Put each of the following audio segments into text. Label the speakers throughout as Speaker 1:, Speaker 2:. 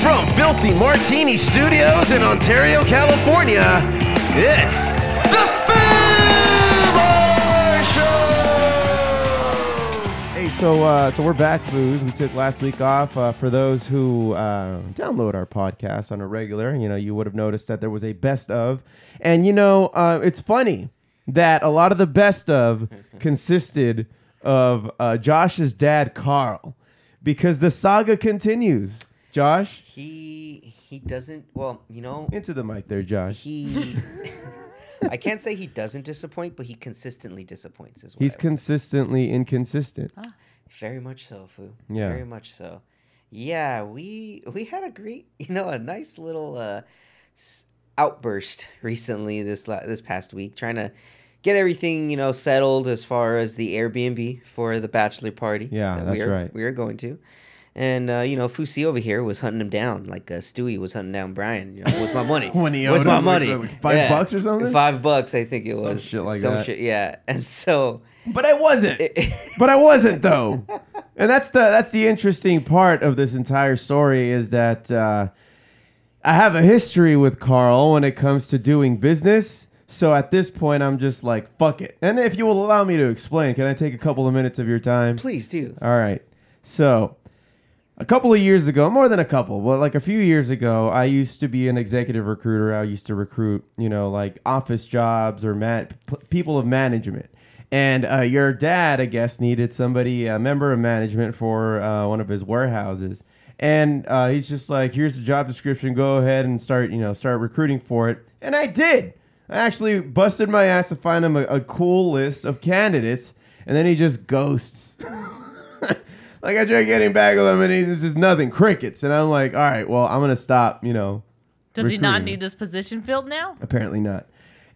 Speaker 1: From Filthy Martini Studios in Ontario, California, it's the Fivor Show!
Speaker 2: Hey, so uh, so we're back, booze. We took last week off. Uh, for those who uh, download our podcast on a regular, you know, you would have noticed that there was a best of, and you know, uh, it's funny that a lot of the best of consisted of uh, Josh's dad, Carl, because the saga continues. Josh,
Speaker 3: He he doesn't. Well, you know,
Speaker 2: into the mic there, Josh.
Speaker 3: he. I can't say he doesn't disappoint, but he consistently disappoints as well.
Speaker 2: He's consistently inconsistent.
Speaker 3: very much so, Fu.
Speaker 2: Yeah.
Speaker 3: very much so. Yeah, we we had a great, you know, a nice little uh, s- outburst recently this la- this past week, trying to get everything you know settled as far as the Airbnb for the bachelor party.
Speaker 2: Yeah,
Speaker 3: that we
Speaker 2: that's
Speaker 3: are,
Speaker 2: right.
Speaker 3: We are going to. And uh, you know, Fusi over here was hunting him down, like uh, Stewie was hunting down Brian. You know, with my money,
Speaker 2: When he
Speaker 3: with
Speaker 2: owed
Speaker 3: my
Speaker 2: him, like,
Speaker 3: money,
Speaker 2: like, five bucks or something?
Speaker 3: Five bucks, I think it
Speaker 2: Some
Speaker 3: was.
Speaker 2: shit like
Speaker 3: Some
Speaker 2: that.
Speaker 3: shit, yeah. And so,
Speaker 2: But I wasn't. but I wasn't though. And that's the that's the interesting part of this entire story is that uh, I have a history with Carl when it comes to doing business. So at this point, I'm just like, fuck it. And if you will allow me to explain, can I take a couple of minutes of your time?
Speaker 3: please do.
Speaker 2: All right. So, a couple of years ago, more than a couple, but like a few years ago, I used to be an executive recruiter. I used to recruit, you know, like office jobs or man- p- people of management. And uh, your dad, I guess, needed somebody, a member of management for uh, one of his warehouses. And uh, he's just like, here's the job description. Go ahead and start, you know, start recruiting for it. And I did. I actually busted my ass to find him a, a cool list of candidates. And then he just ghosts. like I drink any bag of lemonade, this is nothing, crickets. And I'm like, all right, well, I'm gonna stop. You know,
Speaker 4: Does he not
Speaker 2: Recruiting.
Speaker 4: need this position filled now?
Speaker 2: apparently not.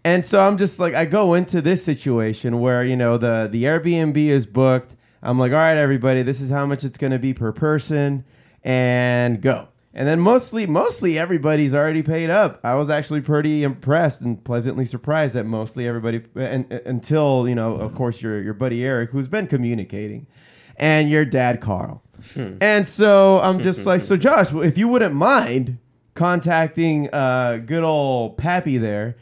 Speaker 2: And so I'm just like, I go into this situation where you know the the Airbnb is booked. I'm like, all right, everybody, this is how much it's gonna be per person, and go. And then mostly, mostly everybody's already paid up. I was actually pretty impressed and pleasantly surprised that mostly everybody, and, and- until you know, of course, your your buddy Eric, who's been communicating, and your dad Carl. And so I'm just like, so Josh, if you wouldn't mind contacting uh, good old Pappy there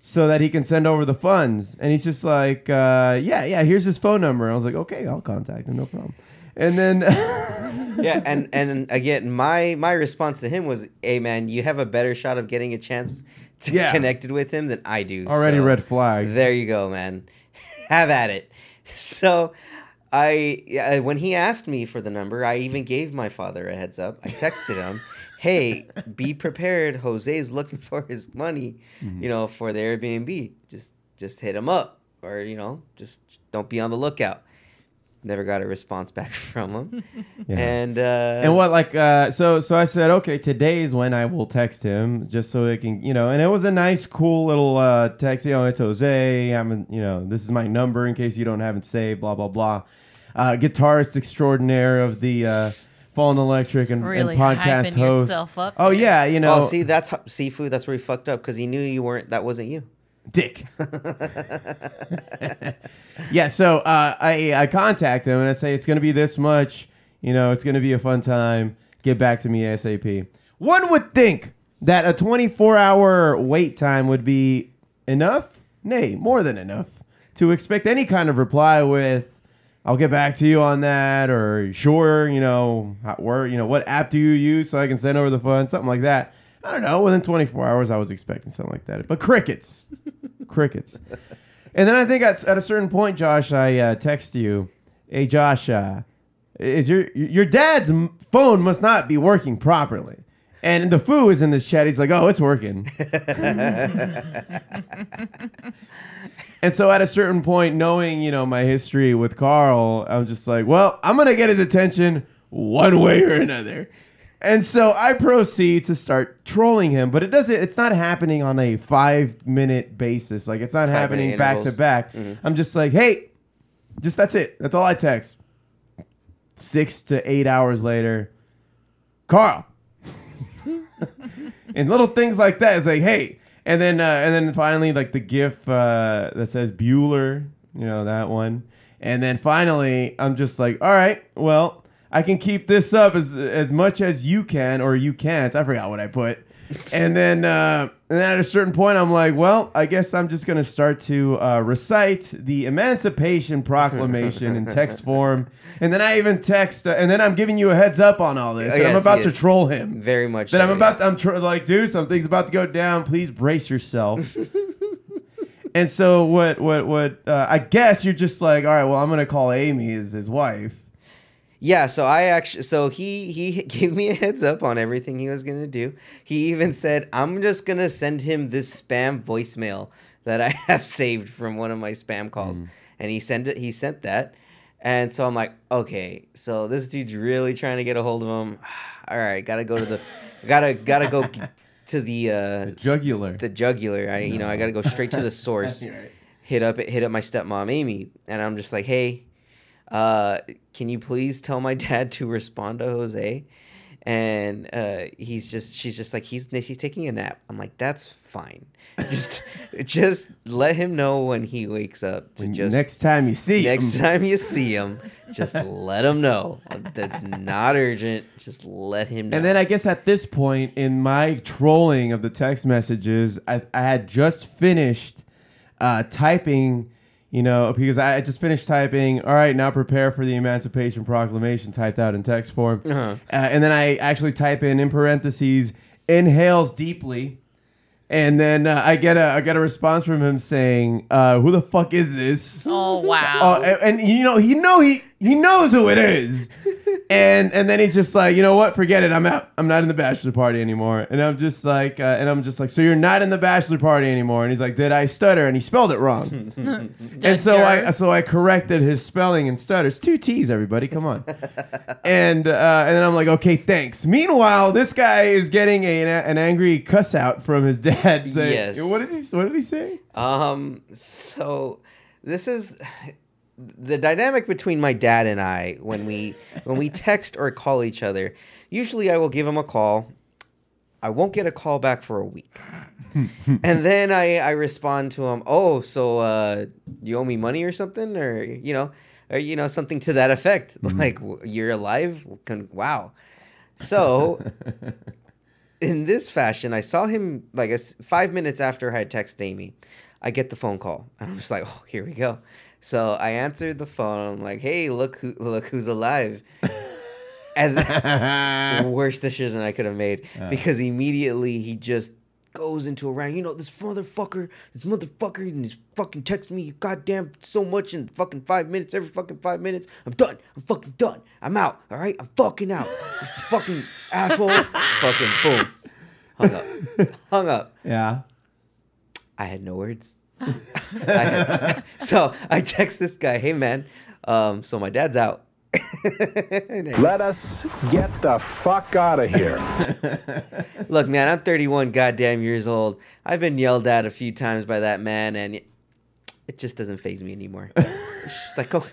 Speaker 2: so that he can send over the funds. And he's just like, uh, yeah, yeah, here's his phone number. I was like, okay, I'll contact him, no problem. And then,
Speaker 3: yeah and and again my my response to him was hey man you have a better shot of getting a chance to
Speaker 2: Yeah.
Speaker 3: get connected with him than i do
Speaker 2: Already red flags.
Speaker 3: there you go man have at it so I yeah, uh, when he asked me for the number, I even gave my father a heads up. I texted him, "Hey, be prepared. Jose is looking for his money,
Speaker 2: Mm-hmm.
Speaker 3: you know, for the Airbnb. Just just hit him up, or you know, just don't be on the lookout." Never got a response back from him. And uh,
Speaker 2: And what like uh, so so I said okay today is when I will text him just so it can you know and it was a nice cool little uh, text you know it's Jose I'm in- you know this is my number in case you don't have it saved blah blah blah uh, guitarist extraordinaire of the uh, Fallen Electric and, and
Speaker 4: Really
Speaker 2: podcast
Speaker 4: hyping
Speaker 2: host
Speaker 4: yourself up
Speaker 2: oh
Speaker 4: there.
Speaker 2: yeah you know
Speaker 3: oh, see, that's how, seafood. That's where he fucked up because he knew you weren't. That wasn't you.
Speaker 2: dick. yeah, so uh, I I contact him and I say it's gonna be this much. You know, it's gonna be a fun time. Get back to me ASAP. One would think that a 24 hour wait time would be enough, nay, more than enough, to expect any kind of reply with, "I'll get back to you on that," or "Sure," you know, how, where, you know, what app do you use so I can send over the phone, something like that. I don't know. Within 24 hours, I was expecting something like that, but crickets crickets. and then I think at, at a certain point, Josh, I uh, text you, "Hey, Josh, uh, is your your dad's m- phone must not be working properly." And the foo is in this chat. He's like, "Oh, it's working." and so at a certain point, knowing you know my history with Carl, I'm just like, "Well, I'm gonna get his attention one way or another." And so I proceed to start trolling him, but it doesn't. It's not happening on a five minute basis. Like it's not happening
Speaker 3: Five-minute
Speaker 2: back to
Speaker 3: intervals. Mm-hmm.
Speaker 2: back. I'm just like, hey, just that's it. That's all I text. Six to eight hours later, Carl, and little things like that. It's like, hey, and then uh, and then finally like the GIF uh, that says Bueller, you know that one. And then finally, I'm just like, all right, well, I can keep this up as as much as you can or you can't. I forgot what I put. And then uh, and then at a certain point, I'm like, well, I guess I'm just gonna start to uh, recite the Emancipation Proclamation in text form. And then I even text, uh, and then I'm giving you a heads up on all this.
Speaker 3: Oh,
Speaker 2: and I'm
Speaker 3: yes,
Speaker 2: about
Speaker 3: yes.
Speaker 2: to troll him
Speaker 3: Very much.
Speaker 2: that I'm
Speaker 3: so,
Speaker 2: about
Speaker 3: yeah.
Speaker 2: I'm tr- like dude something's about to go down please brace yourself and so what what what uh, I guess you're just like all right well I'm gonna call Amy as his wife
Speaker 3: Yeah, so I actually, so he he gave me a heads up on everything he was gonna do. He even said, "I'm just gonna send him this spam voicemail that I have saved from one of my spam
Speaker 2: Mm.
Speaker 3: calls," and he sent it. He sent that, and so I'm like, "Okay, so this dude's really trying to get a hold of him. All right, gotta go to the, gotta gotta go g- to the uh,
Speaker 2: jugular
Speaker 3: the jugular. I you know I gotta go straight to the source. Hit up hit up my stepmom Amy, and I'm just like, hey, uh, can you please tell my dad to respond to Jose? And uh, he's just she's just like he's he's taking a nap. I'm like that's fine. Just just let him know when he wakes up to just
Speaker 2: next time you see
Speaker 3: Next
Speaker 2: him.
Speaker 3: time you see him, just let him know. That's not urgent. Just let him know.
Speaker 2: And then I guess at this point in my trolling of the text messages, I, I had just finished uh, typing, you know, because I had just finished typing, all right, now prepare for the Emancipation Proclamation typed out in text form. uh and then I actually type in, in parentheses, inhales deeply. And then uh, I get a I get a response from him saying, uh, "Who the fuck is this?"
Speaker 4: Oh
Speaker 2: Oh,
Speaker 4: wow.
Speaker 2: and, and you know he know he he knows who it is, and and then he's just like, you know what? Forget it. I'm out. I'm not in the bachelor party anymore. And I'm just like, uh, and I'm just like, so you're not in the bachelor party anymore? And he's like, did I stutter? And he spelled it wrong. and so I so I corrected his spelling and stutters. Two T's, everybody. Come on. and uh, and then I'm like, okay, thanks. Meanwhile, this guy is getting a, an angry cuss out from his dad. Saying,
Speaker 3: Yes.
Speaker 2: What is he? What did he say?
Speaker 3: Um, so this is the dynamic between my dad and I when we when we text or call each other. Usually I will give him a call. I won't get a call back for a week. and then I, I respond to him, "Oh, so uh, you owe me money or something or you know, or you know something to that effect. Like w- you're alive? Con- Wow." So in this fashion, I saw him like a s- five minutes after I had texted Amy. I get the phone call, and I'm just like, "Oh, here we go." So I answered the phone. I'm like, "Hey, look who look who's alive!" and the worst decision I could have made because immediately he just goes into a rant. You know, this motherfucker, this motherfucker, and he's fucking texting me goddamn so much in fucking five minutes. Every fucking five minutes, I'm done. I'm fucking done. I'm out. All right, I'm fucking out. This fucking asshole. fucking boom. Hung up. Hung up.
Speaker 2: Yeah.
Speaker 3: I had no words. I had- so I text this guy, hey man, Um, so my dad's out.
Speaker 5: Let us get the fuck out of here.
Speaker 3: Look, man, I'm 31 goddamn years old. I've been yelled at a few times by that man, and it just doesn't phase me anymore. it's just like, oh,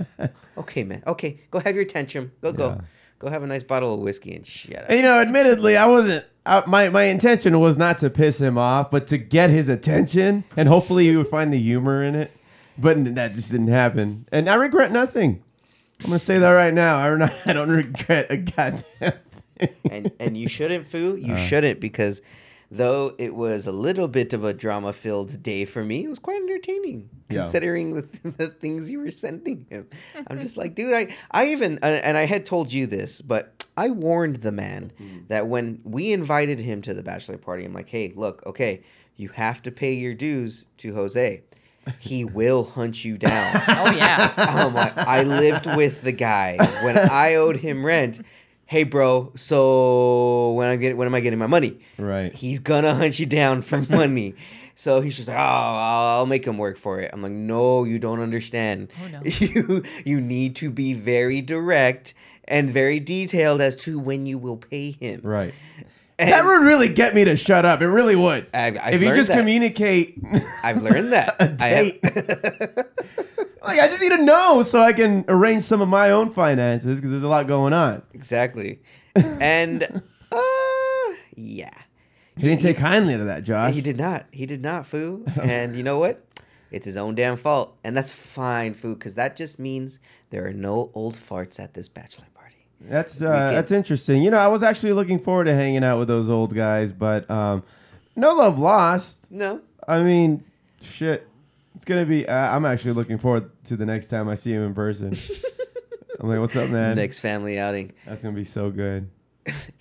Speaker 3: okay, man, okay, go have your tantrum, go, go, go have a nice bottle of whiskey and shut up.
Speaker 2: And, you know, admittedly, I wasn't. I, my my intention was not to piss him off, but to get his attention, and hopefully he would find the humor in it. But n- that just didn't happen, and I regret nothing. I'm gonna say that right now. I, re- I don't regret a goddamn thing.
Speaker 3: and and you shouldn't foo you
Speaker 2: Uh.
Speaker 3: shouldn't because though it was a little bit of a drama filled day for me it was quite entertaining
Speaker 2: Yeah.
Speaker 3: considering the, the things you were sending him i'm just like dude i i even and and i had told you this but i warned the man that when we invited him to the bachelor party i'm like hey look okay you have to pay your dues to jose he will hunt you down
Speaker 4: Oh yeah.
Speaker 3: oh my! I lived with the guy when I owed him rent. Hey, bro. So when I get when am I getting my money?
Speaker 2: Right.
Speaker 3: He's gonna hunt you down for money. So he's just like, oh, I'll make him work for it. I'm like, no, you don't understand.
Speaker 4: Oh, no.
Speaker 3: You you need to be very direct and very detailed as to when you will pay him.
Speaker 2: Right.
Speaker 3: And
Speaker 2: that would really get me to shut up. It really would.
Speaker 3: I- I've
Speaker 2: if you
Speaker 3: learned
Speaker 2: just
Speaker 3: that.
Speaker 2: communicate,
Speaker 3: I've learned that.
Speaker 2: A
Speaker 3: I have-
Speaker 2: like I just need to know so I can arrange some of my own finances because there's a lot going on.
Speaker 3: exactly. And uh, yeah.
Speaker 2: He didn't take kindly to that, Josh.
Speaker 3: He did not. He did not, Foo. And you know what? It's his own damn fault. And that's fine, Foo, because that just means there are no old farts at this bachelor party.
Speaker 2: That's uh,
Speaker 3: can-
Speaker 2: that's interesting. You know, I was actually looking forward to hanging out with those old guys, but um, no love lost.
Speaker 3: No.
Speaker 2: I mean, shit, it's gonna be. Uh, I'm actually looking forward to the next time I see him in person. I'm like, what's up, man?
Speaker 3: Next family outing.
Speaker 2: That's gonna be so good.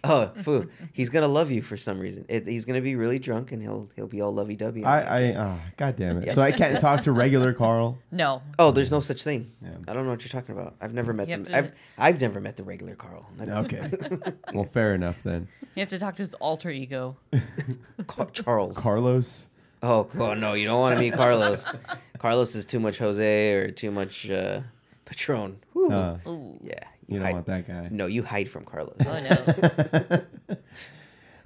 Speaker 3: Oh, Foo. he's gonna love you for some reason. It, he's gonna be really drunk and he'll he'll be all lovey dovey.
Speaker 2: I, I, ah, god damn it. So I can't talk to regular Carl.
Speaker 4: No.
Speaker 3: Oh, there's no such thing. I don't know what you're talking about. I've never met
Speaker 4: Yep,
Speaker 3: them.
Speaker 4: there's
Speaker 3: I've I've never met the regular Carl. I've-
Speaker 2: Okay. well, fair enough then.
Speaker 4: You have to talk to his alter ego.
Speaker 3: Ca- Charles.
Speaker 2: Carlos.
Speaker 3: Oh, oh no, you don't want to meet Carlos. Carlos is too much Jose or too much uh, Patron. Whew.
Speaker 2: Uh,
Speaker 4: Ooh.
Speaker 3: yeah,
Speaker 2: you don't
Speaker 3: hide-
Speaker 2: want that guy.
Speaker 3: No, you hide from Carlos.
Speaker 4: Oh no.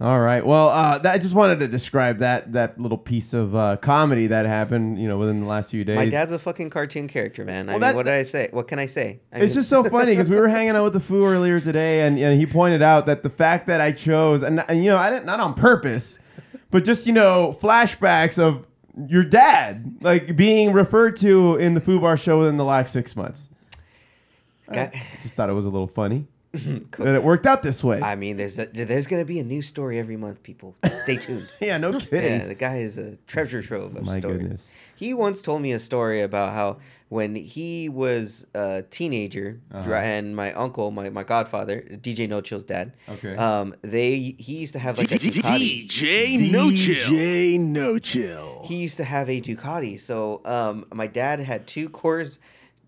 Speaker 2: All right. Well, uh, that, I just wanted to describe that that little piece of uh, comedy that happened, you know, within the last few days.
Speaker 3: My dad's a fucking cartoon character, man. I mean,
Speaker 2: that-
Speaker 3: what did I say? What can I say? I
Speaker 2: It's
Speaker 3: mean,
Speaker 2: just so funny because we were hanging out with the foo earlier today, and, and he pointed out that the fact that I chose, and, and you know, I didn't not on purpose, but just you know, flashbacks of your dad like being referred to in the foo bar show within the last six months.
Speaker 3: God-
Speaker 2: Just thought it was a little funny that it worked out this way.
Speaker 3: I mean, there's a, there's gonna be a new story every month, people. Stay tuned.
Speaker 2: yeah, no kidding.
Speaker 3: yeah, the guy is a treasure trove of
Speaker 2: My
Speaker 3: stories.
Speaker 2: goodness.
Speaker 3: He once told me a story about how when he was a teenager,
Speaker 2: Uh-huh.
Speaker 3: dri and my uncle, my, my godfather, DJ No Chill's dad,
Speaker 2: Okay.
Speaker 3: um, they he used to have like a Ducati.
Speaker 1: DJ No Chill.
Speaker 5: No Chill.
Speaker 3: he used to have a Ducati. So um, my dad had two Coors,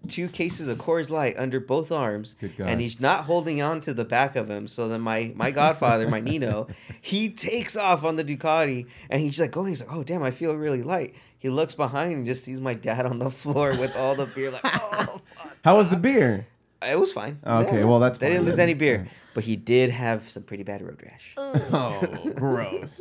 Speaker 3: two cases of Coors Light under both arms,
Speaker 2: Good God.
Speaker 3: and he's not holding on to the back of him. So then my my godfather, my Nino, he takes off on the Ducati, and he's like going. He's like, oh damn, I feel really light. He looks behind and just sees my dad on the floor with all the beer. Like, oh fuck,
Speaker 2: How was the beer? Ah,
Speaker 3: it was fine.
Speaker 2: Okay,
Speaker 3: Yeah,
Speaker 2: well, that's
Speaker 3: they didn't
Speaker 2: fine
Speaker 3: lose
Speaker 2: then.
Speaker 3: any beer, but he did have some pretty bad road rash.
Speaker 2: Oh, gross.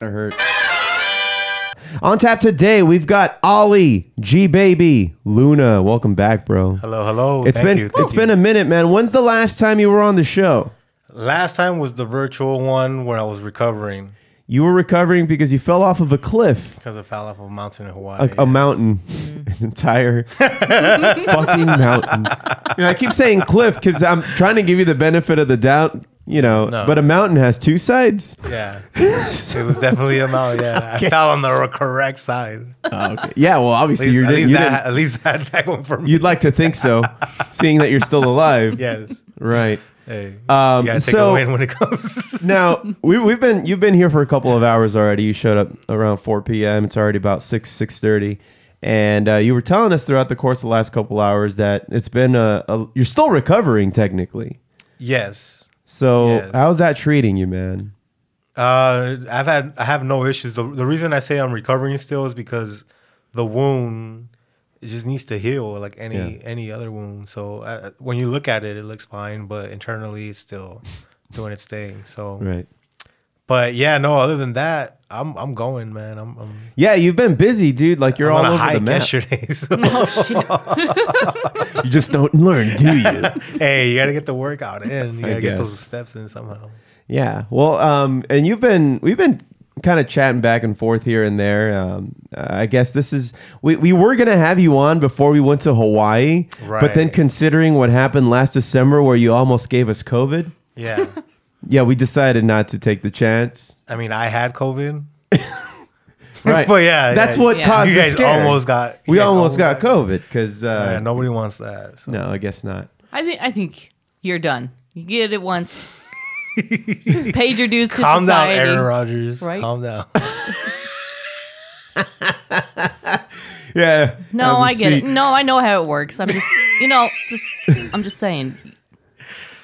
Speaker 2: I hurt. On tap today, we've got Ollie, G Baby, Luna. Welcome back, bro.
Speaker 6: Hello, hello.
Speaker 2: It's
Speaker 6: Oh, Thank
Speaker 2: been Oh.
Speaker 6: you,
Speaker 2: it's
Speaker 6: thank you.
Speaker 2: been a minute, man. When's the last time you were on the show?
Speaker 6: Last time was the virtual one where I was recovering
Speaker 2: You were recovering because you fell off of a cliff,
Speaker 6: because I fell off a mountain in Hawaii.
Speaker 2: a, a mountain, an entire fucking mountain. You know, I keep saying cliff because I'm trying to give you the benefit of the doubt. You know,
Speaker 6: No.
Speaker 2: but a mountain has two sides.
Speaker 6: Yeah, it was definitely a mountain. Yeah, I fell on the correct side.
Speaker 2: Oh, okay. Yeah, well, obviously
Speaker 6: at least,
Speaker 2: you
Speaker 6: at
Speaker 2: didn't.
Speaker 6: least
Speaker 2: You
Speaker 6: that,
Speaker 2: didn't
Speaker 6: at least that had one for me.
Speaker 2: You'd like to think so, seeing that you're still alive.
Speaker 6: Yes.
Speaker 2: Right.
Speaker 6: Hey,
Speaker 2: Um,
Speaker 6: you gotta take
Speaker 2: so
Speaker 6: a win when it comes.
Speaker 2: now we, we've been you've been here for a couple of hours already. You showed up around 4 p.m. It's already about 6 six thirty, and uh, you were telling us throughout the course of the last couple hours that it's been a, a you're still recovering technically.
Speaker 6: yes.
Speaker 2: So
Speaker 6: Yes.
Speaker 2: how's that treating you, man?
Speaker 6: Uh, I've had I have no issues. The, the reason I say I'm recovering still is because the wound it just needs to heal like any any other wound. So uh, when you look at it, it looks fine, but internally it's still doing its thing. So
Speaker 2: Right.
Speaker 6: But yeah, no. Other than that, I'm I'm going, man. I'm, I'm
Speaker 2: Yeah, you've been busy, dude. Like you're
Speaker 6: I
Speaker 2: all
Speaker 6: was on a
Speaker 2: over the
Speaker 6: hike
Speaker 2: map.
Speaker 6: yesterday. so-
Speaker 2: Oh, You just don't learn, do you?
Speaker 6: hey, you gotta get the workout in. You
Speaker 2: I
Speaker 6: gotta get those
Speaker 2: guess.
Speaker 6: steps in somehow.
Speaker 2: Yeah. Well, um, and you've been we've been kind of chatting back and forth here and there. Um, I guess this is we, we were gonna have you on before we went to Hawaii, but then
Speaker 6: Right.
Speaker 2: considering what happened last December where you almost gave us COVID,
Speaker 6: Yeah.
Speaker 2: yeah, we decided not to take the chance.
Speaker 6: I mean, I had COVID.
Speaker 2: Right.
Speaker 6: but yeah,
Speaker 2: that's
Speaker 6: yeah.
Speaker 2: what caused
Speaker 6: you
Speaker 2: the
Speaker 6: guys
Speaker 2: scare.
Speaker 6: almost got. you
Speaker 2: we
Speaker 6: guys
Speaker 2: almost got COVID because uh,
Speaker 6: Yeah, nobody wants that. So.
Speaker 2: No, I guess not.
Speaker 4: I think I think you're done. You get it once. Paid your dues to
Speaker 6: Calm down,
Speaker 4: society.
Speaker 6: Aaron Rodgers.
Speaker 4: Right?
Speaker 6: Calm down.
Speaker 2: Yeah.
Speaker 4: No, I get it. No, I know how it works. I'm just, you know, just I'm just saying,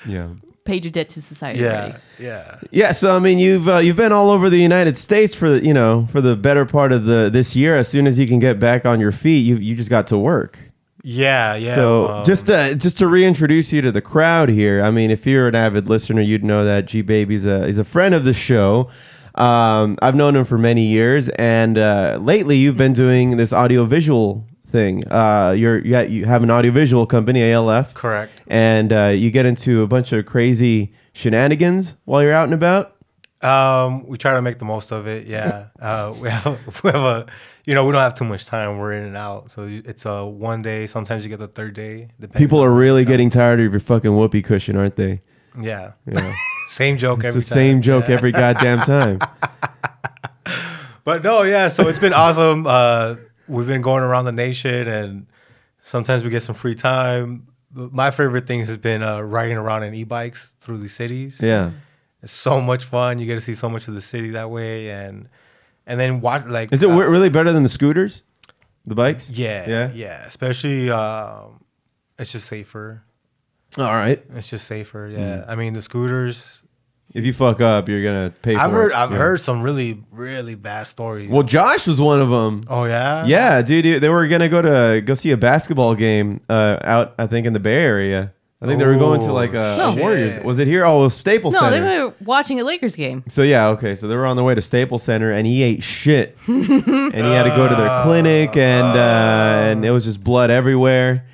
Speaker 2: Yeah.
Speaker 4: paid your debt to society. already.
Speaker 6: Yeah, yeah.
Speaker 2: Yeah, so I mean, you've uh, you've been all over the United States for the, you know for the better part of the this year. As soon as you can get back on your feet, you you just got to work.
Speaker 6: Yeah, yeah.
Speaker 2: so
Speaker 6: um,
Speaker 2: just to just to reintroduce you to the crowd here, I mean, if you're an avid listener, you'd know that G Baby's a he's a friend of the show. Um, I've known him for many years, and uh, lately you've been doing this audiovisual thing. Uh, you're you ha- you have an audiovisual company, ALF,
Speaker 6: Correct.
Speaker 2: and uh, you get into a bunch of crazy shenanigans while you're out and about.
Speaker 6: Um, we try to make the most of it. Yeah, uh, we have we have a you know we don't have too much time. We're in and out, so you- it's a one day. Sometimes you get the third day. Depending
Speaker 2: People
Speaker 6: on-
Speaker 2: are really getting tired of your fucking whoopee cushion, aren't they?
Speaker 6: yeah,
Speaker 2: Yeah.
Speaker 6: same joke
Speaker 2: It's
Speaker 6: every
Speaker 2: the same
Speaker 6: time.
Speaker 2: joke
Speaker 6: Yeah.
Speaker 2: every goddamn time.
Speaker 6: But no, yeah. So it's been awesome. Uh, we've been going around the nation, and sometimes we get some free time. But My favorite things has been uh, riding around in e-bikes through the cities.
Speaker 2: Yeah.
Speaker 6: it's so much fun. You get to see so much of the city that way, and and then watch like
Speaker 2: Is it
Speaker 6: uh,
Speaker 2: wor- really better than the scooters, the bikes?
Speaker 6: Yeah,
Speaker 2: yeah.
Speaker 6: yeah, yeah. Especially, um, it's just safer.
Speaker 2: All right. Mm.
Speaker 6: It's just safer. Yeah. I mean, the scooters.
Speaker 2: Hmm. If you fuck up, you're gonna pay.
Speaker 6: I've
Speaker 2: for
Speaker 6: heard.
Speaker 2: it,
Speaker 6: I've
Speaker 2: yeah.
Speaker 6: heard some really, really bad stories.
Speaker 2: Well, Josh was one of them.
Speaker 6: Oh yeah.
Speaker 2: Yeah, dude, dude, they were gonna go to go see a basketball game uh, out. I think in the Bay Area. I think they were going to
Speaker 6: Oh,
Speaker 2: like uh,
Speaker 4: No.
Speaker 2: Warriors. Was it here? Oh, it was Staples
Speaker 4: No,
Speaker 2: Center.
Speaker 4: they were watching a Lakers game.
Speaker 2: So yeah, okay. So they were on their way to Staples Center, and he ate shit, and he had to go to their clinic, and uh, and it was just blood everywhere.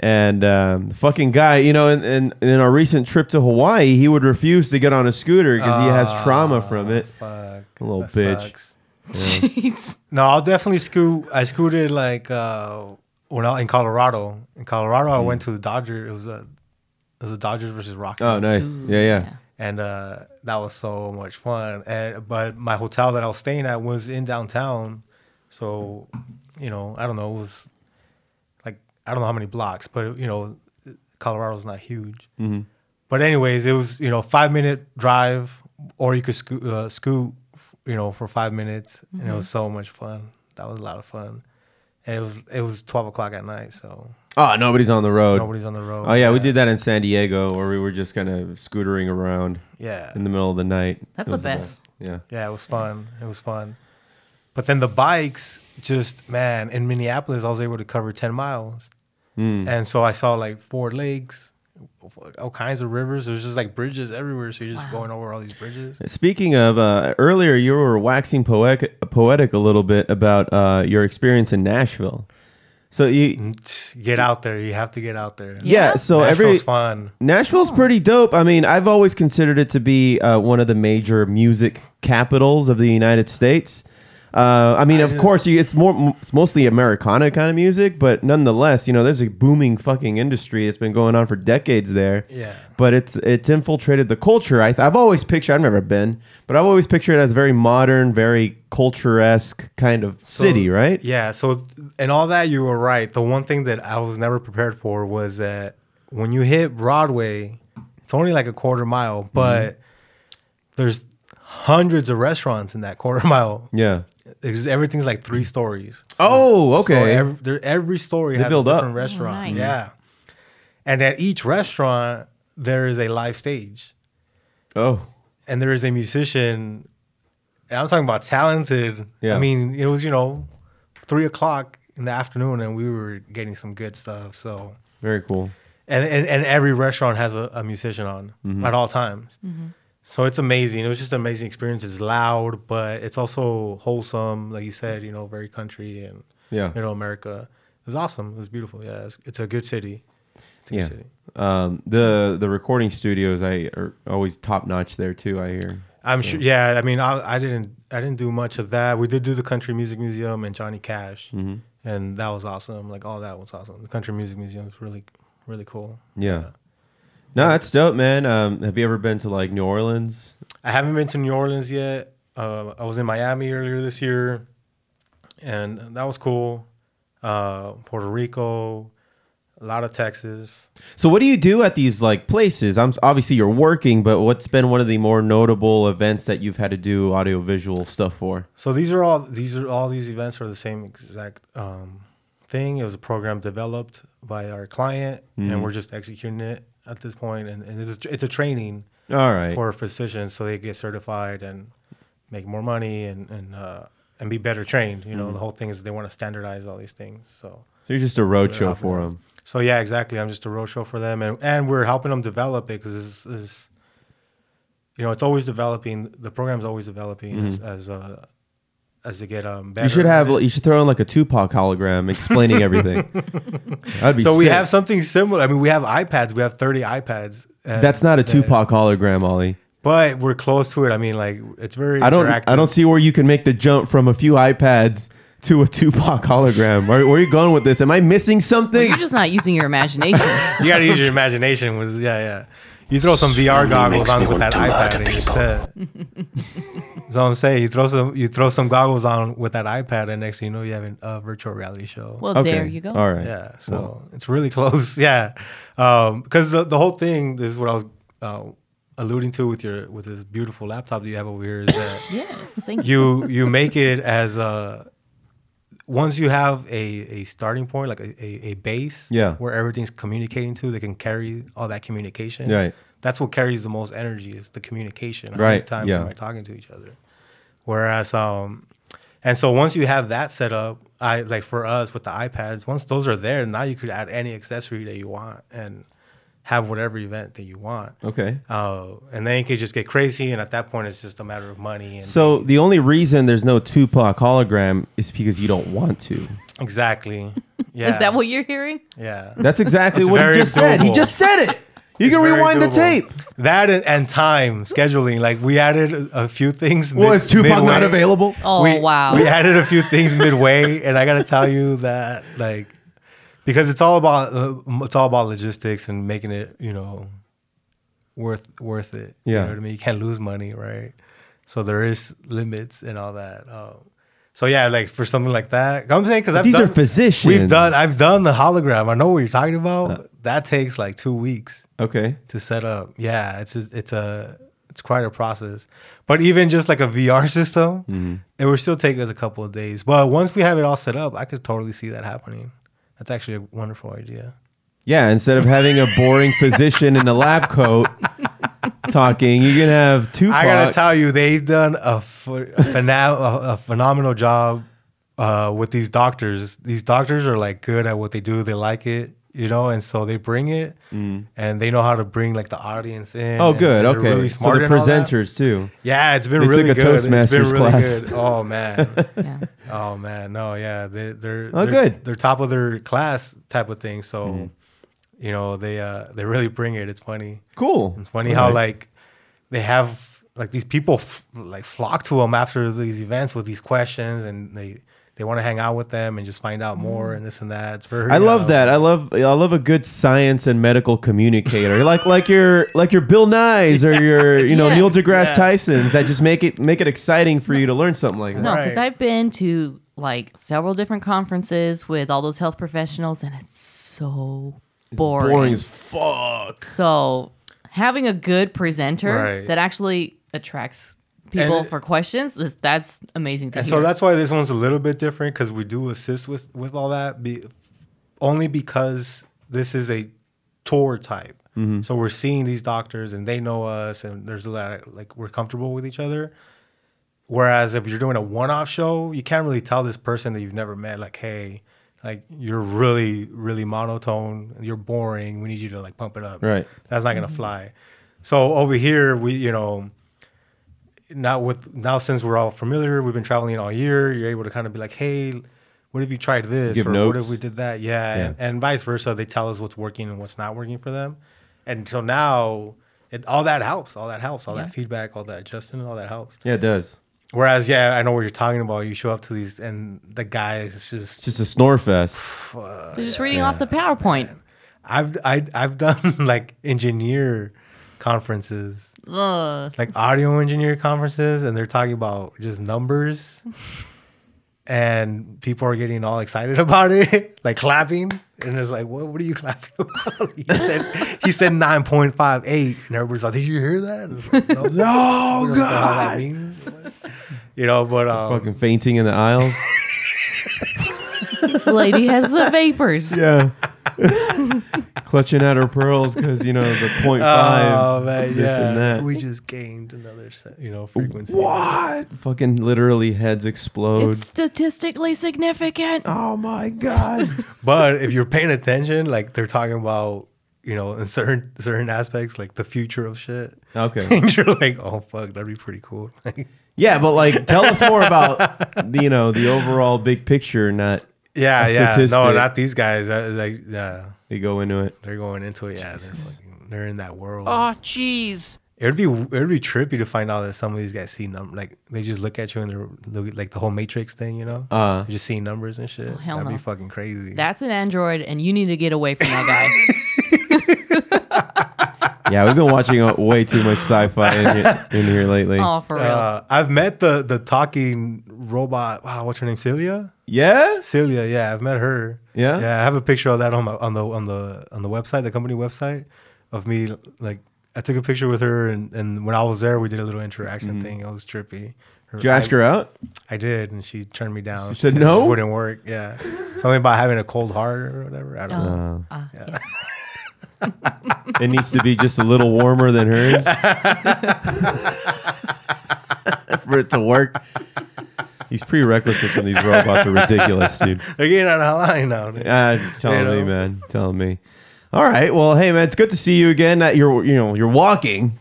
Speaker 2: And um, the fucking guy, you know, in, in, in our recent trip to Hawaii, he would refuse to get on a scooter because he has trauma from it.
Speaker 6: Ah, Fuck.
Speaker 2: A little
Speaker 6: that
Speaker 2: bitch.
Speaker 6: sucks. No, I'll definitely scoot. I scooted like uh, when I in Colorado. In Colorado,
Speaker 2: Mm.
Speaker 6: I went to the Dodgers. It was a it was the Dodgers versus Rockies.
Speaker 2: Oh, nice. yeah, yeah.
Speaker 6: and uh, that was so much fun. And but my hotel that I was staying at was in downtown, so you know I don't know it was like I don't know how many blocks, but you know Colorado's not huge.
Speaker 2: Mhm.
Speaker 6: But anyways, it was you know five minute drive, or you could scoot, uh, scoot you know, for five minutes, and it
Speaker 7: Mhm.
Speaker 2: Mm-hmm.
Speaker 6: was so much fun. That was a lot of fun, and it was it was twelve o'clock at night, so
Speaker 2: Oh, nobody's on the road.
Speaker 6: Nobody's on the road.
Speaker 2: Oh yeah, we did that in San Diego where we were just kind of scootering around.
Speaker 6: Yeah.
Speaker 2: In the middle of the night.
Speaker 4: That's
Speaker 2: It
Speaker 4: the
Speaker 2: was
Speaker 4: best.
Speaker 2: Yeah.
Speaker 6: Yeah, it was fun. It was fun. But then the bikes, just man, in Minneapolis, I was able to cover 10 miles.
Speaker 2: Mm.
Speaker 6: And so I saw like four lakes, all kinds of rivers. There's just like bridges everywhere. So you're just going over all these bridges.
Speaker 2: Speaking of uh, earlier, you were waxing poetic, poetic a little bit about uh, your experience in Nashville. So you
Speaker 6: Get out there. You have to get out there.
Speaker 2: Yeah, so
Speaker 6: Nashville's
Speaker 2: every
Speaker 6: fun.
Speaker 2: Nashville's pretty dope. I mean, I've always considered it to be uh, one of the major music capitals of the United States. Uh, I mean, of course, you, it's more it's mostly Americana kind of music, but nonetheless, you know, there's a booming fucking industry that's been going on for decades there.
Speaker 6: Yeah.
Speaker 2: But it's it's infiltrated the culture. I, I've always pictured. I've never been, but I've always pictured it as very modern, very culture esque kind of
Speaker 6: So-
Speaker 2: city, right?
Speaker 6: Yeah. So, and all that, you were right. The one thing that I was never prepared for was that when you hit Broadway, it's only like a quarter
Speaker 2: Mm-hmm.
Speaker 6: mile, but there's hundreds of restaurants in that quarter mile.
Speaker 2: Yeah.
Speaker 6: There's everything's like three stories.
Speaker 2: Oh,
Speaker 6: So
Speaker 2: okay.
Speaker 6: every, there, every story
Speaker 2: They
Speaker 6: has
Speaker 2: build
Speaker 6: a
Speaker 2: up.
Speaker 6: different
Speaker 2: Oh,
Speaker 6: restaurant.
Speaker 2: nice.
Speaker 6: Yeah. And at each restaurant, there is a live stage.
Speaker 2: Oh.
Speaker 6: And there is a musician. And I'm talking about talented.
Speaker 2: Yeah.
Speaker 6: I mean, it was, you know, three o'clock in the afternoon and we were getting some good stuff. So
Speaker 2: Very cool.
Speaker 6: and and, and every restaurant has a, a musician on
Speaker 2: Mhm.
Speaker 6: at all times.
Speaker 2: Mhm.
Speaker 6: So it's amazing. It was just an amazing experience. It's loud, but it's also wholesome, like you said. You know, very country and
Speaker 2: Yeah.
Speaker 6: middle America. It was awesome. It was beautiful. Yeah, it's, it's a good city. It's a good
Speaker 2: Yeah.
Speaker 6: city.
Speaker 2: Um, the the recording studios I are always top notch there too. I hear.
Speaker 6: I'm
Speaker 2: So-
Speaker 6: sure. Yeah, I mean, I, I didn't I didn't do much of that. We did do the Country Music Museum and Johnny Cash,
Speaker 2: Mhm.
Speaker 6: and that was awesome. Like all that was awesome. The Country Music Museum is really really cool.
Speaker 2: Yeah. No, that's dope, man. Um, have you ever been to like New Orleans?
Speaker 6: I haven't been to New Orleans yet. Uh, I was in Miami earlier this year, and that was cool. Uh, Puerto Rico, a lot of Texas.
Speaker 2: So what do you do at these like places? I'm obviously you're working, but what's been one of the more notable events that you've had to do audiovisual stuff for?
Speaker 6: So these are all these are all these events are the same exact um, thing. It was a program developed by our client,
Speaker 2: Mhm.
Speaker 6: and we're just executing it at this point. And, and it's, a, it's a training
Speaker 2: All right.
Speaker 6: for physicians, so they get certified and make more money and and uh, and be better trained. You know,
Speaker 2: Mhm.
Speaker 6: the whole thing is they want to standardize all these things. So
Speaker 2: So you're just a
Speaker 6: they're
Speaker 2: roadshow
Speaker 6: helping
Speaker 2: for 'em.
Speaker 6: So yeah, exactly. I'm just a roadshow for them, and and we're helping them develop it because this is, you know, it's always developing. The program's always developing as
Speaker 2: Mhm.
Speaker 6: as, uh, as they get um. Better
Speaker 2: you should
Speaker 6: at
Speaker 2: have
Speaker 6: it.
Speaker 2: you should throw in like a Tupac hologram explaining everything. That'd be
Speaker 6: so we
Speaker 2: sick.
Speaker 6: have something similar. I mean, we have iPads. We have 30 iPads. and
Speaker 2: That's not a
Speaker 6: then-
Speaker 2: Tupac hologram, Ollie.
Speaker 6: But we're close to it. I mean, like it's very.
Speaker 2: I don't
Speaker 6: Interactive.
Speaker 2: I don't see where you can make the jump from a few iPads to a Tupac hologram. Where, where are you going with this? Am I missing something?
Speaker 4: You're just not using your imagination.
Speaker 6: You gotta use your imagination with yeah, yeah. You throw some VR goggles
Speaker 2: makes
Speaker 6: on
Speaker 2: me
Speaker 6: with
Speaker 2: want
Speaker 6: that
Speaker 2: to murder
Speaker 6: iPad and you're set. That's what I'm saying. You throw some you throw some goggles on with that iPad and next thing you know you have a uh, virtual reality show.
Speaker 4: Well, Okay. there you go. All right.
Speaker 6: Yeah. So
Speaker 4: Well.
Speaker 6: it's really close. Yeah. Um because the, the whole thing, this is what I was uh, alluding to with your with this beautiful laptop that you have over here is that
Speaker 4: Yes, thank
Speaker 6: you you make it as a once you have a, a starting point, like a, a, a base
Speaker 2: Yeah.
Speaker 6: where everything's communicating to, they can carry all that communication.
Speaker 2: Right.
Speaker 6: That's what carries the most energy is the communication. How many
Speaker 2: Right,
Speaker 6: times
Speaker 2: yeah.
Speaker 6: am I talking to each other? Whereas um and so once you have that set up, I like for us with the iPads, once those are there, now you could add any accessory that you want and have whatever event that you want.
Speaker 2: Okay.
Speaker 6: Uh, and then you could just get crazy and at that point it's just a matter of money and
Speaker 2: So the only reason there's no Tupac hologram is because you don't want to.
Speaker 6: Exactly. Yeah.
Speaker 4: Is that what you're hearing?
Speaker 6: Yeah.
Speaker 2: That's exactly what he
Speaker 6: very
Speaker 2: just said. He
Speaker 6: doable.
Speaker 2: just said it. You
Speaker 6: It's
Speaker 2: can
Speaker 6: very
Speaker 2: rewind the
Speaker 6: doable.
Speaker 2: tape.
Speaker 6: That and, and time scheduling. Like we added a, a few things.
Speaker 2: Well, is Tupac not available?
Speaker 4: Oh,
Speaker 6: We-
Speaker 4: wow.
Speaker 6: We added a few things midway, and I gotta tell you that like because it's all about uh, it's all about logistics and making it you know worth worth it.
Speaker 2: Yeah.
Speaker 6: You know what I mean? You can't lose money, right? So there is limits and all that. Um, so yeah, like for something like that, I'm saying because
Speaker 2: But
Speaker 6: I've
Speaker 2: these are
Speaker 6: done, We've
Speaker 2: physicians.
Speaker 6: done. I've done the hologram. I know what you're talking about. that takes like two weeks
Speaker 2: Okay.
Speaker 6: to set up. Yeah, it's a, it's a it's quite a process. But even just like a VR system,
Speaker 7: Mhm.
Speaker 6: it would still take us a couple of days. But once we have it all set up, I could totally see that happening. That's actually a wonderful idea.
Speaker 2: Yeah, instead of having a boring physician in a lab coat talking, you can have two.
Speaker 6: I gotta tell you, they've done a, ph- a, phena- a- a phenomenal job uh, with these doctors. These doctors are like good at what they do. They like it, you know, and so they bring it,
Speaker 2: Mm.
Speaker 6: and they know how to bring like the audience in.
Speaker 2: Oh,
Speaker 6: and
Speaker 2: good.
Speaker 6: they're
Speaker 2: Okay.
Speaker 6: really
Speaker 2: So
Speaker 6: smart
Speaker 2: the
Speaker 6: and all that.
Speaker 2: presenters, too.
Speaker 6: Yeah, it's been
Speaker 2: They
Speaker 6: really
Speaker 2: took a
Speaker 6: good. It's been
Speaker 2: Toastmasters
Speaker 6: really
Speaker 2: class.
Speaker 6: good. Oh man. Oh man. No, yeah, they, they're
Speaker 2: Oh,
Speaker 6: they're,
Speaker 2: good.
Speaker 6: They're top of their class type of thing. So,
Speaker 2: Mhm.
Speaker 6: you know, they uh they really bring it. It's funny.
Speaker 2: Cool.
Speaker 6: It's funny
Speaker 2: All
Speaker 6: how
Speaker 2: right.
Speaker 6: like they have like these people f- like flock to them after these events with these questions, and they they want to hang out with them and just find out more and this and that. It's very.
Speaker 2: Mm. I love
Speaker 6: uh,
Speaker 2: that. I love I love a good science and medical communicator, like like your like your Bill Nye's or your you know
Speaker 4: Yeah.
Speaker 2: Neil deGrasse
Speaker 4: Yeah.
Speaker 2: Tyson's that just make it make it exciting for you to learn something like that.
Speaker 4: No, because I've been to like several different conferences with all those health professionals, and it's so boring.
Speaker 2: boring as fuck.
Speaker 4: So having a good presenter
Speaker 6: Right.
Speaker 4: that actually attracts people
Speaker 6: And-
Speaker 4: for questions is that's amazing to
Speaker 6: and
Speaker 4: hear.
Speaker 6: so that's why this one's a little bit different because we do assist with with all that be, only because this is a tour type
Speaker 7: Mhm.
Speaker 6: so we're seeing these doctors and they know us and there's a lot of, like we're comfortable with each other whereas if you're doing a one-off show you can't really tell this person that you've never met like hey like you're really really monotone you're boring we need you to like pump it up
Speaker 2: Right.
Speaker 6: that's not gonna
Speaker 2: Mhm.
Speaker 6: fly so over here we you know now with now since we're all familiar, we've been traveling all year. You're able to kind of be like, hey, what if you tried this
Speaker 2: Give
Speaker 6: or what
Speaker 2: notes.
Speaker 6: if we did that? Yeah,
Speaker 2: Yeah.
Speaker 6: And, and vice versa. They tell us what's working and what's not working for them, and so now it all that helps. All that helps. All
Speaker 2: Yeah.
Speaker 6: that feedback. All that Justin. All that helps.
Speaker 2: Yeah, it does.
Speaker 6: Whereas, yeah, I know what you're talking about. You show up to these, and the guy is just uh,
Speaker 2: It's just a snore fest.
Speaker 4: They're just reading off the PowerPoint.
Speaker 6: I've I, I've done like engineer conferences,
Speaker 4: Ugh.
Speaker 6: like audio engineer conferences, and they're talking about just numbers, and people are getting all excited about it, like clapping, and it's like, what what are you clapping about? He said he said nine point five eight, and everybody's like, did you hear that? And it's like, no, we don't know how that
Speaker 2: God.
Speaker 6: means. You know, but um,
Speaker 2: Fucking fainting in the aisles.
Speaker 4: this lady has the vapors.
Speaker 2: yeah. Clutching at her pearls because you know the point
Speaker 6: Oh,
Speaker 2: five,
Speaker 6: man,
Speaker 2: this
Speaker 6: yeah.
Speaker 2: and that.
Speaker 6: We just gained another set, you know, frequency.
Speaker 2: What? Fucking literally heads explode.
Speaker 4: It's statistically significant.
Speaker 2: Oh my god.
Speaker 6: But if you're paying attention, like they're talking about, you know, in certain certain aspects, like the future of shit.
Speaker 2: Okay.
Speaker 6: And you're like, oh fuck, that'd be pretty cool. Like,
Speaker 2: Yeah, but like, tell us more about the, you know the overall big picture, not
Speaker 6: yeah,
Speaker 2: a
Speaker 6: yeah. No,
Speaker 2: statistic.
Speaker 6: not these guys. Uh, like, yeah,
Speaker 2: they go into it.
Speaker 6: They're going into it. Yeah, they're, fucking- they're in that world.
Speaker 4: Oh,
Speaker 7: jeez.
Speaker 6: It would be it would be trippy to find out that some of these guys see num like they just look at you and they're look, like the whole Matrix thing, you know,
Speaker 2: Uh-huh.
Speaker 6: just seeing numbers and shit.
Speaker 4: hell
Speaker 6: That'd
Speaker 4: no.
Speaker 6: be fucking crazy.
Speaker 4: That's an android, and you need to get away from that guy.
Speaker 2: Yeah, we've been watching uh, way too much sci-fi in here, in here lately.
Speaker 4: Oh, for real.
Speaker 6: Uh, I've met the the talking robot. Wow, what's her name? Celia.
Speaker 2: Yeah,
Speaker 6: Celia. Yeah, I've met her.
Speaker 2: Yeah?
Speaker 6: yeah. I have a picture of that on my on the on the on the website, the company website, of me. Like, I took a picture with her, and and when I was there, we did a little interaction
Speaker 2: Mhm.
Speaker 6: thing. It was trippy.
Speaker 2: Did you ask her out?
Speaker 6: I did, and she turned me down.
Speaker 2: She said
Speaker 6: it
Speaker 2: no?
Speaker 6: wouldn't work. Yeah, something about having a cold heart or whatever. I don't know.
Speaker 4: Uh,
Speaker 6: yeah.
Speaker 2: It needs to be just a little warmer than hers for it to work. These prerequisites from these robots are ridiculous, dude.
Speaker 6: They're getting out of line now. dude.
Speaker 2: Uh, telling
Speaker 6: You know?
Speaker 2: me, man, telling me. All right, well, hey, man, it's good to see you again. That you're, you know, you're walking.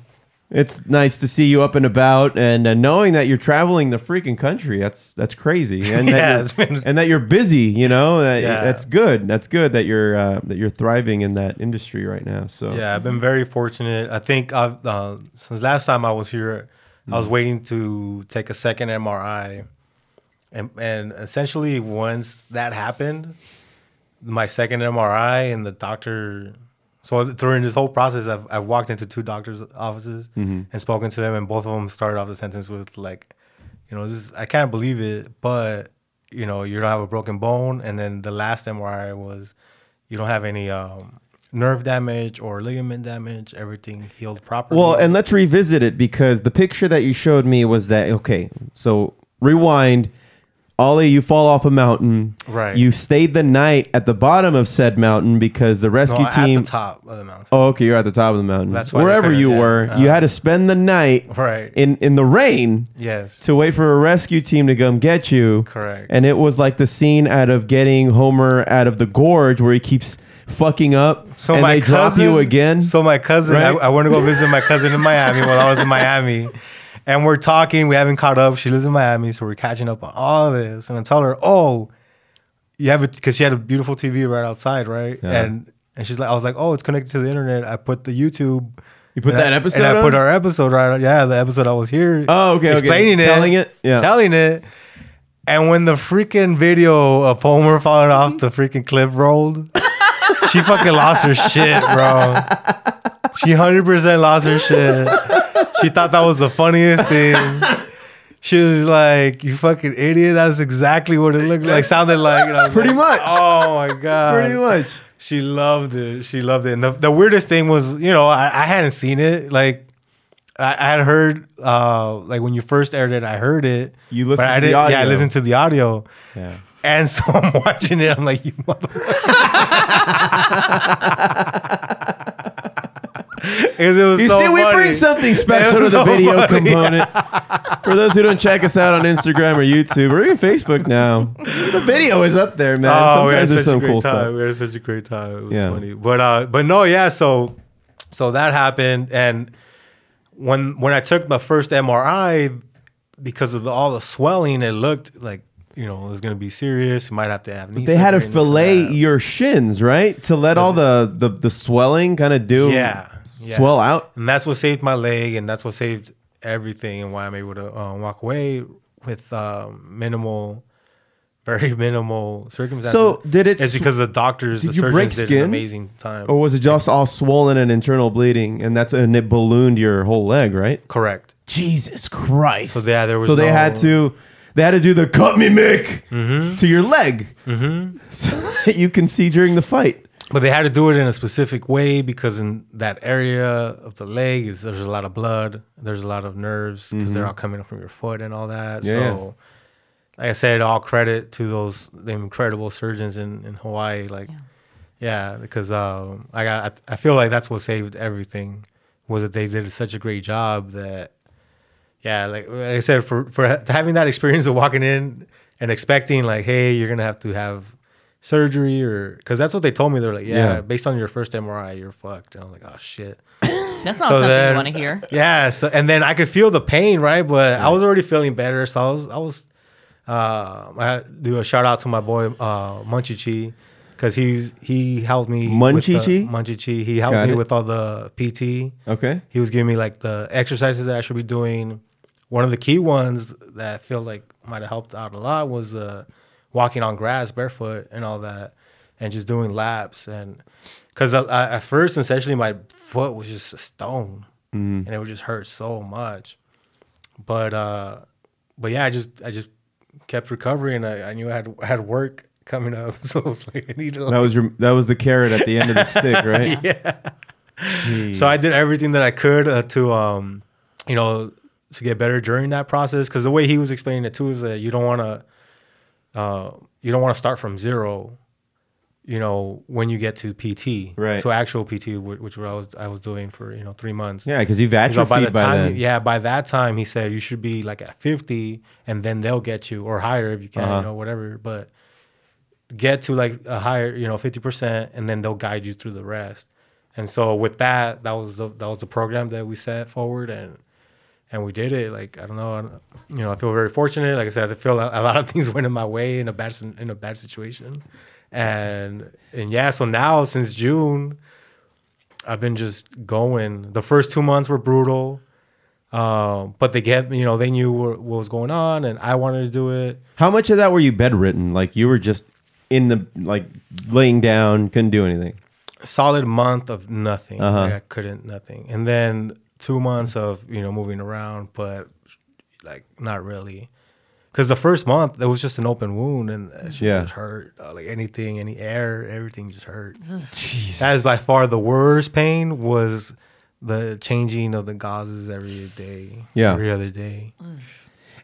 Speaker 2: It's nice to see you up and about, and uh, knowing that you're traveling the freaking country. That's that's crazy, and
Speaker 6: Yeah,
Speaker 2: that
Speaker 6: it's
Speaker 2: you're, and that you're busy. You know, that,
Speaker 6: Yeah.
Speaker 2: that's good. That's good that you're uh, that you're thriving in that industry right now. So
Speaker 6: Yeah, I've been very fortunate. I think I've uh, since last time I was here, I was
Speaker 2: Mhm.
Speaker 6: waiting to take a second MRI, and and essentially once that happened, my second MRI and the doctor. So during this whole process, I've I've walked into two doctors' offices
Speaker 2: Mhm.
Speaker 6: and spoken to them, and both of them started off the sentence with like, you know, this is, I can't believe it, but you know, you don't have a broken bone, and then the last MRI was, you don't have any um, nerve damage or ligament damage, everything healed properly.
Speaker 2: Well, and let's revisit it because the picture that you showed me was that okay. So rewind. Ollie, you fall off a mountain.
Speaker 6: Right.
Speaker 2: You stayed the night at the bottom of said mountain because the rescue
Speaker 6: No, at the
Speaker 2: team.
Speaker 6: top of the mountain.
Speaker 2: Oh, okay. You're at the top of the mountain.
Speaker 6: That's why they
Speaker 2: wherever
Speaker 6: couldn't-
Speaker 2: you
Speaker 6: yeah,
Speaker 2: were.
Speaker 6: uh,
Speaker 2: you had to spend the night.
Speaker 6: Right.
Speaker 2: In in the rain.
Speaker 6: Yes.
Speaker 2: To wait for a rescue team to come get you.
Speaker 6: Correct.
Speaker 2: And it was like the scene out of getting Homer out of the gorge where he keeps fucking up.
Speaker 6: So
Speaker 2: and
Speaker 6: my
Speaker 2: they
Speaker 6: cousin,
Speaker 2: drop you again.
Speaker 6: So my cousin, I,
Speaker 2: right?
Speaker 6: I want to go visit my cousin in Miami while I was in Miami, and we're talking. We haven't caught up. She lives in Miami, so we're catching up on all of this. And I tell her, "Oh, you have it," because she had a beautiful TV right outside, right?
Speaker 2: Yeah.
Speaker 6: And and she's like, "I was like, oh, it's connected to the internet. I put the YouTube."
Speaker 2: You put
Speaker 6: and I-
Speaker 2: that episode
Speaker 6: And I put
Speaker 2: on?
Speaker 6: our episode right. on- Yeah, the episode I was here.
Speaker 2: Oh, okay, okay.
Speaker 6: Explaining it,
Speaker 2: Telling it? Yeah.
Speaker 6: telling it. And when the freaking video of Homer falling off the freaking cliff rolled, she fucking lost her shit, bro. She hundred percent lost her shit. She thought that was the funniest thing. She was like, "You fucking idiot! That's exactly what it looked like. Sounded like." And I was
Speaker 2: Pretty
Speaker 6: like,
Speaker 2: much.
Speaker 6: Oh my god.
Speaker 2: Pretty much.
Speaker 6: She loved it. She loved it. And the, the weirdest thing was, you know, I, I hadn't seen it. Like, I, I had heard, uh, like when you first aired it, I heard it.
Speaker 2: You
Speaker 6: but
Speaker 2: listened
Speaker 6: I
Speaker 2: to the
Speaker 6: didn't- Yeah, I
Speaker 2: audio.
Speaker 6: listened to the audio.
Speaker 2: Yeah.
Speaker 6: And so I'm watching it. I'm like, you Because it was
Speaker 2: You
Speaker 6: so
Speaker 2: see, we
Speaker 6: funny.
Speaker 2: bring something
Speaker 6: It
Speaker 2: special to
Speaker 6: was
Speaker 2: the
Speaker 6: so
Speaker 2: video
Speaker 6: funny.
Speaker 2: component. For those who don't check us out on Instagram or YouTube or even Facebook now, the video is up there, man.
Speaker 6: Oh, we had
Speaker 2: Sometimes
Speaker 6: such
Speaker 2: there's some
Speaker 6: a great
Speaker 2: cool
Speaker 6: time.
Speaker 2: stuff.
Speaker 6: We had such a great time. It was
Speaker 2: Yeah.
Speaker 6: funny. But uh, but no, yeah. So so that happened, and when when I took my first MRI, because of the, all the swelling, it looked like you know it was going to be serious. You might have to have knee.
Speaker 2: They had to
Speaker 6: surgery and this and
Speaker 2: fillet your shins, right? To let all the, the, the swelling kind of do
Speaker 6: yeah, yeah.
Speaker 2: swell out.
Speaker 6: and that's what saved my leg, and that's what saved everything, and why I'm able to uh, walk away with um, minimal, very minimal circumstances.
Speaker 2: So did it
Speaker 6: It's
Speaker 2: sw-
Speaker 6: because the doctors,
Speaker 2: Did
Speaker 6: the
Speaker 2: you
Speaker 6: surgeons
Speaker 2: break
Speaker 6: did
Speaker 2: skin?
Speaker 6: an amazing time.
Speaker 2: Or was it just all swollen and internal bleeding, and that's and it ballooned your whole leg, right?
Speaker 6: Correct.
Speaker 2: Jesus Christ.
Speaker 6: So yeah, there was
Speaker 2: so they
Speaker 6: no- Mm-hmm.
Speaker 2: had to they had to do the cut me Mick to your leg,
Speaker 6: Mhm.
Speaker 2: so that you can see during the fight.
Speaker 6: But they had to do it in a specific way because in that area of the leg is there's a lot of blood, there's a lot of nerves because they're
Speaker 2: Mhm.
Speaker 6: all coming from your foot and all that.
Speaker 2: Yeah, yeah.
Speaker 6: so, like I said, all credit to those the incredible surgeons in, in Hawaii. Like, yeah, because um, I got I, I feel like that's what saved everything was that they did such a great job that yeah, like, like I said, for for ha- having that experience of walking in and expecting like, hey, you're gonna have to have surgery or because that's what they told me. They're like, yeah,
Speaker 2: Yeah.
Speaker 6: based on your first MRI, you're fucked. And I'm like, oh shit.
Speaker 4: That's not something you want to hear.
Speaker 6: Yeah. So and then I could feel the pain, right? But I was already feeling better, so I was I was. Uh, I do a shout out to my boy uh, Munchichi because he's he helped me. with the-
Speaker 2: Munchichi?
Speaker 6: Munchichi. He helped
Speaker 2: Got
Speaker 6: me
Speaker 2: it.
Speaker 6: with all the PT.
Speaker 2: Okay.
Speaker 6: He was giving me like the exercises that I should be doing. One of the key ones that I feel like might have helped out a lot was uh, walking on grass barefoot and all that, and just doing laps. And because I, I, at first, essentially, my foot was just a stone,
Speaker 2: Mhm.
Speaker 6: and it would just hurt so much. But uh, but yeah, I just I just kept recovering. I, I knew I had I had work coming up, so I was like, I need to.
Speaker 2: That was your that was the carrot at the end of the stick, right?
Speaker 6: yeah. So I did everything that I could uh, to, um, you know, to get better during that process. Because the way he was explaining it too is that you don't want to, uh, you don't want to start from zero, you know, when you get to PT,
Speaker 2: Right.
Speaker 6: To actual PT, wh- which what I was I was doing for you know three months.
Speaker 2: Yeah, 'cause you've
Speaker 6: You know, by the
Speaker 2: atrophied by
Speaker 6: time,
Speaker 2: then.
Speaker 6: Yeah, by that time he said you should be like at fifty, and then they'll get you or higher if you can,
Speaker 2: Uh-huh.
Speaker 6: you know, whatever. But get to like a higher, you know, fifty percent, and then they'll guide you through the rest. And so with that, that was the that was the program that we set forward, and and we did it. Like I don't know, I don't- you know, I feel very fortunate. Like I said, I feel a, a lot of things went in my way in a bad sin- in a bad situation, and and yeah. So now since June, I've been just going. The first two months were brutal, um, but they get you know they knew what, what was going on, and I wanted to do it.
Speaker 2: How much of that were you bedridden? Like you were just in the like laying down, couldn't do anything.
Speaker 6: solid month of nothing.
Speaker 2: Uh-huh.
Speaker 6: Like I couldn't nothing, and then two months of you know moving around, but like not really. Because the first month it was just an open wound and that shit
Speaker 2: Yeah.
Speaker 6: just hurt. Uh, like anything, any air, everything just hurt.
Speaker 4: Ugh.
Speaker 6: Jeez. That is by far the worst pain was the changing of the gauzes every day.
Speaker 2: Yeah.
Speaker 6: Every other day.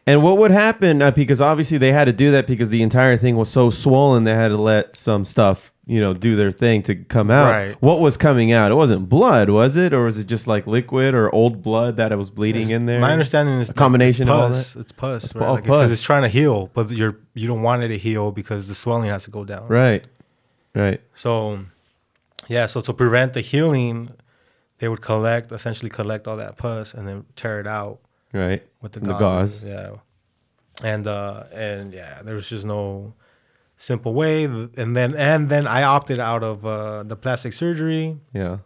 Speaker 2: And what would happen uh, because obviously they had to do that because the entire thing was so swollen they had to let some stuff you know do their thing to come out.
Speaker 6: Right.
Speaker 2: What was coming out? It wasn't blood, was it, or was it just like liquid or old blood that it was bleeding
Speaker 6: It's-
Speaker 2: in there?
Speaker 6: My understanding is
Speaker 2: a combination
Speaker 6: pus.
Speaker 2: of all that.
Speaker 6: It's pus.
Speaker 2: It's
Speaker 6: right?
Speaker 2: pu- oh,
Speaker 6: Like, it's 'cause
Speaker 2: pus.
Speaker 6: it's trying to heal, but you're you don't want it to heal because the swelling has to go down.
Speaker 2: Right, right.
Speaker 6: So, yeah. So to prevent the healing, they would collect essentially collect all that pus and then tear it out.
Speaker 2: Right.
Speaker 6: With the,
Speaker 2: From the
Speaker 6: gauze. Yeah. And uh and yeah, there was just no simple way. And then and then I opted out of uh the plastic surgery
Speaker 2: Yeah.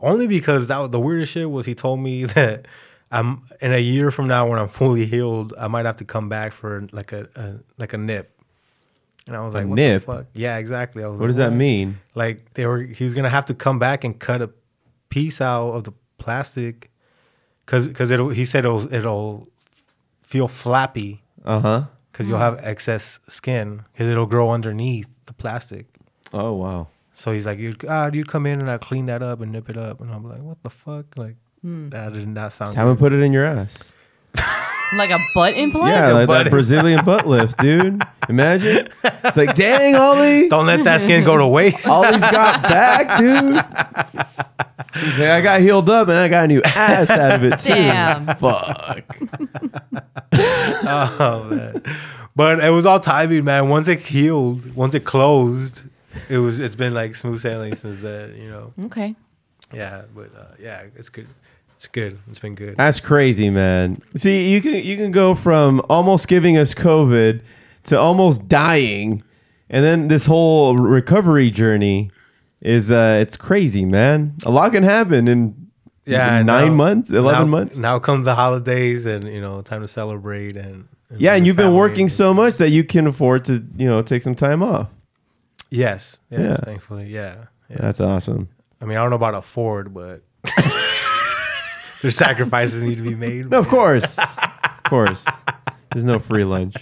Speaker 6: only because that was the weirdest shit was he told me that I'm in a year from now when I'm fully healed, I might have to come back for like a, a like a nip. And I was
Speaker 2: A
Speaker 6: like, what
Speaker 2: nip?
Speaker 6: the fuck? Yeah, exactly. I was
Speaker 2: What
Speaker 6: like,
Speaker 2: does that mean?
Speaker 6: Like they were he was gonna have to come back and cut a piece out of the plastic because because it'll he said it'll it'll feel flappy.
Speaker 2: Uh-huh.
Speaker 6: Because you'll have excess skin because it'll grow underneath the plastic.
Speaker 2: Oh wow.
Speaker 6: So he's like, you'd, ah, you'd come in and I clean that up and nip it up. And I'm like, what the fuck? Like,
Speaker 4: Hmm.
Speaker 6: that did not sound
Speaker 2: Just haven't
Speaker 6: good.
Speaker 2: put it in your ass.
Speaker 4: Like a butt implant?
Speaker 2: yeah, like
Speaker 6: butt-
Speaker 2: that Brazilian butt lift, dude. Imagine. It's like, dang, Ollie.
Speaker 6: Don't let that skin go to waste.
Speaker 2: Ollie's got back, dude. He's like, I got healed up and I got a new ass out of it too.
Speaker 4: Damn.
Speaker 2: Fuck.
Speaker 6: oh, man. But it was all timing, man. Once it healed, once it closed, it was, it's been like smooth sailing since then, you know?
Speaker 4: Okay.
Speaker 6: Yeah. But uh, yeah, it's good. It's good. It's been good.
Speaker 2: That's crazy, man. See, you can you can go from almost giving us COVID to almost dying, and then this whole recovery journey is uh it's crazy, man. A lot can happen in
Speaker 6: yeah.
Speaker 2: nine
Speaker 6: now-
Speaker 2: months, eleven
Speaker 6: now-
Speaker 2: months.
Speaker 6: Now come the holidays and, you know, time to celebrate. And,
Speaker 2: yeah, and
Speaker 6: your
Speaker 2: you've been
Speaker 6: family.
Speaker 2: working so much that you can afford to you know take some time off.
Speaker 6: Yes. Yes.
Speaker 2: Yeah.
Speaker 6: Thankfully. Yeah. Yeah.
Speaker 2: That's awesome.
Speaker 6: I mean, I don't know about a Ford, but there's sacrifices need to be made.
Speaker 2: No, of course, of course. There's no free lunch.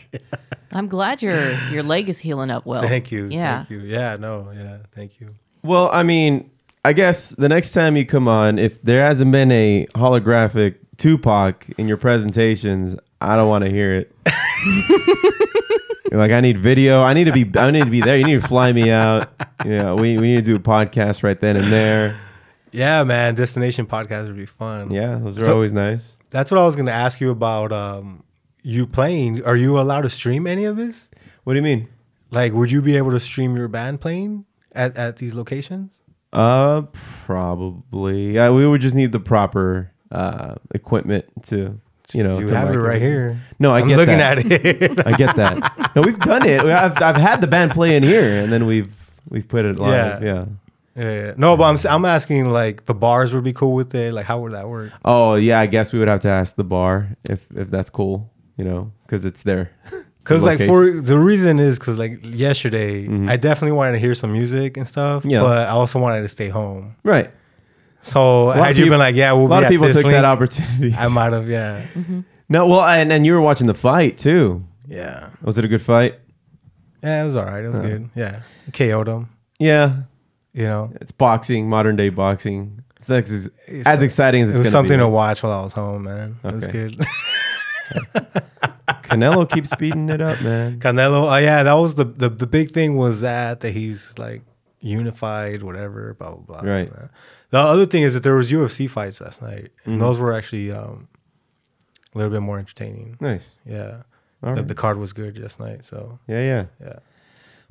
Speaker 4: I'm glad your your leg is healing up well.
Speaker 6: Thank you.
Speaker 4: Yeah.
Speaker 6: Thank you. Yeah. No. Yeah. Thank you.
Speaker 2: Well, I mean, I guess the next time you come on, if there hasn't been a holographic Tupac in your presentations, I don't want to hear it. You're like, I need video. I need to be. I need to be there. You need to fly me out. You know, we we need to do a podcast right then and there.
Speaker 6: Yeah, man. Destination podcast would be fun.
Speaker 2: Yeah, those are
Speaker 6: So-
Speaker 2: always nice.
Speaker 6: That's what I was gonna ask you about. Um, you playing? Are you allowed to stream any of this?
Speaker 2: What do you mean?
Speaker 6: Like, would you be able to stream your band playing at, at these locations?
Speaker 2: Uh, probably. Uh, we would just need the proper uh equipment to, you know,
Speaker 6: You
Speaker 2: to
Speaker 6: have it
Speaker 2: mic
Speaker 6: right
Speaker 2: everything.
Speaker 6: here.
Speaker 2: No, I
Speaker 6: I'm
Speaker 2: get
Speaker 6: looking
Speaker 2: that.
Speaker 6: at it.
Speaker 2: I get that. No, we've done it. We- I've, I've had the band play in here, and then we've we've put it live. Yeah.
Speaker 6: Yeah. Yeah, yeah. No, but I'm s- I'm asking like the bars would be cool with it. Like, how would that work?
Speaker 2: Oh yeah, I guess we would have to ask the bar if if that's cool. You know, because it's there. It's the
Speaker 6: Cause like
Speaker 2: location. Mm-hmm.
Speaker 6: for the reason is cause like yesterday I definitely wanted to hear some music and stuff,
Speaker 2: Yeah.
Speaker 6: but I also wanted to stay home.
Speaker 2: right.
Speaker 6: So
Speaker 2: A lot of
Speaker 6: had you
Speaker 2: people-
Speaker 6: been like, yeah,
Speaker 2: a
Speaker 6: we'll
Speaker 2: lot of
Speaker 6: be at
Speaker 2: people
Speaker 6: this
Speaker 2: took
Speaker 6: link,
Speaker 2: that opportunity.
Speaker 6: I might have, yeah,
Speaker 2: no, well, and and you were watching the fight too.
Speaker 6: yeah,
Speaker 2: Was it a good fight? Uh-huh.
Speaker 6: yeah. It was all right. It was good. Yeah, KO'd him.
Speaker 2: Yeah,
Speaker 6: You know,
Speaker 2: it's boxing, modern day boxing. It's like as,
Speaker 6: It's-
Speaker 2: as exciting as
Speaker 6: it
Speaker 2: it's
Speaker 6: was
Speaker 2: gonna
Speaker 6: something
Speaker 2: be.
Speaker 6: to watch while I was home, man. It was
Speaker 2: Okay.
Speaker 6: good.
Speaker 2: Canelo keeps speeding it up, man.
Speaker 6: Canelo. Oh yeah, that was the, the the big thing was that that he's like unified, whatever, blah blah blah.
Speaker 2: Right.
Speaker 6: blah. The other thing is that there was UFC fights last night,
Speaker 2: Mm-hmm.
Speaker 6: and those were actually um, a little bit more entertaining.
Speaker 2: Nice.
Speaker 6: Yeah, the,
Speaker 2: All right.
Speaker 6: the card was good last night. So
Speaker 2: Yeah, yeah.
Speaker 6: yeah,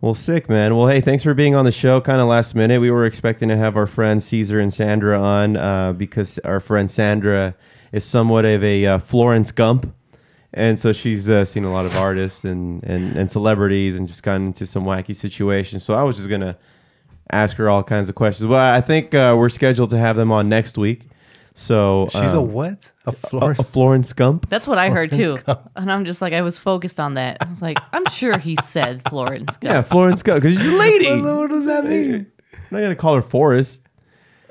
Speaker 2: Well, sick, man. Well, hey, thanks for being on the show kind of last minute. We were expecting to have our friends Caesar and Sandra on uh, because our friend Sandra is somewhat of a uh, Florence Gump. And so she's uh, seen a lot of artists and, and, and celebrities and just gotten into some wacky situations. So I was just going to ask her all kinds of questions. Well, I think uh, we're scheduled to have them on next week. So
Speaker 6: she's a
Speaker 2: um,
Speaker 6: what? A
Speaker 2: a,
Speaker 6: Florida?
Speaker 2: a Florence Gump.
Speaker 4: That's what I heard too. And I'm just like I was focused on that. I was like, I'm sure he said Florence.
Speaker 2: Yeah, Florence Gump. Because she's a lady. I'm not
Speaker 6: what does that mean?
Speaker 2: going to call her Forrest.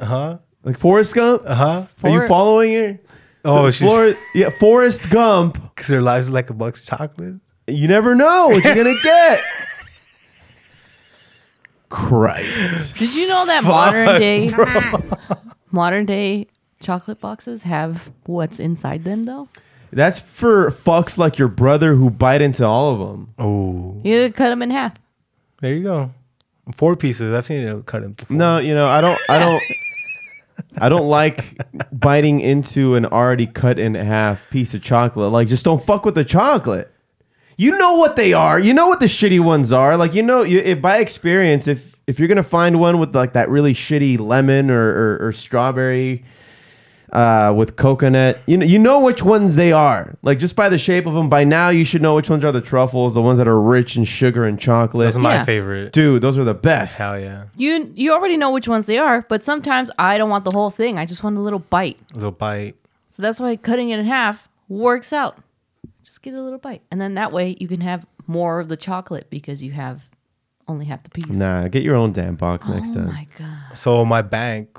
Speaker 6: Uh huh.
Speaker 2: Like Forrest Gump?
Speaker 6: Uh huh.
Speaker 2: Are you
Speaker 4: For-
Speaker 2: following her? So
Speaker 6: Oh,
Speaker 2: it's
Speaker 6: she's-
Speaker 2: Flor- yeah, Forrest Gump.
Speaker 6: Because her life's like a box of chocolate.
Speaker 2: You never know what you're gonna get. Christ.
Speaker 4: Did you know that
Speaker 2: Fuck,
Speaker 4: modern day
Speaker 2: bro.
Speaker 4: modern day chocolate boxes have what's inside them though?
Speaker 2: That's for fucks like your brother who bite into all of them. Oh.
Speaker 4: You could cut them in half.
Speaker 6: There you go. Four pieces. I've seen it cut into.
Speaker 2: No, you know, I don't I don't I don't like biting into an already cut in half piece of chocolate. Like just don't fuck with the chocolate. You know what they are. You know what the shitty ones are. Like you know, you, if by experience, if if you're gonna find one with like that really shitty lemon or or, or strawberry, uh, with coconut, you know, you know which ones they are. Like just by the shape of them, by now you should know which ones are the truffles, the ones that are rich in sugar and chocolate.
Speaker 6: Those are my Yeah. favorite.
Speaker 2: dude. Those are the best.
Speaker 6: Hell yeah,
Speaker 4: You you already know which ones they are, but sometimes I don't want the whole thing. I just want a little bite.
Speaker 6: little bite.
Speaker 4: So that's why cutting it in half works out. Just get a little bite. And then that way you can have more of the chocolate because you have only half the piece.
Speaker 2: Nah, get your own damn box next
Speaker 4: Oh
Speaker 2: time.
Speaker 6: So my bank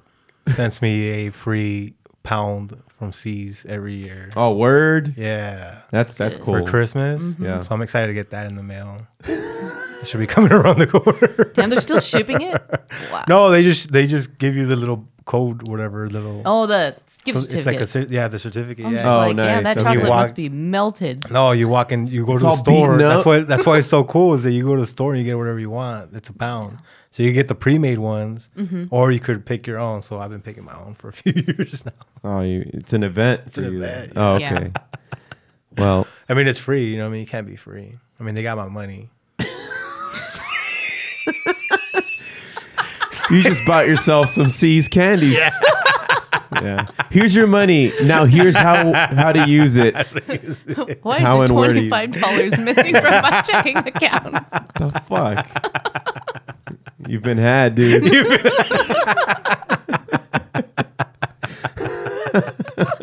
Speaker 6: sends me a free pound from C's every year.
Speaker 2: Oh, word.
Speaker 6: Yeah,
Speaker 2: That's that's cool.
Speaker 6: for Christmas.
Speaker 4: Mm-hmm.
Speaker 2: Mhm. Yeah.
Speaker 6: So I'm excited to get that in the mail. it should be coming around the corner.
Speaker 4: Damn, they're still shipping it? Wow.
Speaker 6: No, they just they just give you the little code, whatever little.
Speaker 4: Oh, the gift
Speaker 6: So it's like a
Speaker 4: certificate.
Speaker 6: cer- yeah, the certificate.
Speaker 4: I'm
Speaker 6: yeah.
Speaker 4: just
Speaker 2: Oh,
Speaker 4: like, yeah, that
Speaker 6: So you
Speaker 4: chocolate
Speaker 6: walk-
Speaker 4: must be melted.
Speaker 6: No, you walk in, you go
Speaker 2: It's
Speaker 6: to the
Speaker 2: all beaten
Speaker 6: store. That's
Speaker 2: up.
Speaker 6: why that's why it's so cool is that you go to the store and you get whatever you want. It's a pound. So you get the pre-made ones,
Speaker 4: Mhm.
Speaker 6: or you could pick your own. So I've been picking my own for a few years now.
Speaker 2: Oh, you, it's an event for you. then. Oh,
Speaker 6: yeah.
Speaker 2: okay. well,
Speaker 6: I mean, it's free. You know, what I mean, you can't be free. I mean, they got my money.
Speaker 2: you just bought yourself some C's candies. Yeah. Here's your money. Now here's how how to use it.
Speaker 4: Why
Speaker 2: How
Speaker 4: is
Speaker 2: and where do
Speaker 4: twenty
Speaker 2: you-
Speaker 4: five dollars missing from my checking account?
Speaker 2: The fuck. You've been had, dude.
Speaker 4: You've been-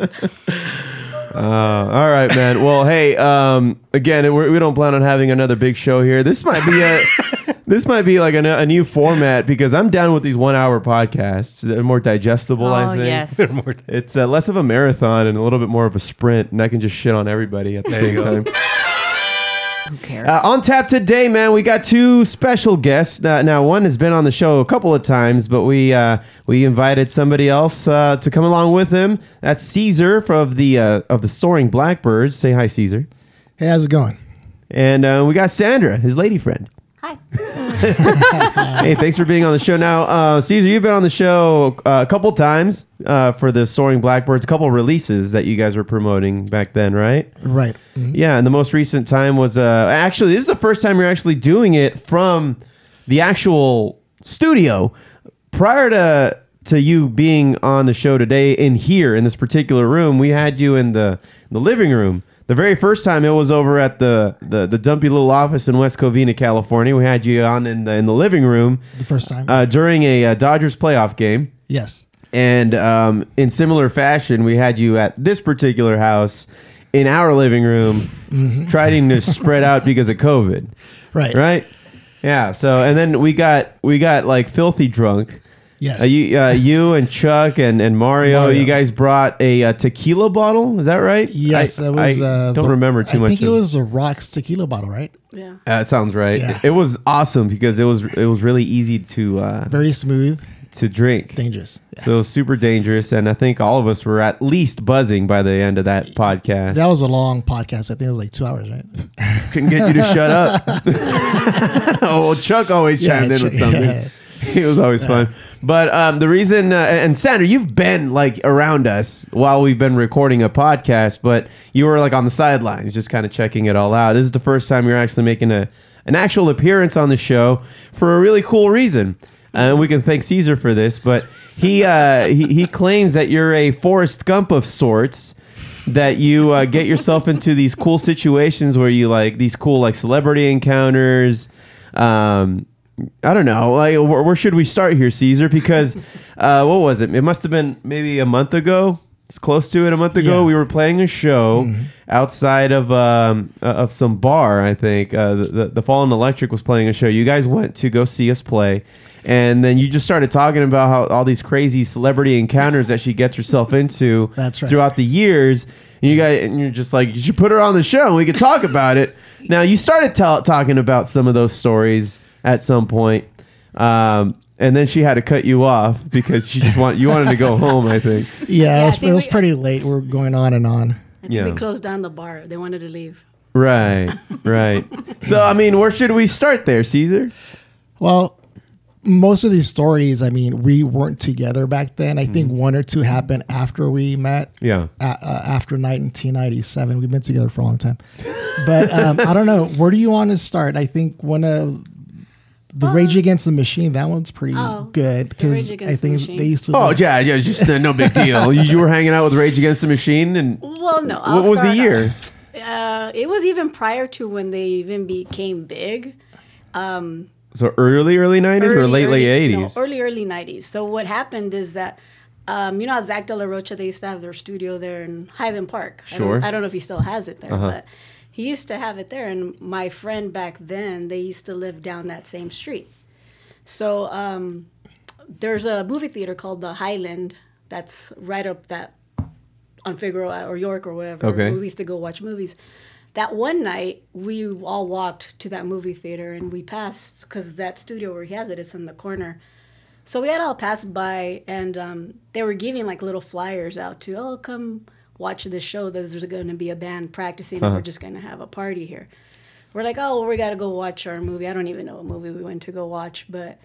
Speaker 2: Uh, all right, man. Well, hey, um, again, we're, we don't plan on having another big show here. This might be a, this might be like a, n- a new format because I'm down with these one-hour podcasts. They're more digestible,
Speaker 4: Oh,
Speaker 2: I think.
Speaker 4: yes. They're more-
Speaker 2: it's uh, less of a marathon and a little bit more of a sprint, and I can just shit on everybody at the
Speaker 6: There you
Speaker 2: same
Speaker 6: go.
Speaker 2: time. Uh, on tap today, man, we got two special guests. Uh, now, one has been on the show a couple of times, but we uh, we invited somebody else uh, to come along with him. That's Caesar from the uh, of the Soaring Blackbirds. Say hi, Caesar.
Speaker 7: Hey, how's it going?
Speaker 2: And uh, we got Sandra, his lady friend. Hi. hey, thanks for being on the show. Now, uh, Caesar, you've been on the show uh, a couple times uh, for the Soaring Blackbirds, a couple releases that you guys were promoting back then, right?
Speaker 7: Right.
Speaker 2: Yeah, and the most recent time was uh, actually this is the first time you're actually doing it from the actual studio. Prior to to you being on the show today in here in this particular room, we had you in the the living room. The very first time it was over at the the, the dumpy little office in West Covina, California. We had you on in the in the living room
Speaker 7: The first time.
Speaker 2: uh, during a uh, Dodgers playoff game.
Speaker 7: Yes.
Speaker 2: And um, in similar fashion, we had you at this particular house in our living room, s- trying to spread out because of COVID.
Speaker 7: Mm-hmm. Right.
Speaker 2: Right. Yeah. So, and then we got we got like filthy drunk.
Speaker 7: Yes.
Speaker 2: Uh, you, uh, you and Chuck and, and Mario,
Speaker 7: Mario.
Speaker 2: you guys brought a, uh tequila bottle. Is that right?
Speaker 7: Yes,
Speaker 2: I,
Speaker 7: that was.
Speaker 2: I
Speaker 7: uh,
Speaker 2: don't
Speaker 7: the-
Speaker 2: remember too
Speaker 7: I
Speaker 2: much.
Speaker 7: think it
Speaker 2: of-
Speaker 7: was a rocks tequila bottle, right?
Speaker 2: uh, it sounds right. It, it was awesome because it was it was really easy to uh,
Speaker 7: Very smooth.
Speaker 2: to drink.
Speaker 7: Dangerous.
Speaker 2: So super dangerous, and I think all of us were at least buzzing by the end of that podcast.
Speaker 7: That was a long podcast. I think it was like two hours, right?
Speaker 2: Couldn't get you to shut up. oh, well, Chuck always
Speaker 7: Yeah,
Speaker 2: chimed in with
Speaker 7: Chuck-
Speaker 2: something.
Speaker 7: yeah.
Speaker 2: It was always fun. But um, the reason, uh, and Sandra, you've been like around us while we've been recording a podcast, but you were like on the sidelines, just kind of checking it all out. This is the first time you're actually making a an actual appearance on the show for a really cool reason. Uh, And we can thank Caesar for this, but he uh, he, he claims that you're a Forrest Gump of sorts that you uh, get yourself into these cool situations where you like these cool like celebrity encounters. Um, I don't know. Like, where, where should we start here, Caesar? Because uh, what was it? It must have been maybe a month ago. it's close to it a month ago. We were playing a show outside of um, uh, of some bar. I think uh, the, the the Fallen Electric was playing a show. You guys went to go see us play, and then you just started talking about how all these crazy celebrity encounters that she gets herself into
Speaker 7: That's right.
Speaker 2: throughout the years. And you guys, and you're just like, you should put her on the show and we could talk about it. Now you started tell talking about some of those stories at some point. Um, and then she had to cut you off because she just want you wanted to go home. I think.
Speaker 7: Yeah, it,
Speaker 8: I
Speaker 7: was,
Speaker 8: think
Speaker 7: it was
Speaker 8: we-
Speaker 7: pretty late. We're going on and on.
Speaker 2: Yeah.
Speaker 8: We closed down the bar. They wanted to leave.
Speaker 2: Right. Right. so I mean, where should we start there, Caesar?
Speaker 7: Well, most of these stories, I mean, we weren't together back then. I think one or two happened after we met.
Speaker 2: Mm-hmm. Yeah.
Speaker 7: A- uh, after 1997, we've been together for a long time. But um, I don't know. Where do you want to start? I think one of the Rage Against the Machine. That one's pretty good because
Speaker 8: Rage Against
Speaker 7: I
Speaker 8: Um, oh, the
Speaker 7: think
Speaker 8: Machine.
Speaker 7: they used to.
Speaker 2: Oh yeah, yeah. Just uh, no big deal. you, you were hanging out with Rage Against the Machine, and
Speaker 8: Well, no. I'll
Speaker 2: what was the
Speaker 8: start
Speaker 2: year?
Speaker 8: off. Uh, it was even prior to when they even became big. Um,
Speaker 2: So early, early nineties or
Speaker 8: early,
Speaker 2: late, late
Speaker 8: early-
Speaker 2: eighties?
Speaker 8: No, early, early 90s. So what happened is that, um, you know, how Zach De La Rocha, they used to have their studio there in Highland Park. I
Speaker 9: Sure.
Speaker 8: don't, I don't know if he still has it there,
Speaker 9: Uh-huh.
Speaker 8: but he used to have it there. And my friend back then, they used to live down that same street. So um, there's a movie theater called the Highland that's right up that on Figueroa or York or wherever.
Speaker 9: Okay.
Speaker 8: We used to go watch movies. That one night, we all walked to that movie theater and we passed because that studio where he has it, it's in the corner. So we had all passed by and um, they were giving like little flyers out to, oh, come watch this show. There's going to be a band practicing and
Speaker 9: Uh-huh.
Speaker 8: we're just going to have a party here. We're like, oh, well, we got to go watch our movie. I don't even know what movie we went to go watch, but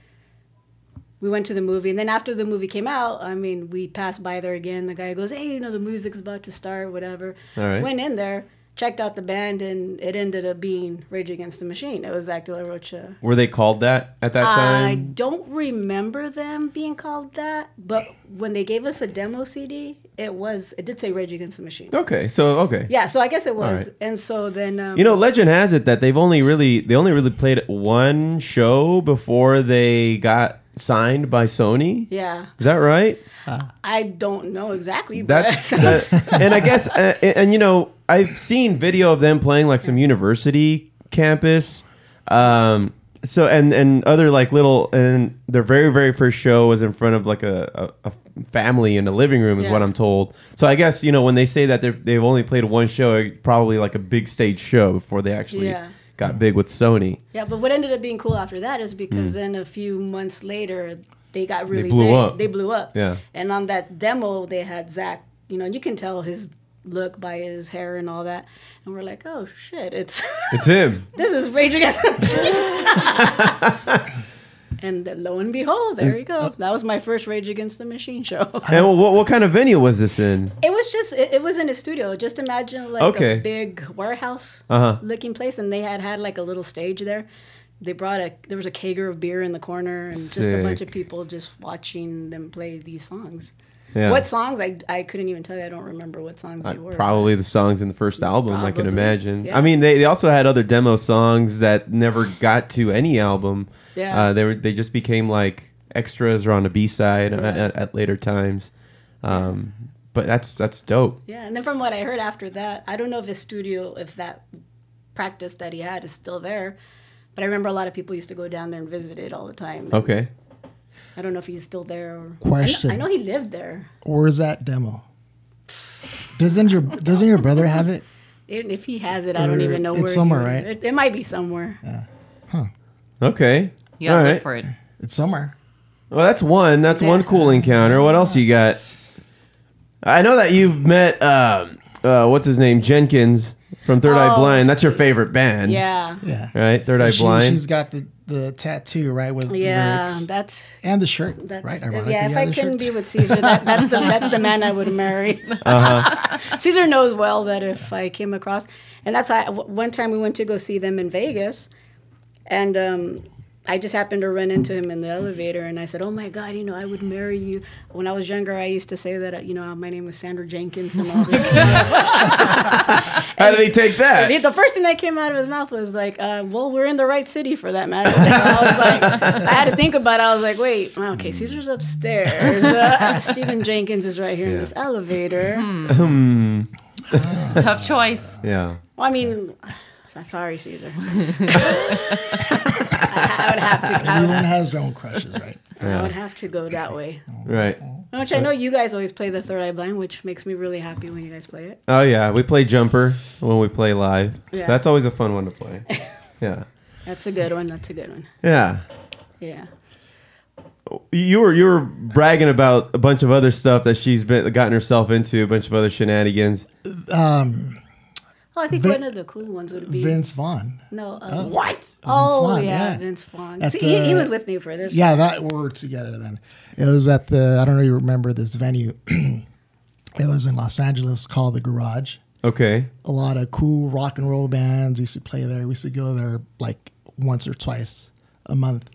Speaker 8: we went to the movie and then after the movie came out i mean we passed by there again the guy goes hey you know the music's about to start whatever
Speaker 9: All right.
Speaker 8: went in there checked out the band and it ended up being rage against the machine it was Zach De La rocha
Speaker 2: Were they called that at that
Speaker 8: i
Speaker 2: time?
Speaker 8: don't remember them being called that but when they gave us a demo cd it was it did say rage against the machine
Speaker 2: Okay, so okay.
Speaker 8: yeah so i guess it
Speaker 2: All
Speaker 8: was
Speaker 2: right.
Speaker 8: and so then um,
Speaker 2: You know, legend has it that they've only really they only really played one show before they got signed by Sony.
Speaker 8: yeah
Speaker 2: Is that right?
Speaker 8: i don't know exactly
Speaker 2: That's
Speaker 8: but
Speaker 2: that, and I guess uh, and, and, you know I've seen video of them playing like some university campus, um. So and and other like little and their very very first show was in front of like a, a, a family in a living room is
Speaker 8: Yeah.
Speaker 2: what I'm told. So I guess you know when they say that they they've only played one show, probably like a big stage show before they actually
Speaker 8: Yeah.
Speaker 2: got big with Sony.
Speaker 8: Yeah, but what ended up being cool after that is because
Speaker 2: Mm.
Speaker 8: then a few months later they got really
Speaker 2: blew
Speaker 8: big.
Speaker 2: up.
Speaker 8: They blew up.
Speaker 2: Yeah.
Speaker 8: And on that demo they had Zach, you know, and you can tell his look by his hair and all that. And we're like, oh shit, it's
Speaker 2: It's him.
Speaker 8: this is Rage Against the Machine. and then lo and behold, there you go. That was my first Rage Against the Machine show.
Speaker 2: And what what kind of venue was this in?
Speaker 8: It was just it, it was in a studio. Just imagine like
Speaker 2: Okay.
Speaker 8: a big warehouse
Speaker 2: Uh-huh.
Speaker 8: looking place, and they had had like a little stage there. They brought a there was a kegger of beer in the corner, and just a bunch
Speaker 2: Sick.
Speaker 8: of people just watching them play these songs.
Speaker 2: Yeah.
Speaker 8: What songs? I I couldn't even tell you. I don't remember what songs
Speaker 2: Uh,
Speaker 8: they were.
Speaker 2: probably the songs in the first album, I can
Speaker 8: Probably,
Speaker 2: imagine.
Speaker 8: yeah.
Speaker 2: I mean, they, they also had other demo songs that never got to any album.
Speaker 8: Yeah.
Speaker 2: Uh, they were they just became like extras or on a B side
Speaker 8: Yeah.
Speaker 2: at, at, at later times. Um, but that's that's dope.
Speaker 8: Yeah, and then from what I heard after that, I don't know if his studio, if that practice that he had is still there, but I remember a lot of people used to go down there and visit it all the time.
Speaker 2: Okay.
Speaker 8: I don't know if he's still there. Or, I know-
Speaker 7: Question.
Speaker 8: I know he lived there.
Speaker 7: Where's that demo? Doesn't your doesn't your brother have it?
Speaker 8: Even if he has it, I don't
Speaker 7: Or
Speaker 8: even know
Speaker 7: it's
Speaker 8: where.
Speaker 7: somewhere,
Speaker 8: he,
Speaker 7: right?
Speaker 8: It, it might be somewhere.
Speaker 2: Okay.
Speaker 8: You gotta
Speaker 2: All
Speaker 8: look
Speaker 2: right.
Speaker 8: for it.
Speaker 7: It's somewhere.
Speaker 2: Well, that's one. That's one cool encounter. What else you got? I know that you've met um, uh, what's his name Jenkins from Third Eye
Speaker 7: Oh,
Speaker 2: Blind. That's your favorite band.
Speaker 8: Yeah.
Speaker 7: Yeah.
Speaker 2: Right. Third Eye
Speaker 7: She-
Speaker 2: Blind.
Speaker 7: She's got the, the tattoo right with the
Speaker 8: Yeah,
Speaker 7: lyrics.
Speaker 8: that's
Speaker 7: and the shirt.
Speaker 8: That's,
Speaker 7: right. ironically,
Speaker 8: yeah, if I
Speaker 7: the
Speaker 8: couldn't
Speaker 7: shirt.
Speaker 8: be with Caesar, that, that's the that's the man I would marry.
Speaker 2: Uh-huh.
Speaker 8: Caesar knows well that if I came across, and that's why w- one time we went to go see them in Vegas, and um, I just happened to run into him in the elevator, and I said, "Oh my God, you know, I would marry you." When I was younger, I used to say that, uh, you know, my name was Sandra Jenkins and all this.
Speaker 2: How did he take that?
Speaker 8: The first thing that came out of his mouth was like, uh, "Well, we're in the right city for that matter." So I was like, I had to think about. it. I was like, "Wait, wow, okay, Caesar's upstairs. Uh, Stephen Jenkins is right here in
Speaker 2: Yeah.
Speaker 8: this elevator."
Speaker 2: Hmm.
Speaker 8: It's a tough choice.
Speaker 2: Yeah.
Speaker 8: Well, I mean, I'm sorry, Caesar. I, I would have to. I would,
Speaker 7: Everyone has their own crushes, right?
Speaker 8: I would have to go that way.
Speaker 2: Right.
Speaker 8: Which I know you guys always play the third eye blind, which makes me really happy when you guys play it.
Speaker 2: Oh yeah, we play jumper when we play live.
Speaker 8: Yeah.
Speaker 2: So that's always a fun one to play. yeah.
Speaker 8: That's a good one. That's a good one.
Speaker 2: Yeah.
Speaker 8: Yeah.
Speaker 2: You were you were bragging about a bunch of other stuff that she's been gotten herself into, a bunch of other shenanigans.
Speaker 7: Um,
Speaker 8: Oh, I think
Speaker 7: Vin-
Speaker 8: one of the cool ones would be
Speaker 7: Vince Vaughn.
Speaker 8: No. Uh,
Speaker 7: Oh.
Speaker 8: What?
Speaker 7: Vince
Speaker 8: Oh
Speaker 7: Vaughn,
Speaker 8: yeah,
Speaker 7: yeah.
Speaker 8: Vince Vaughn.
Speaker 7: At
Speaker 8: See, he, he
Speaker 7: the-
Speaker 8: was with me for this.
Speaker 7: Yeah, that we were together then. It was at the I don't know if you remember this venue. it was in Los Angeles called the Garage.
Speaker 2: Okay.
Speaker 7: A lot of cool rock and roll bands used to play there. We used to go there like once or twice a month.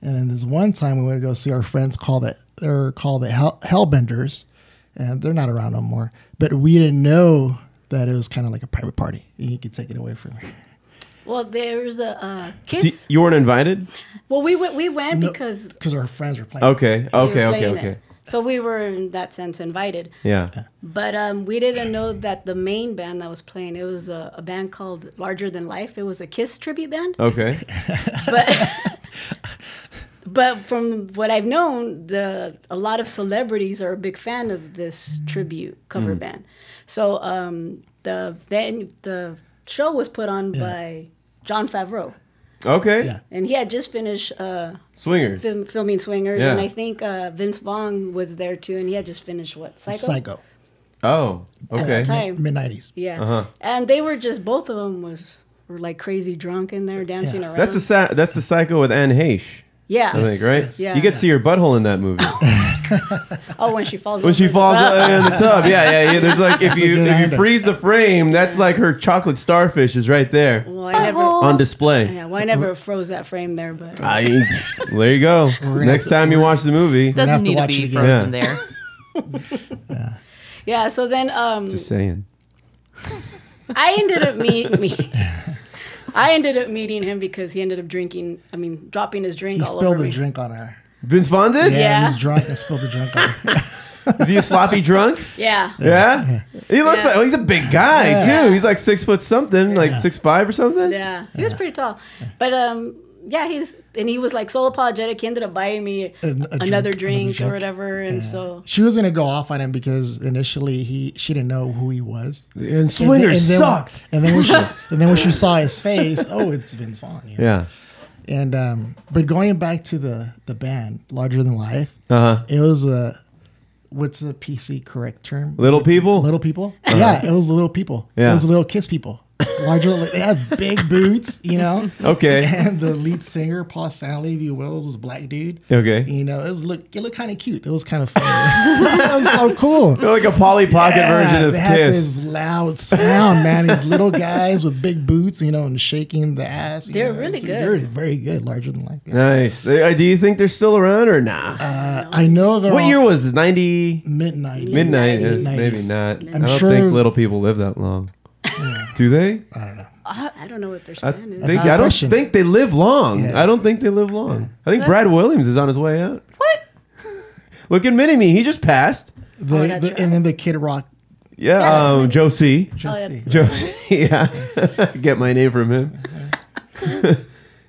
Speaker 7: And then this one time we went to go see our friends called it they're called the Hell, Hellbenders. And they're not around no more. But we didn't know that it was kind of like a private party. You could take it away from me.
Speaker 8: Well, there's a uh,
Speaker 2: So
Speaker 8: kiss.
Speaker 2: you weren't invited?
Speaker 8: well, we went. We went because
Speaker 7: Because our friends were playing.
Speaker 2: Okay.
Speaker 8: we were
Speaker 2: Okay. Okay.
Speaker 8: playing it.
Speaker 2: Okay.
Speaker 8: So we were in that sense invited.
Speaker 2: Yeah.
Speaker 8: But um, we didn't know that the main band that was playing it was a, a band called Larger Than Life. It was a Kiss tribute band.
Speaker 2: Okay.
Speaker 8: But from what I've known, the a lot of celebrities are a big fan of this tribute cover
Speaker 2: Mm.
Speaker 7: Mhm.
Speaker 8: band. So um, the then the show was put on
Speaker 7: Yeah.
Speaker 8: by John Favreau,
Speaker 2: Okay.
Speaker 8: and he had just finished uh,
Speaker 2: Swingers.
Speaker 8: film, filming Swingers, and
Speaker 2: Yeah.
Speaker 8: I think uh, Vince Vaughn was there too, and he had just finished what Psycho.
Speaker 7: Psycho.
Speaker 2: Oh. Okay.
Speaker 8: At the time.
Speaker 7: Mid nineties.
Speaker 8: Yeah.
Speaker 2: Uh-huh.
Speaker 8: And they were just both of them was were like crazy drunk in there dancing around.
Speaker 2: That's the sa- that's the psycho with Anne Heche.
Speaker 8: Yeah.
Speaker 2: I think right.
Speaker 8: Yes, yes.
Speaker 2: You get to see her butthole in that movie.
Speaker 8: oh when she falls
Speaker 2: when she
Speaker 8: over the
Speaker 2: falls
Speaker 8: tub.
Speaker 2: in the tub. Yeah, yeah, yeah. There's like if
Speaker 7: That's a
Speaker 2: you
Speaker 7: good
Speaker 2: if you
Speaker 7: idea.
Speaker 2: freeze the frame, that's like her chocolate starfish is right there
Speaker 8: Well, I never
Speaker 4: Uh-huh.
Speaker 2: on display.
Speaker 8: Yeah, well, I never froze that frame there, but
Speaker 2: I, there you go.
Speaker 7: gonna
Speaker 2: Next
Speaker 7: have
Speaker 2: time you watch the movie,
Speaker 4: Doesn't have to need to watch be it again. frozen there.
Speaker 8: yeah. So then, um,
Speaker 2: Just saying.
Speaker 8: I ended up meet me. I ended up meeting him because he ended up drinking. I mean, dropping his drink
Speaker 7: He
Speaker 8: all over
Speaker 7: spilled the
Speaker 8: me.
Speaker 7: drink on her.
Speaker 2: Vince Vaughn
Speaker 7: Yeah,
Speaker 2: did?
Speaker 7: he
Speaker 8: Yeah.
Speaker 7: was drunk and spilled the drink on her.
Speaker 2: Is he a sloppy drunk?
Speaker 8: Yeah.
Speaker 2: Yeah. He looks like oh, he's a big guy
Speaker 8: Yeah.
Speaker 2: too. He's like six foot something, like six five or something.
Speaker 8: Yeah, he was pretty tall, but um, yeah, he's and he was like so apologetic. He ended up buying me
Speaker 7: An- a
Speaker 8: another
Speaker 7: drink,
Speaker 8: drink,
Speaker 7: another
Speaker 8: or whatever, and so
Speaker 7: She was gonna go off on him because initially he she didn't know who he was.
Speaker 2: And swingers
Speaker 7: then-
Speaker 2: sucked.
Speaker 7: And then when she and then when she saw his face, oh, it's Vince Vaughn. you know?
Speaker 2: Yeah.
Speaker 7: And um, but going back to the the band, larger than life,
Speaker 2: Uh-huh.
Speaker 7: it was a what's the PC correct term?
Speaker 2: Little
Speaker 7: Is it
Speaker 2: people?
Speaker 7: Little people.
Speaker 2: Uh-huh.
Speaker 7: Yeah, it was little people.
Speaker 2: Yeah.
Speaker 7: It was little kiss people. Larger, than life. they had big boots, you know.
Speaker 2: Okay.
Speaker 7: And the lead singer, Paul Stanley, if you will, was a black dude.
Speaker 2: Okay.
Speaker 7: You know, it was look, it looked kind of cute. It was kind of funny. it was so cool.
Speaker 2: They're like a Polly Pocket
Speaker 7: Yeah,
Speaker 2: version of
Speaker 7: they had
Speaker 2: Kiss.
Speaker 7: this loud sound, man. These little guys with big boots, you know, and shaking the ass. you
Speaker 8: They're
Speaker 7: know,
Speaker 8: really
Speaker 7: so
Speaker 8: good.
Speaker 7: They're very good, larger than life.
Speaker 2: Nice. Uh, Do you think they're still around or nah?
Speaker 7: Uh, I know they're
Speaker 2: what
Speaker 7: all
Speaker 2: year was it? Ninety.
Speaker 7: midnight.
Speaker 2: Midnight is maybe not. I'm I do not think little people live that long. Do they? I don't know.
Speaker 8: I don't know what their
Speaker 2: I
Speaker 8: span is.
Speaker 2: think I don't think they live long. I don't think they live long. I think
Speaker 8: What?
Speaker 2: Brad Williams is on his way out. What? Look at Mini Me. He just passed.
Speaker 8: Oh,
Speaker 7: The, the- and then the Kid Rock.
Speaker 2: Yeah, um, Joe C.
Speaker 7: Joe C.
Speaker 2: Joe C. Yeah, get my name from him.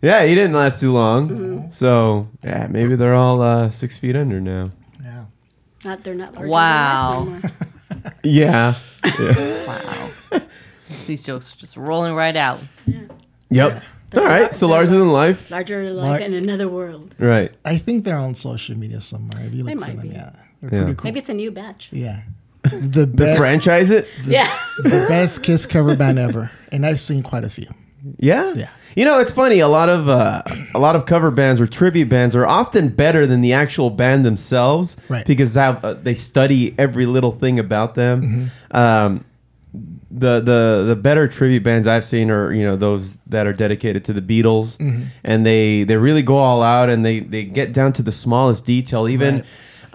Speaker 2: yeah, he didn't last too long. So yeah, maybe they're all uh, six feet under now.
Speaker 8: not they're not larger
Speaker 4: Wow.
Speaker 8: than life anymore.
Speaker 2: Yeah. Yeah.
Speaker 4: Wow. These jokes are just rolling right out.
Speaker 2: Yep. All right. So larger than life.
Speaker 8: larger than life in another world.
Speaker 2: Right.
Speaker 7: I think they're on social media somewhere. If you
Speaker 8: They
Speaker 7: look for
Speaker 8: might
Speaker 7: them,
Speaker 8: be.
Speaker 7: yeah, they're
Speaker 2: Yeah.
Speaker 7: pretty cool.
Speaker 8: Maybe it's a new batch.
Speaker 7: Yeah, the
Speaker 2: The
Speaker 7: best
Speaker 2: franchise it.
Speaker 8: Yeah.
Speaker 7: the best Kiss cover band ever, and I've seen quite a few.
Speaker 2: Yeah. Yeah. You know, it's funny. A lot of uh, a lot of cover bands or tribute bands are often better than the actual band themselves,
Speaker 7: Right.
Speaker 2: Because they, have, uh, they study every little thing about them. Um, the the the better tribute bands I've seen are you know those that are dedicated to the Beatles,
Speaker 7: Mhm.
Speaker 2: and they they really go all out and they they get down to the smallest detail, even.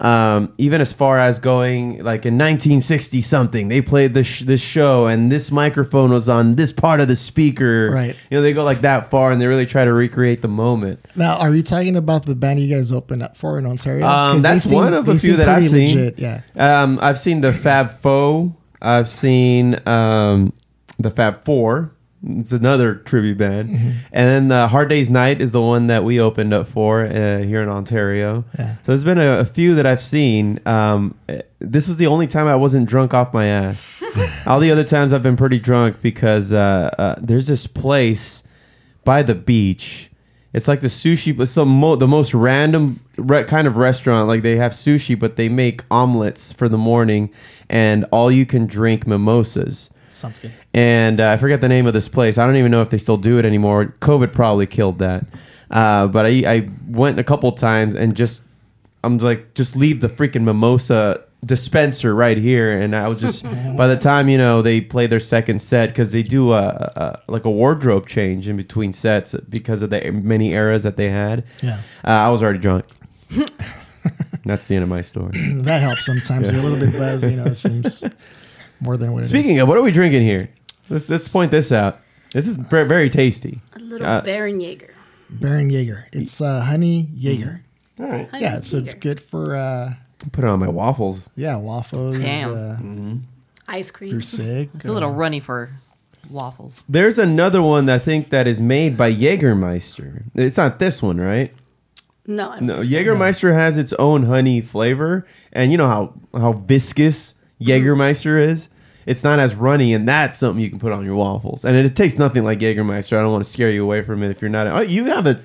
Speaker 2: Um, even as far as going like in 1960 something, they played this sh- this show and this microphone was on this part of the speaker.
Speaker 7: Right.
Speaker 2: You know they go like that far and they really try to recreate the moment.
Speaker 7: Now, are you talking about the band you guys opened up for in Ontario?
Speaker 2: Um,
Speaker 7: 'Cause they
Speaker 2: that's
Speaker 7: seem-
Speaker 2: one of a
Speaker 7: they
Speaker 2: few
Speaker 7: seem
Speaker 2: that I've
Speaker 7: pretty
Speaker 2: seen.
Speaker 7: legit, yeah.
Speaker 2: Um, I've seen the Fab Four. I've seen um, the Fab Four. It's another tribute band.
Speaker 7: Mhm.
Speaker 2: And then uh, Hard Day's Night is the one that we opened up for uh, here in Ontario. So there's been a, a few that I've seen. Um, eh, this was the only time I wasn't drunk off my ass. All the other times I've been pretty drunk because uh, uh, there's this place by the beach. It's like the sushi, but some mo- the most random re- kind of restaurant. Like they have sushi, but they make omelets for the morning, and all you can drink mimosas.
Speaker 7: Sounds good.
Speaker 2: And uh, I forget the name of this place. I don't even know if they still do it anymore. COVID probably killed that. Uh, but I, I went a couple times and just I'm like just leave the freaking mimosa dispenser right here. And I was just by the time you know they play their second set because they do a, a like a wardrobe change in between sets because of the many eras that they had.
Speaker 7: Yeah.
Speaker 2: uh, I was already drunk. That's the end of my story.
Speaker 7: that helps sometimes.
Speaker 2: Yeah.
Speaker 7: You're a little bit buzzed, you know, it seems more than what it is.
Speaker 2: Speaking of, what are we drinking here? Let's let's point this out. This is very, very tasty.
Speaker 8: A little
Speaker 2: Uh,
Speaker 8: Baron Jaeger.
Speaker 7: Baron Jaeger. It's uh, honey Jaeger.
Speaker 2: Mm-hmm. All
Speaker 8: right. Honey
Speaker 7: Yeah, so it's good for uh,
Speaker 2: put it on oh, my waffles. Mm-hmm.
Speaker 7: yeah waffles.
Speaker 4: Damn.
Speaker 7: Uh,
Speaker 8: Ice cream.
Speaker 7: You're sick.
Speaker 4: It's a little runny for waffles.
Speaker 2: There's another one that I think that is made by Jägermeister. It's not this one, right?
Speaker 8: No, I don't
Speaker 2: No,
Speaker 8: think so.
Speaker 2: Jägermeister has its own honey flavor, and you know how how viscous Jägermeister is. It's not as runny, and that's something you can put on your waffles. And it, it tastes nothing like Jägermeister. I don't want to scare you away from it if you're not. Oh, you have a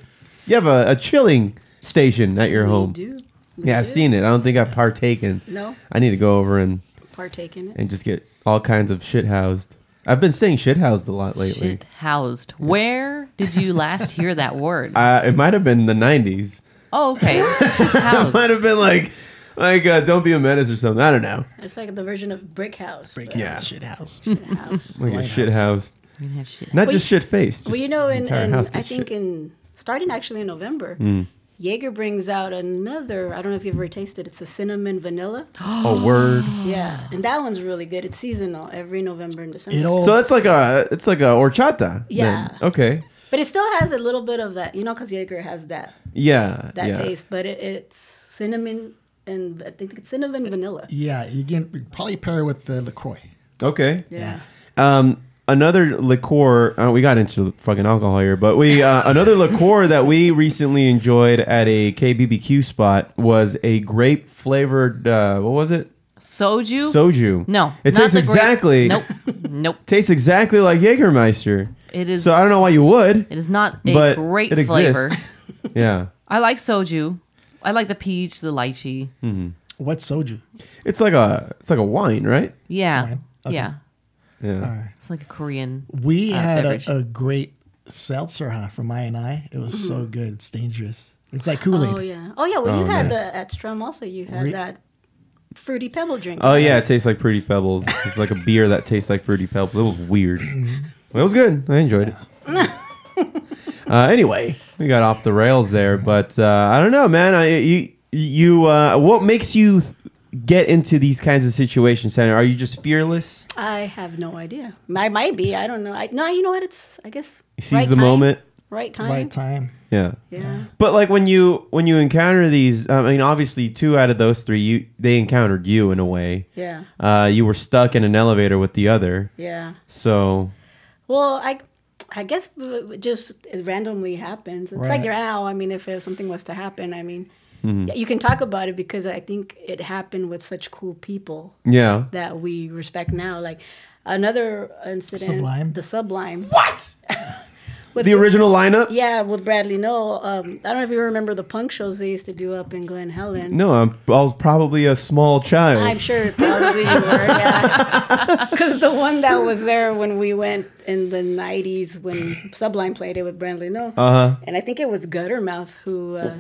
Speaker 2: you have a, a chilling station at your home.
Speaker 8: do. We
Speaker 2: Yeah, I've
Speaker 8: do.
Speaker 2: seen it. I don't think I've partaken.
Speaker 8: No.
Speaker 2: I need to go over and
Speaker 8: Partake in it.
Speaker 2: and just get all kinds of shit housed. I've been saying shit housed a lot lately.
Speaker 4: Shit housed. Where did you last hear that word?
Speaker 2: Uh, it might have been the '90s.
Speaker 4: Oh, okay. Shit
Speaker 2: it
Speaker 4: housed.
Speaker 2: might have been like, like uh, "Don't Be a Menace" or something. I don't know.
Speaker 8: It's like the version of Brick House. Brick
Speaker 2: Yeah. House,
Speaker 7: Shit House.
Speaker 8: Shit House.
Speaker 2: Like a shit housed.
Speaker 4: You can have shit
Speaker 2: Not
Speaker 8: Well,
Speaker 2: just
Speaker 8: you-
Speaker 2: shit faced.
Speaker 8: Well, you know, in,
Speaker 2: entire
Speaker 8: in I
Speaker 2: house gets
Speaker 8: think in starting actually in November,
Speaker 2: Mm.
Speaker 8: Jaeger brings out another. I don't know if you've ever tasted. It's a cinnamon vanilla.
Speaker 2: Oh, word.
Speaker 8: Yeah, and that one's really good. It's seasonal every November and December.
Speaker 2: so it's like a it's like a horchata.
Speaker 8: Yeah.
Speaker 2: then. Okay.
Speaker 8: but it still has a little bit of that, you know, because Jaeger has that
Speaker 2: Yeah.
Speaker 8: that
Speaker 2: yeah.
Speaker 8: taste. But it, it's cinnamon and I think it's cinnamon vanilla.
Speaker 7: Yeah, you can you probably pair it with the LaCroix.
Speaker 2: Okay.
Speaker 8: Yeah.
Speaker 2: Um, another liqueur. Uh, we got into fucking alcohol here, but we uh, another liqueur that we recently enjoyed at a KBBQ spot was a grape flavored. Uh, what was it?
Speaker 4: Soju?
Speaker 2: Soju.
Speaker 4: No.
Speaker 2: It
Speaker 4: not
Speaker 2: tastes
Speaker 4: the grape.
Speaker 2: exactly.
Speaker 4: Nope. Nope.
Speaker 2: Tastes exactly like Jägermeister.
Speaker 4: It is-
Speaker 2: So I don't know why you would.
Speaker 4: It is not a
Speaker 2: but
Speaker 4: great
Speaker 2: it
Speaker 4: flavor.
Speaker 2: exists. yeah.
Speaker 4: I like soju. I like the peach, the lychee.
Speaker 2: hmm
Speaker 7: What soju?
Speaker 2: It's like a it's like a wine, right?
Speaker 4: Yeah.
Speaker 7: wine. Okay.
Speaker 4: Yeah.
Speaker 2: Yeah.
Speaker 4: It's like a Korean.
Speaker 7: We
Speaker 4: uh,
Speaker 7: had
Speaker 4: beverage.
Speaker 7: a, a great seltzer huh, from I and I. It was so good. It's dangerous. It's like Kool Aid.
Speaker 8: Mm-hmm. Oh yeah. Oh yeah. Well, you
Speaker 2: Oh,
Speaker 8: had
Speaker 2: nice.
Speaker 8: the at Strum also. You had
Speaker 7: Re-
Speaker 8: that fruity pebble drink.
Speaker 2: Oh yeah, it tastes like Fruity Pebbles. It's like a beer that tastes like Fruity Pebbles. It was weird. Well, it was good. I enjoyed it. uh, anyway, we got off the rails there, but uh, I don't know, man. I, you you uh, what makes you th- get into these kinds of situations, Tanner? Are you just fearless?
Speaker 8: I have no idea. I might be. I don't know. I, no, you know what? It's I guess
Speaker 2: You seize the moment.
Speaker 8: right time.
Speaker 7: Right time.
Speaker 2: Yeah.
Speaker 8: Yeah.
Speaker 2: But like when you when you encounter these, I mean, obviously two out of those three, you they encountered you in a way.
Speaker 8: Yeah.
Speaker 2: Uh, you were stuck in an elevator with the other.
Speaker 8: Yeah.
Speaker 2: So
Speaker 8: Well, I, I guess w- w- just it randomly happens. It's like
Speaker 2: Right.
Speaker 8: now. I mean, if uh, something was to happen, I mean,
Speaker 2: Mhm.
Speaker 8: yeah, you can talk about it because I think it happened with such cool people.
Speaker 2: Yeah.
Speaker 8: That we respect now. Like another incident.
Speaker 2: Sublime?
Speaker 8: The Sublime. What?
Speaker 2: the original lineup.
Speaker 8: Yeah, with Bradley No. Um, I don't know if you remember the punk shows they used to do up in Glen Helen.
Speaker 2: No, I'm, I was probably a small child.
Speaker 8: I'm sure it probably you were, yeah. Because the one that was there when we went in the 90s when Sublime played it with Brandley No.
Speaker 2: Uh-huh.
Speaker 8: And I think it was Guttermouth who uh,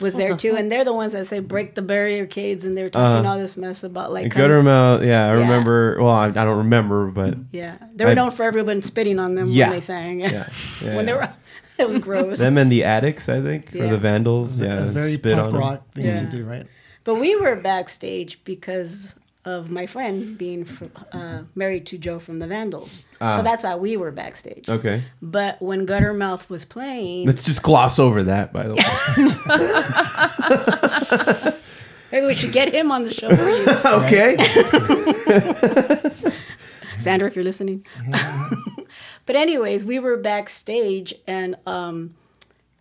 Speaker 8: was
Speaker 4: What
Speaker 8: there
Speaker 4: the
Speaker 8: too,
Speaker 4: fuck?
Speaker 8: and they're the ones that say break the barricades, and they were talking
Speaker 2: Uh,
Speaker 8: all this mess about like
Speaker 2: Good
Speaker 8: how-
Speaker 2: or mouth, yeah, I remember. Well, I, I don't remember, but
Speaker 8: Yeah, they were
Speaker 2: I-
Speaker 8: known for everyone spitting on them
Speaker 2: Yeah.
Speaker 8: when they sang.
Speaker 2: Yeah. Yeah,
Speaker 8: when they were,
Speaker 2: yeah.
Speaker 8: it was gross.
Speaker 2: them and the addicts, I think, or
Speaker 8: Yeah.
Speaker 2: the vandals.
Speaker 7: It's a
Speaker 2: Yeah,
Speaker 7: very
Speaker 2: spit
Speaker 7: punk
Speaker 2: on 'em.
Speaker 7: rock thing to do, right?
Speaker 8: But we were backstage because of my friend being fr- uh, married to Joe from the Vandals,
Speaker 2: Ah.
Speaker 8: so that's why we were backstage.
Speaker 2: Okay.
Speaker 8: But when Guttermouth was playing,
Speaker 2: Let's just gloss over that, by the way.
Speaker 8: maybe we should get him on the show. For you. Sandra, if you're listening.
Speaker 4: Mm-hmm.
Speaker 8: but anyways, we were backstage and um,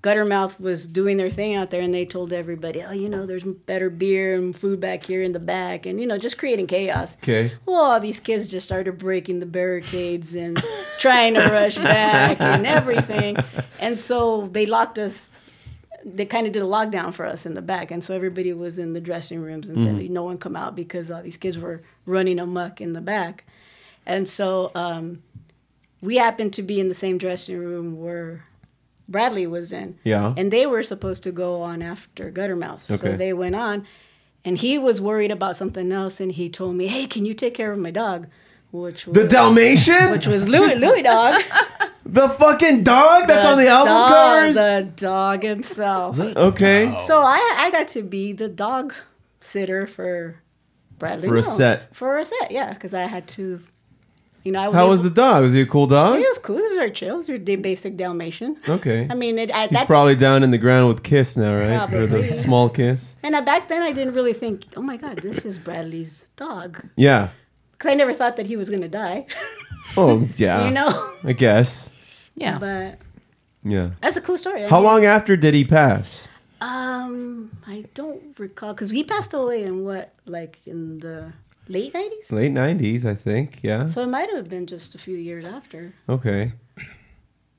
Speaker 8: Guttermouth was doing their thing out there, and they told everybody, "Oh, you know, there's better beer and food back here in the back, and you know, just creating chaos."
Speaker 2: Okay.
Speaker 8: Well, all these kids just started breaking the barricades and trying to rush back and everything, and so they locked us. They kind of did a lockdown for us in the back, and so everybody was in the dressing rooms and
Speaker 9: Mhm.
Speaker 8: said, "No one come out because all these kids were running amuck in the back," and so. Um, we happened to be in the same dressing room where Bradley was in.
Speaker 2: Yeah.
Speaker 8: And they were supposed to go on after Guttermouth.
Speaker 2: Okay.
Speaker 8: So they went on and he was worried about something else and he told me, Hey, can you take care of my dog? Which was
Speaker 2: The Dalmatian?
Speaker 8: Which was Louis Louis dog.
Speaker 2: the fucking dog Oh, that's on the album
Speaker 8: dog,
Speaker 2: covers.
Speaker 8: The dog himself.
Speaker 2: Okay.
Speaker 8: So I I got to be the dog sitter for Bradley.
Speaker 2: For a
Speaker 8: Mills.
Speaker 2: set.
Speaker 8: For a set, yeah. Because I had to you know, I was
Speaker 2: How
Speaker 8: able-
Speaker 2: was the dog? Was he a cool
Speaker 8: It
Speaker 2: dog?
Speaker 8: was cool. It was our chills. Your da- basic Dalmatian.
Speaker 2: Okay.
Speaker 8: I mean, it, at
Speaker 2: He's
Speaker 8: that
Speaker 2: probably down in the ground with Kiss now, right? Or
Speaker 8: Probably.
Speaker 2: the small Kiss.
Speaker 8: and I, back then I didn't really think, oh my God, this is Bradley's dog,
Speaker 2: Yeah.
Speaker 8: because I never thought that he was gonna die.
Speaker 2: Oh, yeah.
Speaker 8: You know?
Speaker 2: I guess.
Speaker 8: Yeah. But
Speaker 2: Yeah.
Speaker 8: that's a cool story. I
Speaker 2: How
Speaker 8: mean,
Speaker 2: long after did he pass?
Speaker 8: Um, I don't recall because he passed away in what, like in the late nineties.
Speaker 2: Late 90s, I think. Yeah.
Speaker 8: So it might have been just a few years after.
Speaker 2: Okay.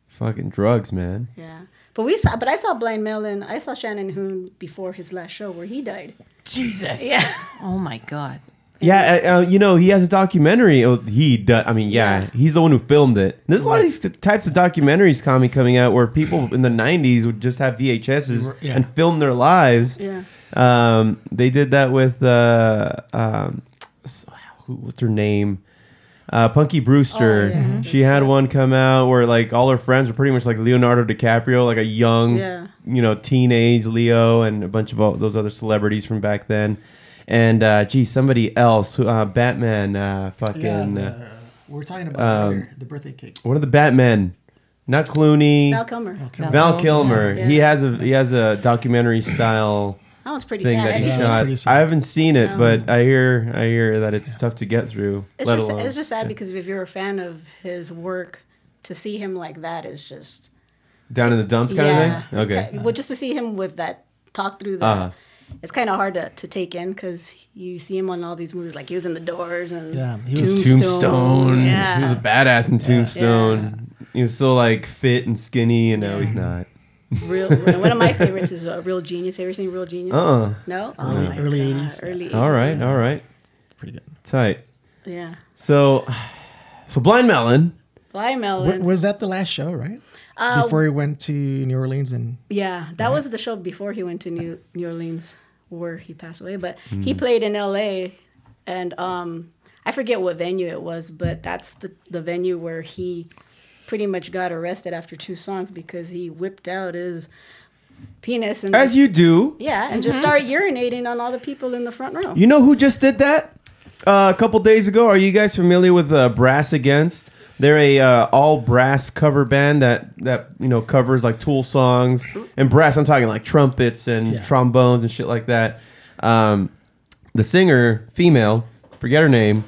Speaker 2: Fucking drugs, man.
Speaker 8: Yeah. But we saw, but I saw Blind Melon. I saw Shannon Hoon before his last show where he died.
Speaker 4: Jesus.
Speaker 8: Yeah.
Speaker 4: Oh my God.
Speaker 2: Yeah, uh, uh, you know, he has a documentary. Oh, he does. I mean, yeah, he's the one who filmed it. There's a lot of these t- types of documentaries coming coming out where people in the '90s would just have VHSs
Speaker 7: Yeah.
Speaker 2: and film their lives.
Speaker 7: Yeah.
Speaker 2: Um, they did that with uh, um, s- who, what's her name? Uh, Punky Brewster. She had one come out where like all her friends were pretty much like Leonardo DiCaprio, like a young,
Speaker 8: Yeah.
Speaker 2: you know, teenage Leo and a bunch of all those other celebrities from back then. And uh, gee, somebody else, who- uh, Batman, uh, fucking.
Speaker 7: the-
Speaker 2: uh,
Speaker 7: we're talking about
Speaker 2: um,
Speaker 7: it earlier, the birthday cake.
Speaker 2: One of the Batmen, not Clooney.
Speaker 8: Val Kilmer. Val Kilmer.
Speaker 2: Val Kilmer.
Speaker 8: Yeah.
Speaker 2: He has a he has a documentary style.
Speaker 8: That one's pretty
Speaker 2: thing
Speaker 8: sad.
Speaker 2: That he
Speaker 8: Yeah, that's pretty
Speaker 2: shot.
Speaker 8: sad.
Speaker 2: I haven't seen it,
Speaker 8: No.
Speaker 2: but I hear I hear that it's tough to get through.
Speaker 8: It's
Speaker 2: let
Speaker 8: just
Speaker 2: alone.
Speaker 8: it's just sad because if you're a fan of his work, to see him like that is just
Speaker 2: down in the dumps kind
Speaker 8: yeah.
Speaker 2: of thing. Okay.
Speaker 8: Ki- well, just to see him with that talk through that,
Speaker 2: Uh-huh.
Speaker 8: it's kind of hard to, to take in because you see him on all these movies, like he was in The Doors and
Speaker 7: Yeah, he
Speaker 2: Tombstone.
Speaker 8: Yeah,
Speaker 2: He was a badass in Tombstone. He was so like fit and skinny, and now he's not.
Speaker 8: real. One of my favorites is uh, Real Genius. Have you ever seen Real Genius?
Speaker 2: Uh-uh.
Speaker 8: No. Oh
Speaker 2: Early-
Speaker 8: my
Speaker 7: early
Speaker 8: God,
Speaker 7: 80s.
Speaker 8: uh, Early 80s.
Speaker 2: all right, all right.
Speaker 7: Pretty good.
Speaker 2: Tight.
Speaker 8: Yeah.
Speaker 2: So, so Blind Melon.
Speaker 8: Fly
Speaker 7: Wa-
Speaker 8: Melon.
Speaker 7: was that the last show, right?
Speaker 8: Uh,
Speaker 7: Before he went to New Orleans and
Speaker 8: Yeah, that was the show before he went to New New Orleans, where he passed away. But he
Speaker 2: Mm-hmm.
Speaker 7: Mm.
Speaker 8: played in L.A. and um, I forget what venue it was, but that's the the venue where he pretty much got arrested after two songs because he whipped out his penis and
Speaker 2: As you do.
Speaker 8: yeah, and just
Speaker 2: Mhm.
Speaker 8: started urinating on all the people in the front row.
Speaker 2: You know who just did that? Uh, a couple days ago. Are you guys familiar with uh, Brass Against? They're a uh, all brass cover band that that you know covers like Tool songs and brass. I'm talking like trumpets and trombones and shit like that. Um, the singer, female, forget her name.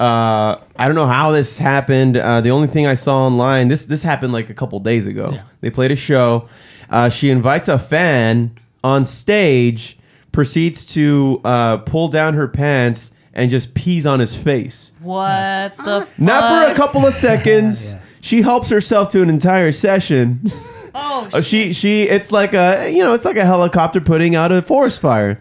Speaker 2: Uh, I don't know how this happened. Uh, the only thing I saw online this this happened like a couple days ago. They played a show. Uh, she invites a fan on stage, proceeds to uh, pull down her pants and just pees on his face.
Speaker 4: What the?
Speaker 2: Not for a
Speaker 4: fuck?
Speaker 2: couple of seconds. She helps herself to an entire session.
Speaker 4: Oh,
Speaker 2: Uh, she she it's like a you know it's like a helicopter putting out a forest fire,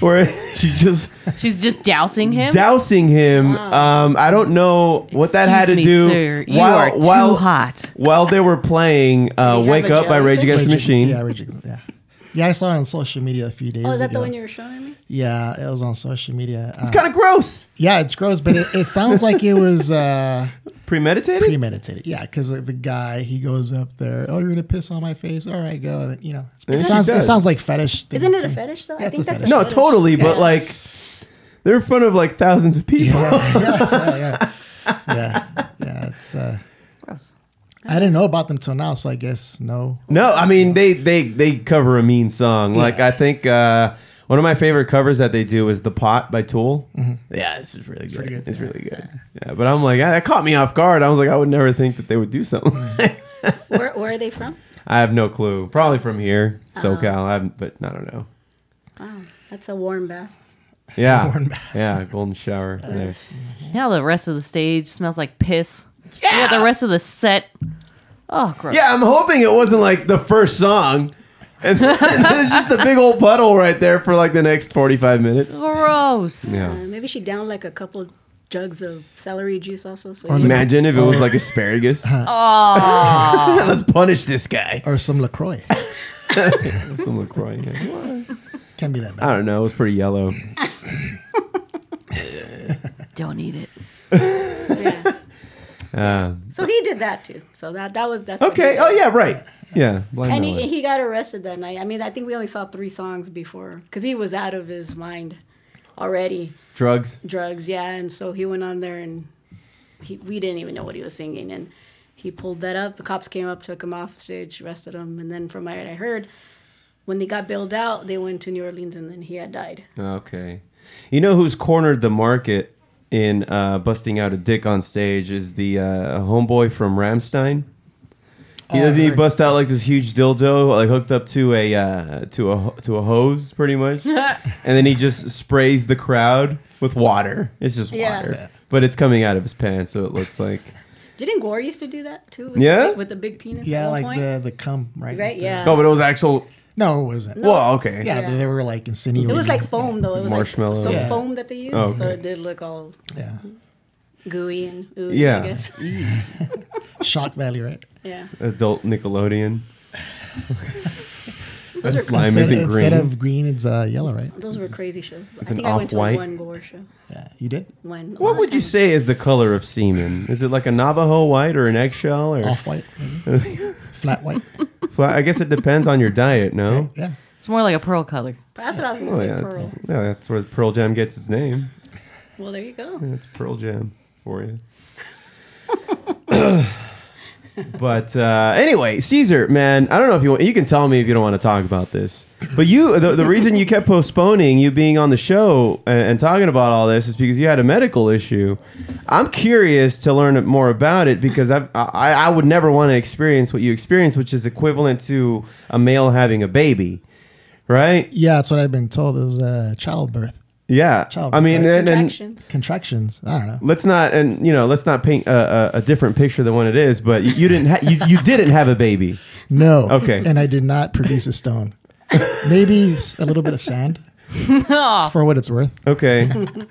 Speaker 2: where she just
Speaker 4: she's just dousing him.
Speaker 2: dousing him. Um, I don't know what that had to
Speaker 4: Excuse
Speaker 2: do.
Speaker 4: me, sir. You are too
Speaker 2: while
Speaker 4: hot.
Speaker 2: while they were playing uh,
Speaker 7: have
Speaker 2: "Wake
Speaker 7: a
Speaker 2: Up" by Rage Against the
Speaker 7: Rage Ag-
Speaker 2: Machine.
Speaker 7: Yeah, Rage Against. Yeah. Yeah, I saw it on social media a few days ago.
Speaker 8: Oh, is that the one you were showing me?
Speaker 7: Yeah, it was on social media.
Speaker 2: It's kind of gross.
Speaker 7: Yeah, it's gross, but it, it sounds like it was uh,
Speaker 2: premeditated.
Speaker 7: Premeditated, yeah, because the guy he goes up there. Oh, you're gonna piss on my face. All right, go. And, you know, it's-
Speaker 2: Yeah,
Speaker 7: it
Speaker 2: she
Speaker 7: sounds it
Speaker 2: does.
Speaker 7: sounds like fetish. thing
Speaker 8: Isn't it
Speaker 7: to
Speaker 8: a
Speaker 7: me.
Speaker 8: fetish though?
Speaker 7: Yeah,
Speaker 8: I
Speaker 7: it's a
Speaker 8: think that's
Speaker 7: fetish.
Speaker 8: a
Speaker 2: No,
Speaker 8: fetish.
Speaker 2: totally, but
Speaker 8: Yeah.
Speaker 2: like they're in front of like thousands of people.
Speaker 7: yeah, yeah, it's uh, gross. I didn't know about them till now, so I guess no.
Speaker 2: No, I mean they they they cover a mean song. Like I think uh, one of my favorite covers that they do is "The Pot" by Tool.
Speaker 7: Mhm.
Speaker 2: Yeah, this is really good.
Speaker 7: pretty good.
Speaker 2: It's really good. Yeah, but I'm like ah, that caught me off guard. I was like I would never think that they would do something. like that.
Speaker 8: Where, where are they from?
Speaker 2: I have no clue. Probably from here, SoCal. I haven't, but I don't know.
Speaker 8: Wow, that's a warm bath.
Speaker 2: Yeah,
Speaker 7: Born
Speaker 2: yeah, golden shower. there.
Speaker 4: Now the rest of the stage smells like piss. Yeah. the rest of the set. Oh, gross.
Speaker 2: Yeah, I'm hoping it wasn't like the first song, and then it's just a big old puddle right there for like the next 45 minutes.
Speaker 4: Gross.
Speaker 2: Yeah.
Speaker 8: Uh, maybe she downed like a couple jugs of celery juice also. So you-
Speaker 2: Imagine if it was like asparagus.
Speaker 4: Oh.
Speaker 2: Let's punish this guy.
Speaker 7: Or some LaCroix.
Speaker 2: some LaCroix. yeah.
Speaker 7: Can't be that bad.
Speaker 2: I don't know. It was pretty yellow.
Speaker 4: Don't eat it.
Speaker 2: Uh,
Speaker 8: So he did that too. So that that was that's what he
Speaker 2: okay.
Speaker 8: did.
Speaker 2: Oh, yeah, right. Yeah. Blind
Speaker 8: And
Speaker 2: Melon.
Speaker 8: he, he got arrested that night. I mean, I think we only saw three songs before because he was out of his mind already.
Speaker 2: Drugs.
Speaker 8: Drugs, yeah. And so he went on there and he, we didn't even know what he was singing. And he pulled that up. The cops came up, took him off stage, arrested him. And then from what I heard, when they got bailed out, they went to New Orleans and then he had died.
Speaker 2: Okay. You know who's cornered the market in uh, busting out a dick on stage is the uh, homeboy from Ramstein. He
Speaker 7: Oh, I
Speaker 2: doesn't he
Speaker 7: heard.
Speaker 2: bust out like this huge dildo like hooked up to a uh, to a ho- to a hose pretty much, and then he just sprays the crowd with water. It's just
Speaker 8: Yeah.
Speaker 2: water,
Speaker 8: Yeah.
Speaker 2: but it's coming out of his pants, so it looks like
Speaker 8: Didn't Gore used to do that too? With
Speaker 2: Yeah?
Speaker 8: The, big- with the big penis? at
Speaker 7: Yeah,
Speaker 8: one
Speaker 7: like
Speaker 8: point?
Speaker 7: the the cum, right?
Speaker 8: Right, yeah.
Speaker 2: no, but it was actual.
Speaker 7: No, it wasn't.
Speaker 2: No. Well, okay.
Speaker 7: Yeah,
Speaker 8: Yeah.
Speaker 7: They, they were like
Speaker 8: It
Speaker 7: insinuating.
Speaker 8: was like foam though. It was
Speaker 2: Marshmallow.
Speaker 8: like some
Speaker 2: Yeah.
Speaker 8: foam that they used,
Speaker 2: Oh,
Speaker 8: so
Speaker 2: okay.
Speaker 8: it did look all
Speaker 7: yeah.
Speaker 8: gooey and ooey,
Speaker 2: Yeah.
Speaker 8: I guess.
Speaker 7: shock value, right?
Speaker 8: yeah.
Speaker 2: adult Nickelodeon. that
Speaker 8: are-
Speaker 2: slime
Speaker 7: instead,
Speaker 2: isn't green.
Speaker 7: instead of green, it's uh, yellow, right?
Speaker 8: Those were crazy shows.
Speaker 2: It's an
Speaker 8: I think I went to
Speaker 2: off-white.
Speaker 8: one gore show.
Speaker 7: Yeah, you did
Speaker 8: One.
Speaker 2: What would you say is the color of semen? Is it like a Navajo white or an eggshell or
Speaker 7: off white, flat white.
Speaker 2: Fla- I guess it depends on your diet. No.
Speaker 7: Yeah.
Speaker 4: It's more like a pearl color.
Speaker 8: Oh. That's what I was gonna
Speaker 2: Oh,
Speaker 8: say.
Speaker 2: yeah, that's,
Speaker 8: Pearl.
Speaker 2: yeah, that's where Pearl Jam gets its name.
Speaker 8: Well, there you go.
Speaker 2: Yeah, it's Pearl Jam for you. but uh, anyway, Caesar, man, I don't know if you want, you can tell me if you don't want to talk about this. But you, the, the reason you kept postponing you being on the show and, and talking about all this is because you had a medical issue. I'm curious to learn more about it because I've, I I would never want to experience what you experienced, which is equivalent to a male having a baby, right?
Speaker 7: Yeah, that's what I've been told is uh, childbirth,
Speaker 2: Yeah,
Speaker 7: Child-
Speaker 2: I mean, and, and
Speaker 7: contractions. I don't know.
Speaker 2: let's not and you know let's not paint a, a, a different picture than what it is but you, you didn't ha- you, you didn't have a baby
Speaker 7: No.
Speaker 2: Okay.
Speaker 7: Oh. And I did not produce a stone. Maybe s- a little bit of sand
Speaker 4: Oh,
Speaker 7: for what it's worth.
Speaker 2: okay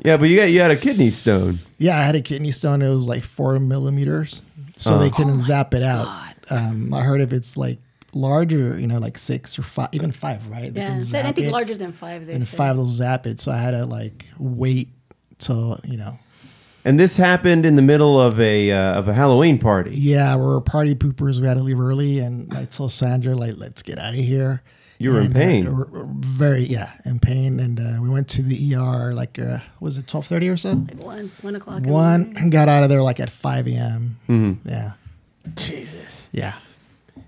Speaker 2: yeah but you got you had a kidney stone
Speaker 7: Yeah, I had a kidney stone. It was like four millimeters, so
Speaker 2: Oh.
Speaker 7: they couldn't zap it out. Um, I heard if it's like larger, you know, like six or five, even five, right? They
Speaker 8: Yeah,
Speaker 7: can
Speaker 8: so I
Speaker 7: zap
Speaker 8: think
Speaker 7: it,
Speaker 8: larger than five. They
Speaker 7: and
Speaker 8: said.
Speaker 7: five will zap it. So I had to like wait till you know.
Speaker 2: and this happened in the middle of a uh, of a halloween party
Speaker 7: Yeah, we were party poopers. We had to leave early, and I told Sandra like, "Let's get out of here."
Speaker 2: You were in
Speaker 7: And, uh,
Speaker 2: pain.
Speaker 7: we're- we're very yeah, in pain, and uh, we went to the ER like uh, was it twelve thirty or so?
Speaker 8: Like one, one o'clock. in the
Speaker 7: One
Speaker 8: morning.
Speaker 7: got out of there like at five a.m.
Speaker 2: Mhm.
Speaker 7: Yeah,
Speaker 2: jesus
Speaker 7: yeah.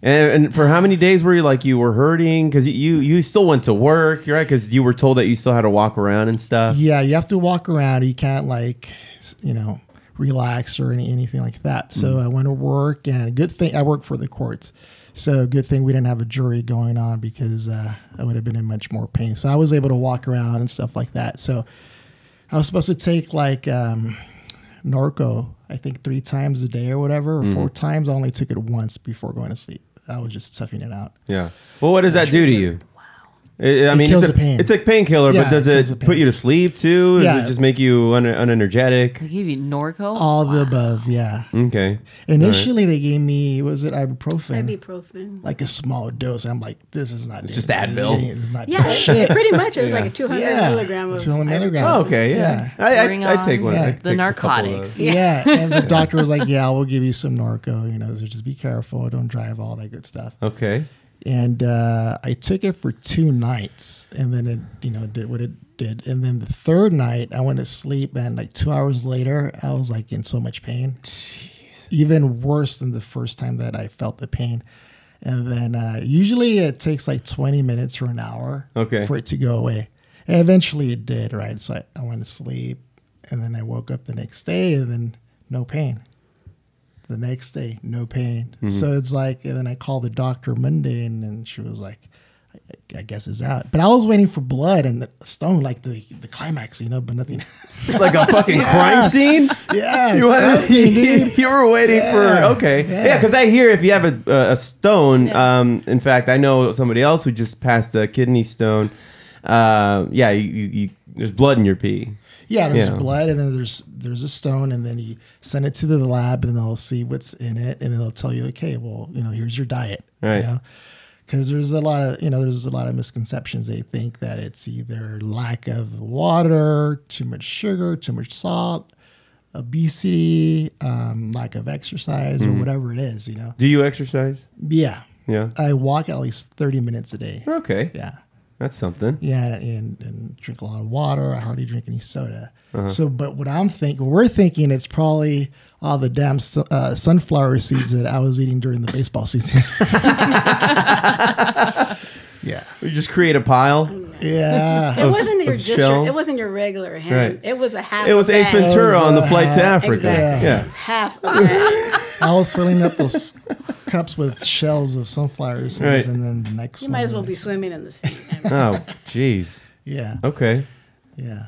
Speaker 2: and, and for how many days were you like you were hurting because you you still went to work you're right because you were told that you still had to walk around and stuff
Speaker 7: Yeah, you have to walk around. You can't like, s- you know, relax or any, anything like that. So I went to work, and good thing I work for the courts. So good thing we didn't have a jury going on because uh, I would have been in much more pain. So I was able to walk around and stuff like that. So I was supposed to take like um, Norco, I think three times a day or whatever, or four times. I only took it once before going to sleep. I was just toughing it out.
Speaker 2: yeah well what does that do to you I I
Speaker 7: It
Speaker 2: mean,
Speaker 7: kills
Speaker 2: it's, a,
Speaker 7: the pain.
Speaker 2: it's a painkiller,
Speaker 7: Yeah,
Speaker 2: but does
Speaker 7: it kills the
Speaker 2: it put you to sleep too? Does
Speaker 7: Yeah.
Speaker 2: it just make you un- unenergetic?
Speaker 4: They give you Norco.
Speaker 7: All the above, yeah.
Speaker 2: Okay.
Speaker 7: Mm-hmm. Initially, they gave me was it ibuprofen?
Speaker 8: Ibuprofen.
Speaker 7: Like a small dose. I'm like, this is not.
Speaker 2: It's
Speaker 7: doing
Speaker 2: just
Speaker 7: anything.
Speaker 2: Advil.
Speaker 7: It's not.
Speaker 8: Yeah,
Speaker 7: doing
Speaker 8: it-
Speaker 7: shit.
Speaker 8: pretty much it was like a 200
Speaker 7: Yeah,
Speaker 8: milligram of
Speaker 7: 200 milligram.
Speaker 2: Oh, okay, yeah. I- I- Bring I take on one. I the
Speaker 7: Yeah.
Speaker 2: take a couple of narcotics. those.
Speaker 7: Yeah.
Speaker 2: Yeah.
Speaker 7: and the doctor was like, "Yeah, we'll give you some Norco. You know, so just be careful. Don't drive. All that good stuff."
Speaker 2: Okay.
Speaker 7: And uh, I took it for two nights, and then it, you know, did what it did. And then the third night, I went to sleep, and like two hours later, I was like in so much pain, even worse than the first time that I felt the pain. And then uh, usually it takes like twenty minutes or an hour
Speaker 2: Okay.
Speaker 7: for it to go away. And eventually it did, right? So I, I went to sleep, and then I woke up the next day, and then no pain the next day, no pain.
Speaker 2: Mm-hmm.
Speaker 9: Mhm.
Speaker 7: So it's like, and then I called the doctor Monday, and, and she was like, I, I guess it's out. But I was waiting for blood and the stone, like the, the climax, you know, but nothing.
Speaker 2: like a fucking
Speaker 7: Yeah.
Speaker 2: crime scene.
Speaker 7: Yeah,
Speaker 2: you, wanna-
Speaker 7: something, dude.
Speaker 2: you were waiting
Speaker 7: Yeah,
Speaker 2: for okay,
Speaker 7: yeah.
Speaker 2: yeah. Because I hear if you have a, a- a stone, um, in fact, I know somebody else who just passed a kidney stone. Uh, yeah, you, you, you there's blood in your pee.
Speaker 7: Yeah, there's
Speaker 2: You know.
Speaker 7: blood, and then there's there's a stone, and then you send it to the lab, and they'll see what's in it, and then they'll tell you, okay, well, you know, here's your diet,
Speaker 2: Right.
Speaker 7: you know, because there's a lot of you know there's a lot of misconceptions. They think that it's either lack of water, too much sugar, too much salt, obesity, um, lack of exercise, or
Speaker 2: Mhm.
Speaker 7: whatever it is, you know.
Speaker 2: Do you exercise?
Speaker 7: Yeah,
Speaker 2: Yeah.
Speaker 7: I walk at least thirty minutes a day.
Speaker 2: Okay.
Speaker 7: Yeah.
Speaker 2: That's something.
Speaker 7: Yeah, and, and drink a lot of water. I hardly drink any soda.
Speaker 2: Uh-huh.
Speaker 7: So, but what I'm thinking, we're thinking it's probably all the damn su- uh, sunflower seeds that I was eating during the baseball season. yeah.
Speaker 2: You just create a pile.
Speaker 7: Yeah.
Speaker 8: It wasn't your just your,
Speaker 2: Ah. shells.
Speaker 8: it wasn't your regular ham.
Speaker 2: Right.
Speaker 8: It was a half.
Speaker 2: It was
Speaker 8: a
Speaker 2: Ace
Speaker 8: bag.
Speaker 2: Ventura on the flight to
Speaker 7: Uh,
Speaker 2: Africa.
Speaker 7: exactly.
Speaker 2: Yeah.
Speaker 8: Half. a bag.
Speaker 7: I was filling up those cups with shells of sunflower seeds,
Speaker 2: Right.
Speaker 7: and then the next
Speaker 8: you
Speaker 7: one.
Speaker 8: might as well be swimming in the sea.
Speaker 2: Oh, jeez.
Speaker 7: Yeah.
Speaker 2: Okay.
Speaker 7: Yeah.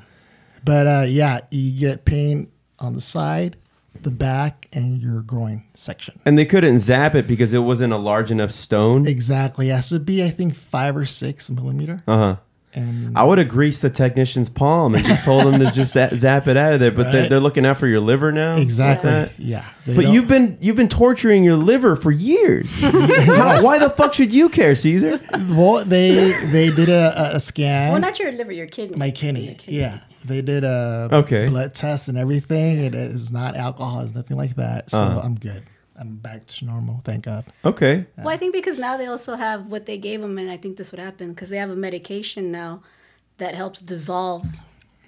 Speaker 7: But uh, yeah, you get pain on the side, the back, and your groin section.
Speaker 2: And they couldn't zap it because it wasn't a large enough stone.
Speaker 7: Exactly. It has to be, I think, five or six millimeter.
Speaker 2: Uh huh.
Speaker 7: And-
Speaker 2: I would have greased the technician's palm and just told him to just a- zap it out of there. But they're,
Speaker 7: Right.
Speaker 2: they're looking out for your liver now. like
Speaker 7: Exactly.
Speaker 2: that?
Speaker 7: Yeah. They
Speaker 2: But
Speaker 7: don't-
Speaker 2: you've been you've been torturing your liver for years. How- why the fuck should you care, Caesar?
Speaker 7: Well, they they did a, a- a scan.
Speaker 8: well, not your liver, your kidney.
Speaker 7: my kidney. Yeah. They did a
Speaker 2: Okay.
Speaker 7: blood test and everything. It is not alcohol. It's nothing like that. So
Speaker 2: Uh-huh.
Speaker 7: I'm good. I'm back to normal. Thank God.
Speaker 2: Okay.
Speaker 8: Well, I think because now they also have what they gave them, and I think this would happen because they have a medication now that helps dissolve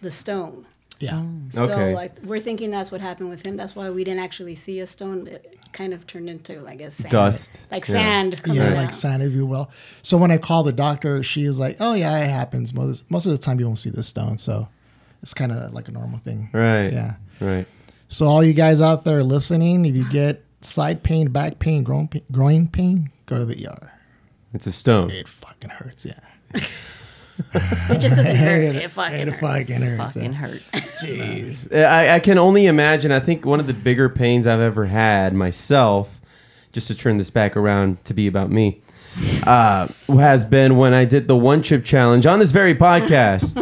Speaker 8: the stone.
Speaker 7: Yeah.
Speaker 8: So
Speaker 2: Okay.
Speaker 8: like, we're thinking that's what happened with him. That's why we didn't actually see a stone. It kind of turned into, I guess, sand.
Speaker 2: Dust.
Speaker 8: Like
Speaker 2: Yeah.
Speaker 8: sand. coming
Speaker 7: Yeah,
Speaker 8: out.
Speaker 7: like sand, if you will. So when I called the doctor, she was like, "Oh yeah, it happens. Most most of the time, you won't see this stone, so it's kind of like a normal thing."
Speaker 2: Right.
Speaker 7: Yeah.
Speaker 2: Right.
Speaker 7: So all you guys out there listening, if you get side pain, back pain, groin pain, groin pain go to the ER.
Speaker 2: It's a stone.
Speaker 7: It fucking hurts. Yeah.
Speaker 8: It just doesn't hurt.
Speaker 7: It-
Speaker 8: It, fucking
Speaker 7: it
Speaker 8: hurts.
Speaker 7: fucking hurts.
Speaker 4: Fucking hurts.
Speaker 2: Jeez. I, I can only imagine. I think one of the bigger pains I've ever had myself, just to turn this back around to be about me, uh, has been when I did the one chip challenge on this very podcast.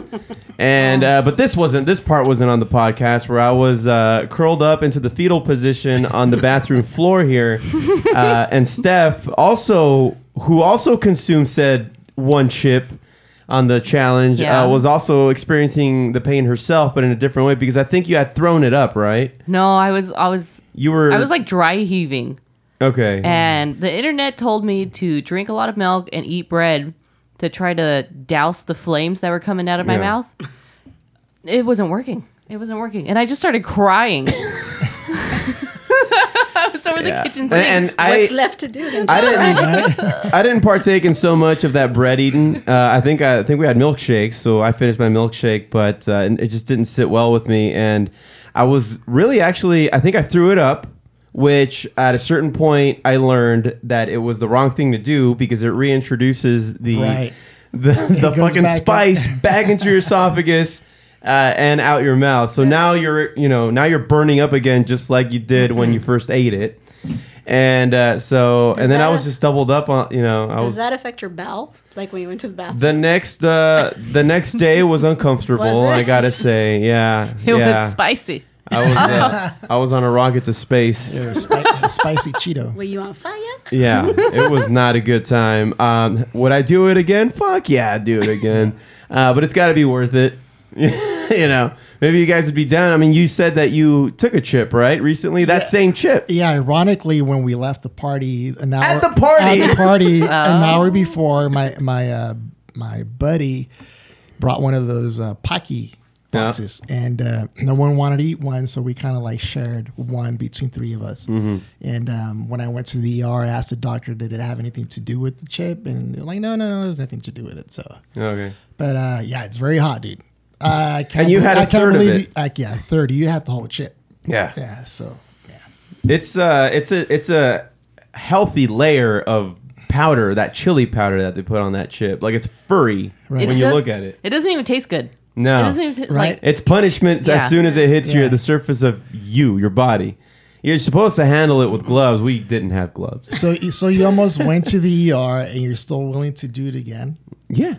Speaker 2: And uh, but this wasn't this part wasn't on the podcast where I was uh, curled up into the fetal position on the bathroom floor here, uh, and Steph also who also consumed said one chip on the challenge
Speaker 4: Yeah.
Speaker 2: uh, was also experiencing the pain herself, but in a different way because I think you had thrown it up, right?
Speaker 4: No, I was, I was,
Speaker 2: You were.
Speaker 4: I was like eh. dry heaving.
Speaker 2: okay,
Speaker 4: And the internet told me to drink a lot of milk and eat bread to try to douse the flames that were coming out of my
Speaker 2: Yeah.
Speaker 4: mouth. It wasn't working. It wasn't working. And I just started crying. I was over
Speaker 2: Yeah.
Speaker 4: the kitchen
Speaker 2: And-
Speaker 4: sink.
Speaker 2: and I- What's
Speaker 8: left to do then?
Speaker 2: I didn't.
Speaker 4: just cry.
Speaker 2: I didn't partake in so much of that bread eating. Uh, I think I, think we had milkshakes, so I finished my milkshake, but uh, it just didn't sit well with me, and I was really actually I think I threw it up. Which at a certain point I learned that it was the wrong thing to do because it reintroduces the
Speaker 7: Right.
Speaker 2: the, the
Speaker 7: goes
Speaker 2: fucking
Speaker 7: back up.
Speaker 2: spice back into your esophagus uh, and out your mouth. So now you're you know now you're burning up again just like you did when you first ate it. And uh, so,
Speaker 8: Does
Speaker 2: and then
Speaker 8: that
Speaker 2: I was
Speaker 8: a-
Speaker 2: just doubled up on, you know, I
Speaker 8: Does
Speaker 2: was.
Speaker 8: that affect your bowels? Like when you went to the bathroom?
Speaker 2: The next, uh, the next day was uncomfortable.
Speaker 8: Was it?
Speaker 2: I gotta say, yeah,
Speaker 4: It
Speaker 2: yeah.
Speaker 4: was spicy.
Speaker 2: I was, uh, I was on a rocket to space.
Speaker 7: They're spi- spicy Cheeto.
Speaker 8: Were you on fire?
Speaker 2: Yeah, it was not a good time. Um, would I do it again? Fuck yeah, I'd do it again. Uh, but it's got to be worth it. you know, maybe you guys would be down. I mean, you said that you took a chip, right? Recently, that same chip.
Speaker 7: Yeah, ironically, when we left the party, an hour
Speaker 2: the party!
Speaker 7: at the party, an
Speaker 2: Oh.
Speaker 7: hour before, my my uh, my buddy brought one of those uh, pocky
Speaker 2: Yeah.
Speaker 7: boxes, and uh, no one wanted to eat one, so we kind of like shared one between three of us.
Speaker 2: Mhm.
Speaker 7: And um, when I went to the ER, I asked the doctor, "Did it have anything to do with the chip?" And they're like, "No, no, no, there's nothing to do with it." So,
Speaker 2: Okay.
Speaker 7: but uh, yeah, it's very hot, dude. Uh, I can't.
Speaker 2: And you had
Speaker 7: a
Speaker 2: a third of it.
Speaker 7: You, I, yeah, thirty. You had the whole chip.
Speaker 2: Yeah.
Speaker 7: Yeah. So.
Speaker 2: It's uh, it's a it's a healthy layer of powder, that chili powder that they put on that chip. Like it's furry
Speaker 4: It
Speaker 2: when you
Speaker 4: does-
Speaker 2: look at it.
Speaker 4: It doesn't even taste good.
Speaker 2: No,
Speaker 4: It doesn't even ta- like
Speaker 2: it's punishment
Speaker 4: Yeah.
Speaker 2: as soon as it hits you
Speaker 4: Yeah.
Speaker 2: at the surface of you, your body. You're supposed to handle it with gloves. We didn't have gloves.
Speaker 7: So, so you almost went to the ER, and you're still willing to do it again?
Speaker 2: Yeah.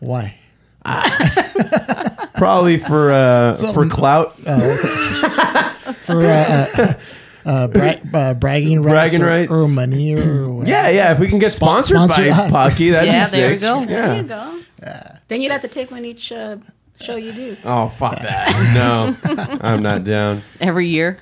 Speaker 7: Why?
Speaker 2: Probably for uh,
Speaker 7: So-
Speaker 2: for clout.
Speaker 7: For uh, uh, uh, bra- uh, bragging rights,
Speaker 2: Bragging
Speaker 7: or,
Speaker 2: rights.
Speaker 7: or money or whatever.
Speaker 2: Yeah, yeah. If we can get
Speaker 7: Spon-
Speaker 2: sponsored by
Speaker 7: sponsor us.
Speaker 2: Pocky, that'd
Speaker 4: Yeah,
Speaker 2: be
Speaker 4: there you
Speaker 2: sick.
Speaker 4: go.
Speaker 2: Yeah.
Speaker 8: There you go. Then you'd have to take one each uh, show you do.
Speaker 2: Oh fuck that! No, I'm not down.
Speaker 4: every year.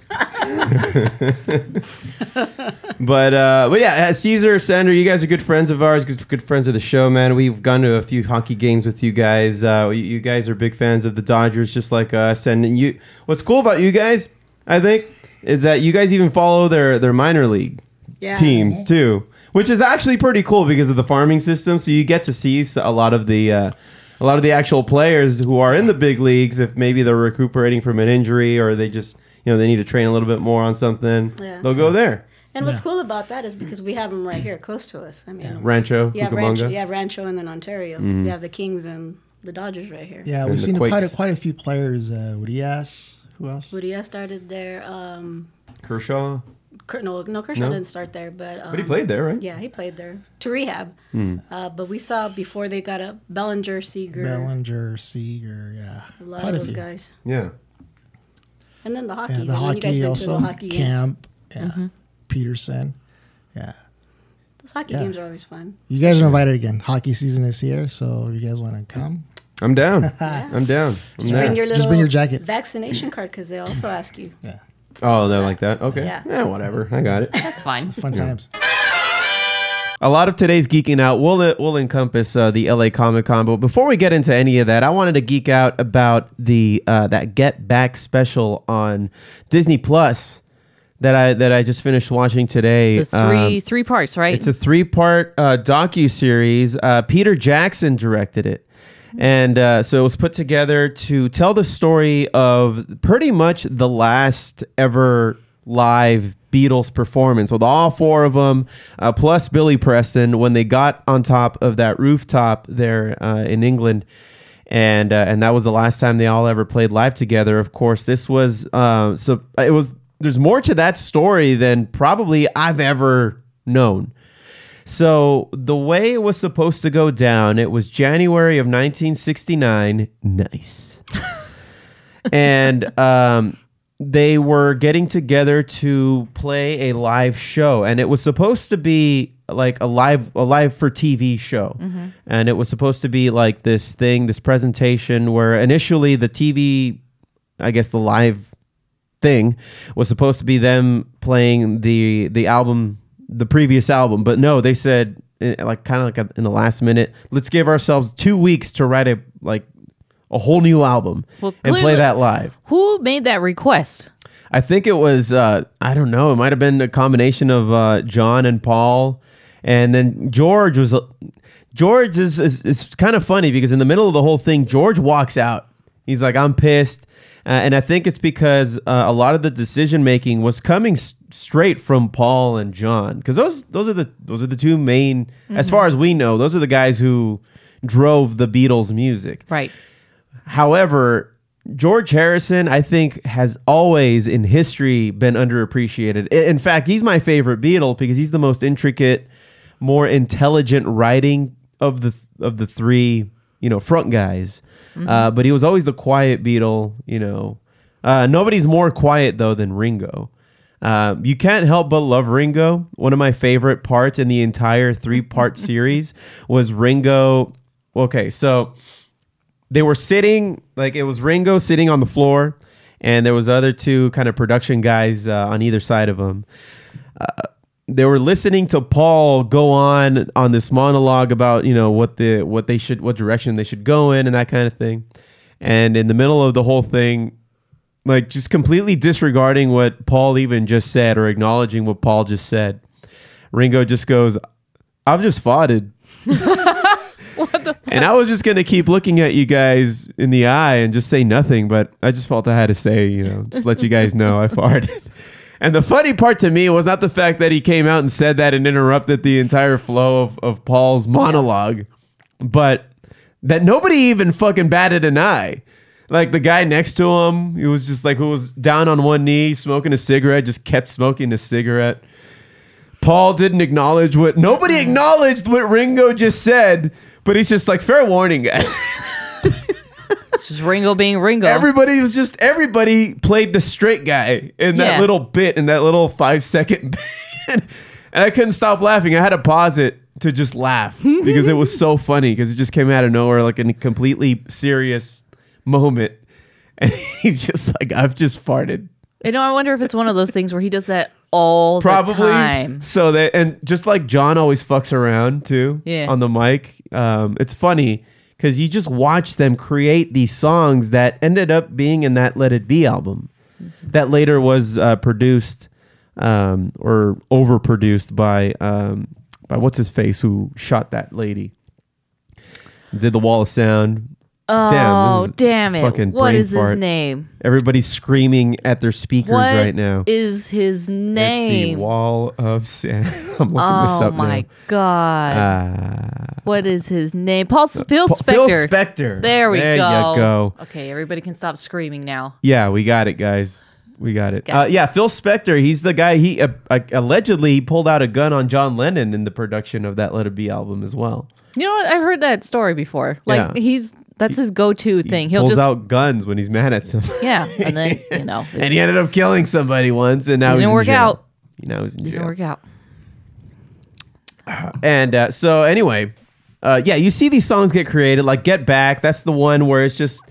Speaker 2: But uh, but yeah, uh, Caesar, Sander, you guys are good friends of ours, good, good friends of the show, man. We've gone to a few hockey games with you guys. Uh, you, you guys are big fans of the Dodgers, just like us. And you, what's cool about you guys, I think, is that you guys even follow their their minor league
Speaker 8: Yeah.
Speaker 2: teams too, which is actually pretty cool because of the farming system. So you get to see s- a lot of the. Uh, a lot of the actual players who are in the big leagues, if maybe they're recuperating from an injury or they just, you know, they need to train a little bit more on something,
Speaker 8: Yeah.
Speaker 2: they'll go there.
Speaker 8: And what's cool about that is because we have them right here, close to us. I mean,
Speaker 2: Rancho,
Speaker 8: yeah, Rancho,
Speaker 2: Cucamonga.
Speaker 8: yeah, Rancho, and then Ontario.
Speaker 2: Mhm.
Speaker 8: We have the Kings and the Dodgers right here.
Speaker 7: Yeah,
Speaker 2: And
Speaker 7: we've
Speaker 2: the
Speaker 7: seen quite a,
Speaker 2: Quakes.
Speaker 7: quite a few players. Uh, what do you ask? Who else?
Speaker 8: Woody started there. Um,
Speaker 2: Kershaw.
Speaker 8: Kurt, no, no, Kershaw
Speaker 2: No?
Speaker 8: didn't start there, but um,
Speaker 2: he played there, right?
Speaker 8: Yeah, he played there to rehab.
Speaker 2: Hmm.
Speaker 8: Uh, but we saw before they got up Bellinger, Seager,
Speaker 7: Bellinger, Seager. Yeah,
Speaker 8: a lot
Speaker 7: quite
Speaker 8: of
Speaker 7: a
Speaker 8: those
Speaker 7: few.
Speaker 8: guys,
Speaker 2: Yeah.
Speaker 8: and then the hockey.
Speaker 7: Yeah,
Speaker 8: and
Speaker 7: the
Speaker 8: then you guys went
Speaker 7: hockey
Speaker 8: to
Speaker 7: also.
Speaker 8: the hockey games. Mm-hmm.
Speaker 7: Camp. Yeah. Peterson. Yeah.
Speaker 8: Those hockey
Speaker 7: Yeah.
Speaker 8: games are always fun.
Speaker 7: You guys are invited again. Hockey season is here, so if you guys want to come.
Speaker 2: I'm down. I'm down. I'm down.
Speaker 7: Just bring
Speaker 8: Bring your little
Speaker 7: Just bring your jacket.
Speaker 8: vaccination card because they also ask you. Yeah,
Speaker 2: oh, they're like that. Okay.
Speaker 8: Yeah.
Speaker 2: Yeah. whatever. I got it.
Speaker 4: That's fine.
Speaker 7: Fun
Speaker 2: Yeah.
Speaker 7: times.
Speaker 2: A lot of today's geeking out will will encompass uh, the LA Comic Con, but before we get into any of that, I wanted to geek out about the uh, that Get Back special on Disney Plus that I that I just finished watching today.
Speaker 4: The three
Speaker 2: Um,
Speaker 4: three parts, right?
Speaker 2: It's a three part uh, docu series. Uh, Peter Jackson directed it. And uh, so it was put together to tell the story of pretty much the last ever live Beatles performance with all four of them, uh, plus Billy Preston, when they got on top of that rooftop there uh, in England and uh, and that was the last time they all ever played live together. Of course, this was uh, so it was. There's more to that story than probably I've ever known. So the way it was supposed to go down, it was January of 1969. Nice and um, they were getting together to play a live show, and it was supposed to be like a live a live for TV show,
Speaker 9: Mhm.
Speaker 2: and it was supposed to be like this thing, this presentation where initially the TV, I guess the live thing was supposed to be them playing the the album the previous album but no they said eh, like kind of like in the last minute let's give ourselves 2 weeks to write a like a whole new album
Speaker 4: Well,
Speaker 2: and play
Speaker 4: clearly-
Speaker 2: that live.
Speaker 4: Who made that request?
Speaker 2: I think it was uh, I don't know. It might have been a combination of uh, John and Paul, and then George was. George is is, is kind of funny because in the middle of the whole thing, George walks out. He's like, "I'm pissed," uh, and I think it's because uh, a lot of the decision making was coming s- straight from Paul and John because those those are the those are the two main, as
Speaker 9: Mhm.
Speaker 2: far as we know, those are the guys who drove the Beatles music.
Speaker 4: Right.
Speaker 2: However, George Harrison, I think, has always in history been underappreciated. I- In fact, he's my favorite Beatle because he's the most intricate, more intelligent writing of the of the three, you know, front guys.
Speaker 9: Mhm.
Speaker 2: Uh, but he was always the quiet Beatle. You know, uh, nobody's more quiet though than Ringo. Uh, you can't help but love Ringo. One of my favorite parts in the entire three part series was Ringo. Okay, so they were sitting like it was Ringo sitting on the floor, and there was other two kind of production guys uh, on either side of him. Uh, they were listening to Paul go on on this monologue about you know what the what they should what direction they should go in and that kind of thing, and in the middle of the whole thing, like just completely disregarding what Paul even just said or acknowledging what Paul just said, Ringo just goes, "I've just farted." and I was just gonna keep looking at you guys in the eye and just say nothing, but I just felt I had to say, you know, just let you guys know I farted. And the funny part to me was not the fact that he came out and said that and interrupted the entire flow of, of Paul's monologue, but that nobody even fucking batted an eye. Like the guy next to him, he was just like who was down on one knee, smoking a cigarette, just kept smoking a cigarette. Paul didn't acknowledge what nobody acknowledged what Ringo just said, but he's just like fair warning, guys.
Speaker 4: It's just Ringo being Ringo.
Speaker 2: Everybody was just everybody played the straight guy in that
Speaker 4: Yeah.
Speaker 2: little bit in that little five second bit. and I couldn't stop laughing. I had to pause it to just laugh because it was so funny because it just came out of nowhere like in a completely serious moment. And he's just like, I've just farted.
Speaker 4: You know, I wonder if it's one of those things where he does that all
Speaker 2: Probably.
Speaker 4: the time.
Speaker 2: So that and just like John always fucks around too
Speaker 4: Yeah.
Speaker 2: on the mic. Um, it's funny because you just watch them create these songs that ended up being in that Let It Be album, that later was uh, produced um, or overproduced by um, by what's his face who shot that lady, did the Wall of Sound.
Speaker 4: Oh,
Speaker 2: this is
Speaker 4: damn it.
Speaker 2: fucking
Speaker 4: What
Speaker 2: brain
Speaker 4: is his
Speaker 2: fart.
Speaker 4: name?
Speaker 2: Everybody's screaming at their speakers
Speaker 4: What
Speaker 2: right now.
Speaker 4: is his
Speaker 2: Let's see,
Speaker 4: name?
Speaker 2: Wall of Sound. I'm looking this
Speaker 4: Oh
Speaker 2: up
Speaker 4: my
Speaker 2: now.
Speaker 4: god.
Speaker 2: Uh,
Speaker 4: what is his name? Paul S- Phil
Speaker 2: Paul-
Speaker 4: Spector.
Speaker 2: Phil Spector.
Speaker 4: There we
Speaker 2: There you
Speaker 4: go.
Speaker 2: go.
Speaker 4: Okay, everybody can stop screaming now.
Speaker 2: yeah, we got it, guys. We got it.
Speaker 4: Got
Speaker 2: uh, yeah, Phil Spector. He's the guy. He uh, uh, allegedly he pulled out a gun on John Lennon in the production of that Let It Be album as well.
Speaker 4: You know what? I've heard that story before. Like
Speaker 2: Yeah.
Speaker 4: he's that's his go-to thing. He'll
Speaker 2: Pulls
Speaker 4: just
Speaker 2: out guns when he's mad at someone.
Speaker 4: yeah, and then you know,
Speaker 2: and he ended up killing somebody once, and now
Speaker 4: Didn't
Speaker 2: he's in
Speaker 4: work
Speaker 2: jail.
Speaker 4: out.
Speaker 2: Now he's in
Speaker 4: didn't
Speaker 2: jail.
Speaker 4: work out.
Speaker 2: And uh, so anyway, uh, yeah, you see these songs get created, like Get Back. That's the one where it's just,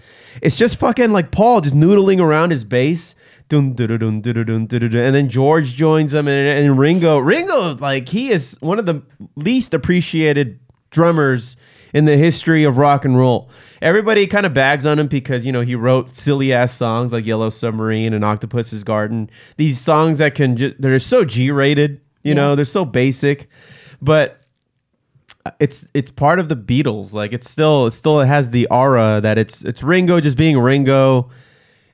Speaker 2: it's just fucking like Paul just noodling around his bass. Dun, dun, dun, dun, dun, dun, dun, dun, and then George joins him, and, and Ringo, Ringo, like he is one of the least appreciated drummers in the history of rock and roll. Everybody kind of bags on him because you know he wrote silly ass songs like Yellow Submarine and Octopus's Garden. These songs that can just they're so G rated, you know, they're so basic, but it's it's part of the Beatles. Like it's still it still has the aura that it's it's Ringo just being Ringo,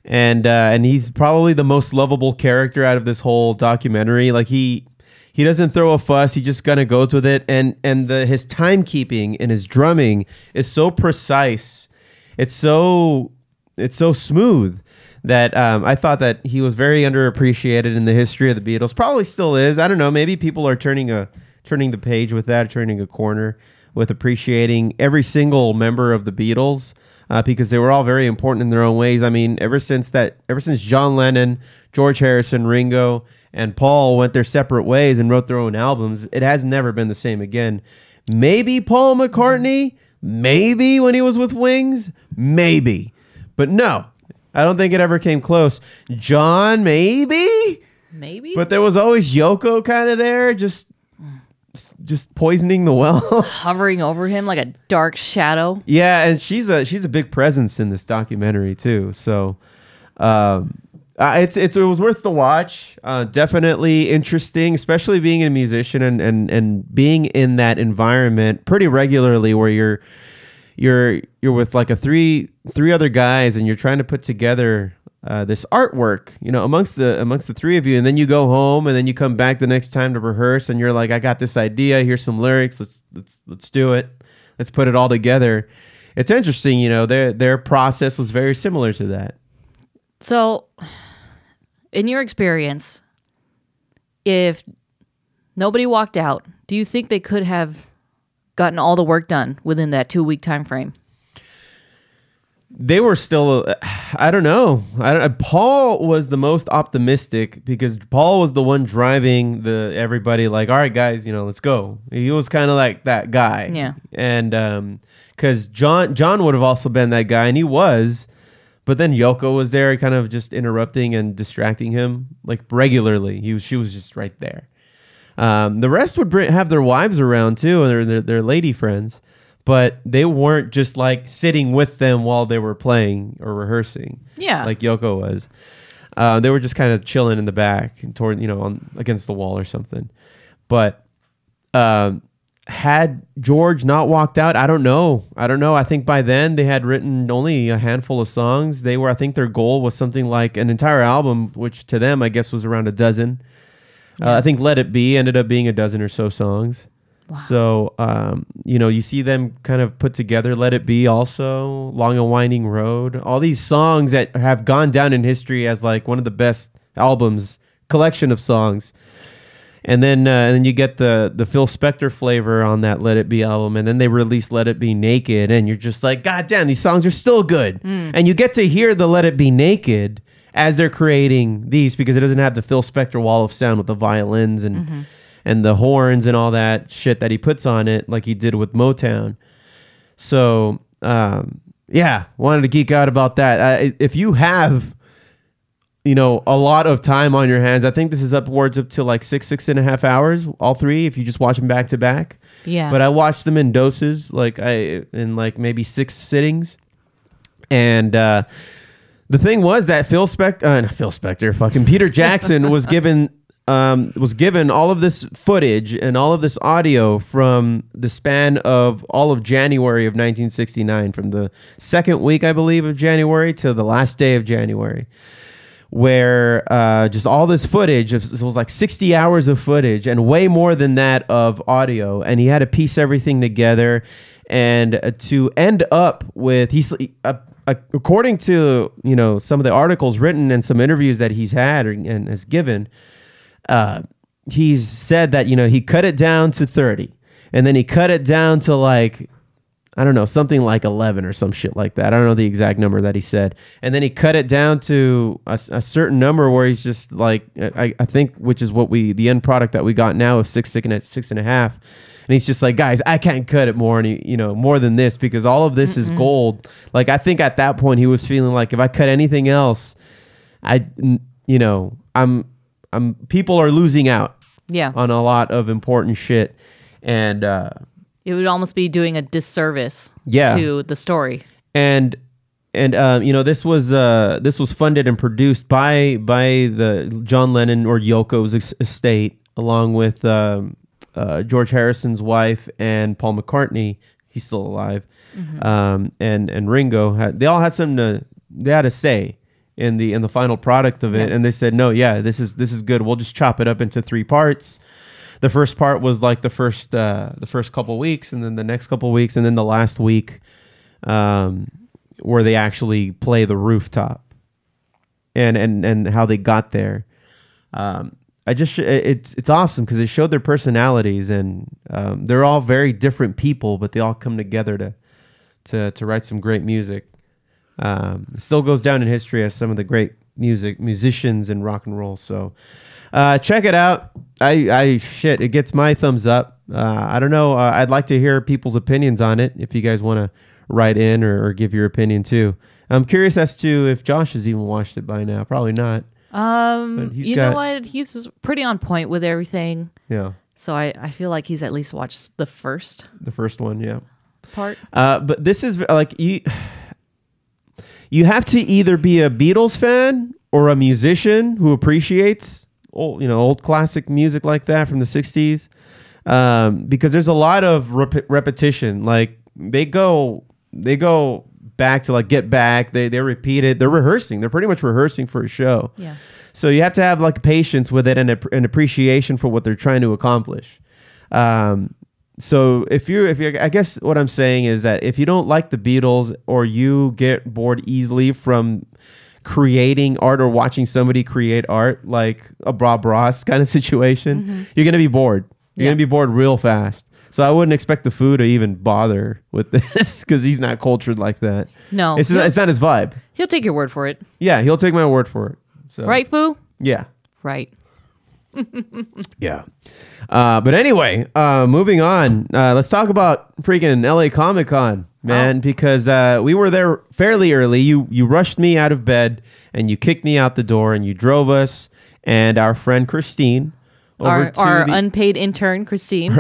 Speaker 2: and uh, and he's probably the most lovable character out of this whole documentary. Like he he doesn't throw a fuss. He just kind of goes with it, and and the his timekeeping and his drumming is so precise. It's so it's so smooth that um, I thought that he was very underappreciated in the history of the Beatles. Probably still is. I don't know. Maybe people are turning a turning the page with that, turning a corner with appreciating every single member of the Beatles uh, because they were all very important in their own ways. I mean, ever since that, ever since John Lennon, George Harrison, Ringo, and Paul went their separate ways and wrote their own albums, it has never been the same again. Maybe Paul McCartney, maybe when he was with Wings, maybe. But no, I don't think it ever came close. John, maybe?
Speaker 4: Maybe.
Speaker 2: But there was always Yoko kind of there, just just poisoning the well.
Speaker 4: Hovering over him like a dark shadow.
Speaker 2: yeah, and she's a she's a big presence in this documentary too. So um uh, it's, it's it was worth the watch. Uh, definitely interesting, especially being a musician and, and and being in that environment pretty regularly, where you're you're you're with like a three three other guys and you're trying to put together uh, this artwork you know amongst the amongst the three of you and then you go home and then you come back the next time to rehearse and you're like I got this idea here's some lyrics let's let's let's do it let's put it all together it's interesting, you know, their their process was very similar to that.
Speaker 4: So, in your experience, if nobody walked out, do you think they could have gotten all the work done within that two week time frame?
Speaker 2: They were still, I don't know. I don't, Paul was the most optimistic because Paul was the one driving the everybody like, all right, guys, you know, let's go. He was kind of like that guy.
Speaker 4: Yeah.
Speaker 2: And um, because John John would have also been that guy, and he was. But then Yoko was there, kind of just interrupting and distracting him like regularly. He was, she was just right there. Um, the rest would bring, have their wives around too, and their, their their lady friends, but they weren't just like sitting with them while they were playing or rehearsing.
Speaker 4: Yeah.
Speaker 2: like Yoko was. Uh, they were just kind of chilling in the back, and toward you know on, against the wall or something. But um, had George not walked out, I don't know. I don't know. I think by then they had written only a handful of songs. They were, I think, their goal was something like an entire album, which to them, I guess, was around a dozen. Uh, I think Let It Be ended up being a dozen or so songs. So, um, you know, you see them kind of put together Let It Be also, Long and Winding Road, all these songs that have gone down in history as like one of the best albums, collection of songs. And then, uh, and then you get the the Phil Spector flavor on that Let It Be album, and then they release Let It Be Naked, and you're just like, God damn, these songs are still good.
Speaker 9: Mm.
Speaker 2: And you get to hear the Let It Be Naked as they're creating these because it doesn't have the Phil Spector wall of sound with the violins and
Speaker 9: Mhm.
Speaker 2: and the horns and all that shit that he puts on it, like he did with Motown. So, um, yeah, wanted to geek out about that. I, if you have you know a lot of time on your hands i think this is upwards up to like six six and a half hours all three if you just watch them back to back
Speaker 9: Yeah.
Speaker 2: but i watched them in doses like i in like maybe six sittings and uh the thing was that phil spector uh, not phil spector fucking peter jackson was given um was given all of this footage and all of this audio from the span of all of january of 1969 from the second week i believe of january to the last day of january where uh, just all this footage of, it was like 60 hours of footage and way more than that of audio and he had to piece everything together and uh, to end up with he's uh, uh, according to you know some of the articles written and some interviews that he's had and, and has given uh, he's said that you know he cut it down to 30 and then he cut it down to like I don't know, something like 11 or some shit like that. I don't know the exact number that he said. And then he cut it down to a, s- a certain number where he's just like, uh, I, I think, which is what we, the end product that we got now of six, six and a, six and a half. And he's just like, guys, I can't cut it more, and he, you know, more than this because all of this is
Speaker 9: Mm-mm.
Speaker 2: gold. Like, I think at that point he was feeling like if I cut anything else, I, n- you know, I'm, I'm, people are losing out
Speaker 4: Yeah.
Speaker 2: on a lot of important shit. And, uh,
Speaker 4: It would almost be doing a disservice
Speaker 2: Yeah.
Speaker 4: to the story.
Speaker 2: and and um, you know this was uh, this was funded and produced by by the John Lennon or Yoko's es- estate, along with um, uh, George Harrison's wife and Paul McCartney. He's still alive,
Speaker 9: Mhm.
Speaker 2: um, and and Ringo. Had, they all had something to they had a say in the in the final product of it,
Speaker 9: Yeah.
Speaker 2: and they said no, yeah, this is this is good. We'll just chop it up into three parts. The first part was like the first uh, the first couple weeks, and then the next couple weeks, and then the last week um, where they actually play the rooftop and and and how they got there. Um, I just sh- it's it's awesome because it showed their personalities and um, they're all very different people, but they all come together to to to write some great music. Um, it still goes down in history as some of the great music musicians in rock and roll. So uh, check it out. I I shit, it gets my thumbs up. Uh, I don't know. Uh, I'd like to hear people's opinions on it. If you guys want to write in or, or give your opinion too, I'm curious as to if Josh has even watched it by now. Probably not.
Speaker 4: Um,
Speaker 2: But he's
Speaker 4: you know
Speaker 2: got-
Speaker 4: what? He's pretty on point with everything.
Speaker 2: Yeah.
Speaker 4: So I, I feel like he's at least watched the first
Speaker 2: The first one, yeah.
Speaker 4: part.
Speaker 2: Uh, but this is like you. You have to either be a Beatles fan or a musician who appreciates old, you know, old classic music like that from the '60s, um, because there's a lot of rep- repetition. Like they go, they go back to like Get Back. They they repeat it. They're rehearsing. They're pretty much rehearsing for a show.
Speaker 9: Yeah.
Speaker 2: So you have to have like patience with it and a, an appreciation for what they're trying to accomplish. Um, so if you if you I guess what I'm saying is that if you don't like the Beatles or you get bored easily from creating art or watching somebody create art like a Bob Ross kind of situation,
Speaker 4: Mm-hmm.
Speaker 9: Mhm.
Speaker 2: you're gonna be bored. You're
Speaker 9: Yeah.
Speaker 2: gonna be bored real fast. So I wouldn't expect the food to even bother with this because he's not cultured like that.
Speaker 4: No.
Speaker 2: it's not, it's not his vibe.
Speaker 4: He'll take your word for it.
Speaker 2: Yeah, he'll take my word for it. So
Speaker 4: Right, Foo?
Speaker 2: Yeah.
Speaker 4: Right.
Speaker 2: Yeah. Uh, but anyway, uh, moving on. Uh, let's talk about freaking LA Comic Con,
Speaker 4: Oh.
Speaker 2: man, because uh, we were there fairly early. You you rushed me out of bed and you kicked me out the door and you drove us and our friend Christine over
Speaker 4: Our,
Speaker 2: to
Speaker 4: our
Speaker 2: the-
Speaker 4: unpaid intern, Christine.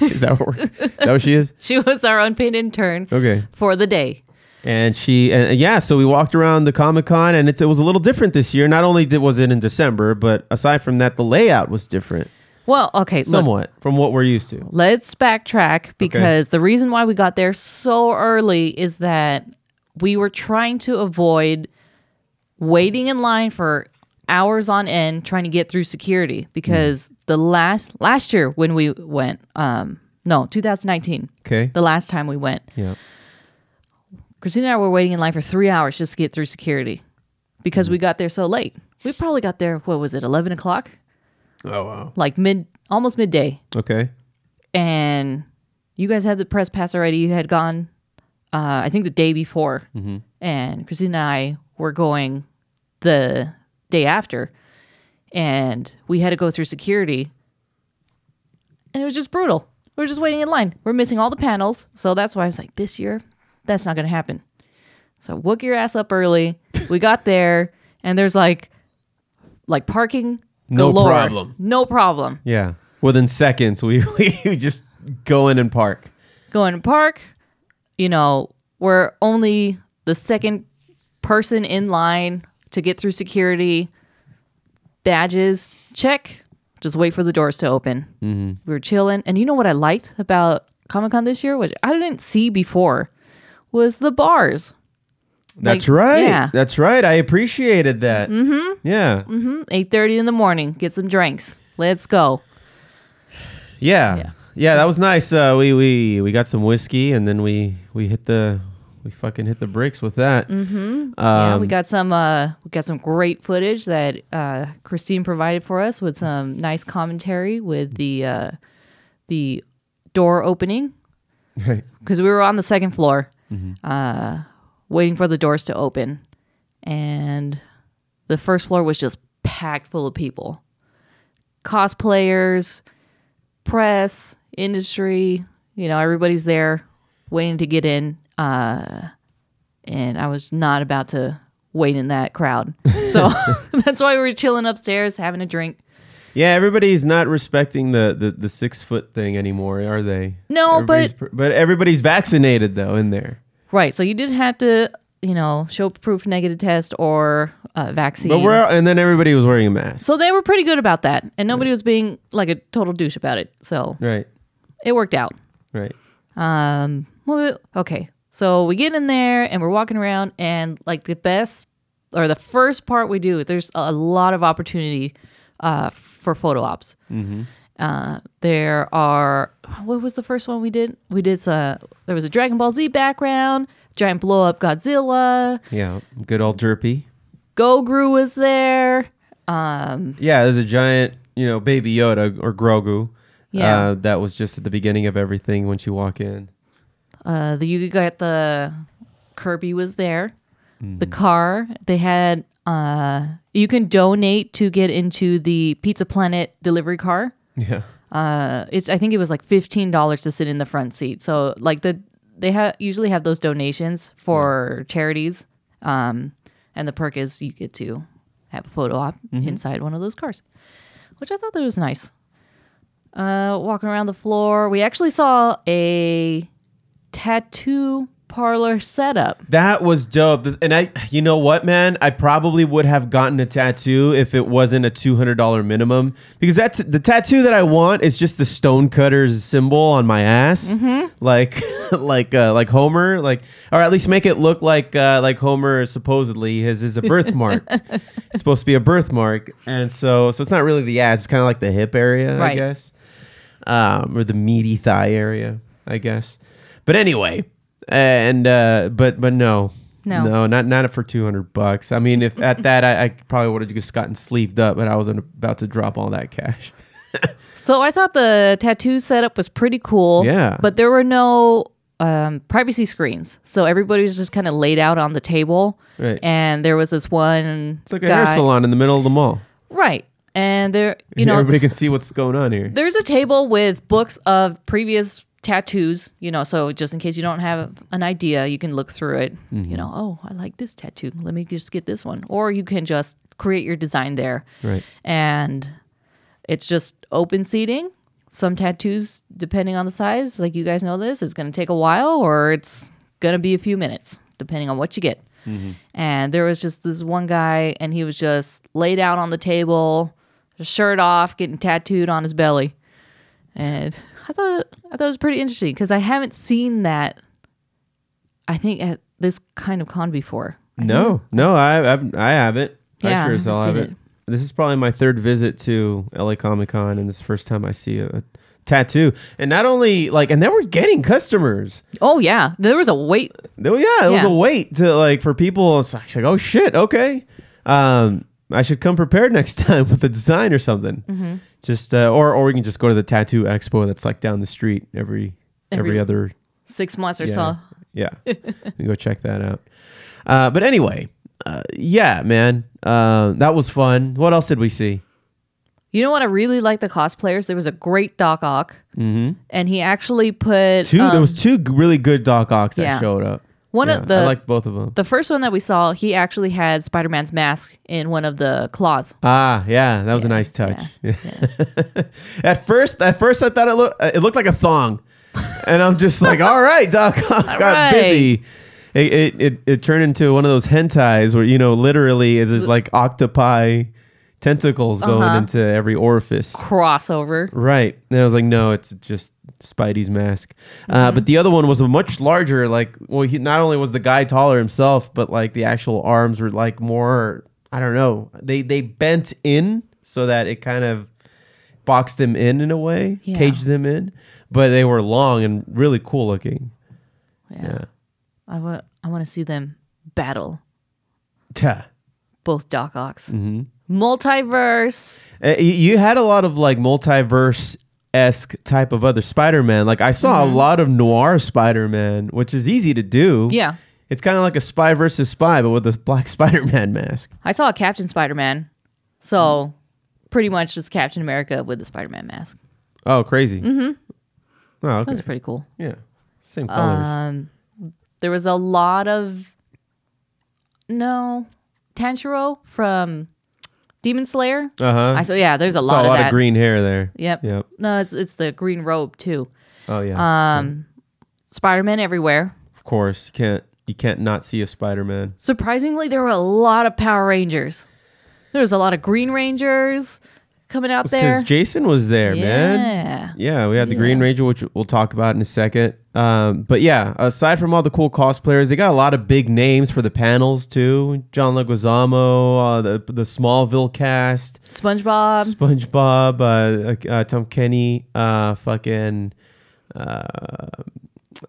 Speaker 2: is that what, we're- is that what she is?
Speaker 4: She was our unpaid intern
Speaker 2: Okay.
Speaker 4: for the day.
Speaker 2: And she and yeah, so we walked around the Comic Con and it's, it was a little different this year. Not only did was it in December, but aside from that, the layout was different
Speaker 4: Well, okay. look,
Speaker 2: somewhat from what we're used to.
Speaker 4: let's backtrack because the reason why we got there so early is that we were trying to avoid waiting in line for hours on end trying to get through security because
Speaker 2: Mm.
Speaker 4: the last last year when we went um no 2019
Speaker 2: Okay.
Speaker 4: the last time we went
Speaker 2: Yeah.
Speaker 4: Christina and I were waiting in line for three hours just to get through security
Speaker 2: Mm-hmm.
Speaker 4: because we got there so late. We probably got there, what was it, 11 o'clock?
Speaker 2: Oh wow.
Speaker 4: Like mid, almost midday.
Speaker 2: Okay.
Speaker 4: And you guys had the press pass already. You had gone, uh, I think, the day before.
Speaker 2: Mhm.
Speaker 4: And Christina and I were going the day after. And we had to go through security. And it was just brutal. We were just waiting in line. We're missing all the panels. So that's why I was like, this year, that's not going to happen. So wook your ass up early. we got there, and there's like, like parking.
Speaker 2: No
Speaker 4: galore.
Speaker 2: problem.
Speaker 4: No problem.
Speaker 2: Yeah. Within seconds, we, we just go in and park.
Speaker 4: Go in and park. You know, we're only the second person in line to get through security. Badges, check. Just wait for the doors to open.
Speaker 2: Mhm.
Speaker 4: We were chilling. And you know what I liked about Comic Con this year, which I didn't see before, was the bars.
Speaker 2: That's
Speaker 4: Like,
Speaker 2: right.
Speaker 4: Yeah.
Speaker 2: That's right. I appreciated that.
Speaker 4: Mm-hmm.
Speaker 2: Yeah.
Speaker 4: Mm-hmm. Eight thirty in the morning. Get some drinks. Let's go.
Speaker 2: Yeah. Yeah. that was nice. Uh, we we we got some whiskey and then we we hit the we fucking hit the bricks with that.
Speaker 4: Mm-hmm. yeah, we
Speaker 2: Um,
Speaker 4: got some. Uh, we got some great footage that uh, Christine provided for us with some nice commentary with the uh, the door opening
Speaker 2: Right.
Speaker 4: because Mm-hmm. we were on the second floor,
Speaker 2: Mhm.
Speaker 4: uh, waiting for the doors to open, and the first floor was just packed full of people, cosplayers, press, industry. You know, everybody's there waiting to get in, uh, and I was not about to wait in that crowd, so that's why we were chilling upstairs having a drink.
Speaker 2: Yeah, everybody's not respecting the the, the six foot thing anymore, are they?
Speaker 4: No,
Speaker 2: Everybody's pr- but everybody's vaccinated though in there.
Speaker 4: Right, so you did have to, you know, show proof negative test or uh, vaccine.
Speaker 2: But we're and then everybody was wearing a mask.
Speaker 4: So they were pretty good about that, and nobody was being like a total douche about it. So
Speaker 2: Right.
Speaker 4: it worked out.
Speaker 2: Right.
Speaker 4: Um. well, Okay. So we get in there and we're walking around, and like the best or the first part we do, there's a lot of opportunity uh, for photo ops.
Speaker 9: Mhm.
Speaker 4: Uh, there are what was the first one we did? We did uh there was a Dragon Ball Z background, giant blow up Godzilla,
Speaker 2: Yeah. Good old derpy.
Speaker 4: Gogru was there. Um,
Speaker 2: Yeah, there's a giant, you know, baby Yoda or Grogu.
Speaker 4: Yeah.
Speaker 2: Uh, that was just at the beginning of everything once you walk in.
Speaker 4: Uh, the you got the Kirby was there. The car they had. Uh, you can donate to get into the Pizza Planet delivery car.
Speaker 2: Yeah.
Speaker 4: Uh, it's I think it was like fifteen dollars to sit in the front seat. So like the they have usually have those donations for charities. Um, and the perk is you get to have a photo op
Speaker 9: Mhm.
Speaker 4: inside one of those cars, which I thought that was nice. Uh, walking around the floor, we actually saw a tattoo parlor setup.
Speaker 2: That was dope. And I, you know what, man? I probably would have gotten a tattoo if it wasn't a $200 minimum because that's the tattoo that I want is just the stonecutter's symbol on my ass.
Speaker 9: Mhm.
Speaker 2: Like, like, uh, like Homer, like, or at least make it look like, uh, like Homer supposedly his is a birthmark. it's supposed to be a birthmark. And so, so it's not really the ass. It's kind of like the hip area, I
Speaker 4: Right.
Speaker 2: guess. um, or the meaty thigh area, I guess. But anyway, and uh, but but no,
Speaker 4: No.
Speaker 2: no, not not for two hundred bucks. I mean, if at that, I, I probably would have just gotten sleeved up, but I was about to drop all that cash.
Speaker 4: So I thought the tattoo setup was pretty cool.
Speaker 2: Yeah.
Speaker 4: But there were no um, privacy screens, so everybody was just kind of laid out on the table.
Speaker 2: Right.
Speaker 4: And there was this one.
Speaker 2: It's like a hair salon in the middle of the mall.
Speaker 4: Right. And there, you know,
Speaker 2: everybody can see what's going on here.
Speaker 4: There's a table with books of previous tattoos, you know, so just in case you don't have an idea, you can look through it. You
Speaker 2: Mhm.
Speaker 4: know, oh, I like this tattoo. Let me just get this one. Or you can just create your design there.
Speaker 2: Right.
Speaker 4: And it's just open seating. Some tattoos, depending on the size, like you guys know this, it's going to take a while or it's going to be a few minutes, depending on what you get.
Speaker 9: Mhm.
Speaker 4: And there was just this one guy, and he was just laid out on the table, shirt off, getting tattooed on his belly. And I thought I thought it was pretty interesting because I haven't seen that. I think at this kind of con before.
Speaker 2: No, no, I I've, I haven't. I
Speaker 4: Yeah,
Speaker 2: sure
Speaker 4: I
Speaker 2: as hell
Speaker 4: haven't
Speaker 2: haven't.
Speaker 4: seen
Speaker 2: This is probably my third visit to LA Comic Con, and this is the first time I see a, a tattoo. And not only like, and then we're getting customers.
Speaker 4: Oh yeah, there was a wait.
Speaker 2: There, yeah, it was
Speaker 4: Yeah.
Speaker 2: a wait to like for people. It's like, it's like, oh shit, okay. Um, I should come prepared next time with a design or something.
Speaker 4: Mhm.
Speaker 2: Just uh, or or we can just go to the tattoo expo that's like down the street every every,
Speaker 4: Every-
Speaker 2: other
Speaker 4: Six months or
Speaker 2: yeah.
Speaker 4: so.
Speaker 2: Yeah. you go check that out. Uh, but anyway, uh, yeah, man. Uh, that was fun. What else did we see?
Speaker 4: You know what? I really like the cosplayers. There was a great Doc Ock,
Speaker 2: Mm-hmm.
Speaker 4: and he actually put
Speaker 2: Two. there
Speaker 4: um,
Speaker 2: was two g- really good Doc Ocks that
Speaker 4: yeah.
Speaker 2: showed up.
Speaker 4: One
Speaker 2: Yeah,
Speaker 4: of the
Speaker 2: I like both of them.
Speaker 4: The first one that we saw, he actually had Spider Man's mask in one of the claws.
Speaker 2: ah, yeah, that was a nice touch. at first, at first, I thought it looked it looked like a thong, and I'm just like, all right, Doc Ock got
Speaker 4: right.
Speaker 2: busy. It, it, it, it turned into one of those hentais where you know literally it's just like octopi tentacles going
Speaker 4: Uh-huh.
Speaker 2: into every orifice.
Speaker 4: Crossover.
Speaker 2: Right. And I was like, no, it's just Spidey's mask. Uh,
Speaker 4: Mm-hmm.
Speaker 2: but the other one was a much larger, like, well, he not only was the guy taller himself, but like the actual arms were like more, I don't know, they, they bent in so that it kind of boxed them in in a way,
Speaker 4: Yeah.
Speaker 2: caged them in, but they were long and really cool looking.
Speaker 4: Yeah. I want I want to see them battle
Speaker 2: Yeah.
Speaker 4: both Doc Ocks.
Speaker 2: hmm
Speaker 4: Multiverse.
Speaker 2: Uh, y- You had a lot of like multiverse esque type of other Spider Man. Like I saw
Speaker 4: Mm-hmm.
Speaker 2: a lot of noir Spider Man, which is easy to do.
Speaker 4: Yeah.
Speaker 2: It's kind of like a spy versus spy, but with a black Spider Man mask.
Speaker 4: I saw a Captain Spider Man. So pretty much just Captain America with the Spider Man mask.
Speaker 2: Oh, crazy.
Speaker 4: Mm-hmm.
Speaker 2: Oh, okay.
Speaker 4: That was pretty cool.
Speaker 2: Yeah. Same colors.
Speaker 4: Um there was a lot of no Tanjiro from Demon Slayer.
Speaker 2: Uh huh.
Speaker 4: I saw yeah, there's a
Speaker 2: saw
Speaker 4: lot
Speaker 2: a lot
Speaker 4: that.
Speaker 2: of green hair there.
Speaker 4: Yep.
Speaker 2: Yep.
Speaker 4: No, it's it's the green robe too.
Speaker 2: Oh yeah.
Speaker 4: Um Spider Man everywhere.
Speaker 2: Of course, you can't you can't not see a Spider Man.
Speaker 4: Surprisingly, there were a lot of Power Rangers. There was a lot of Green Rangers coming out there.
Speaker 2: Because Jason was there,
Speaker 4: Yeah.
Speaker 2: man. Yeah, we had the Green Ranger, which we'll talk about in a second. Um, but yeah, aside from all the cool cosplayers, they got a lot of big names for the panels too. John Leguizamo, uh, the the Smallville cast,
Speaker 4: SpongeBob.
Speaker 2: SpongeBob, uh, uh, Tom Kenny, uh, fucking uh,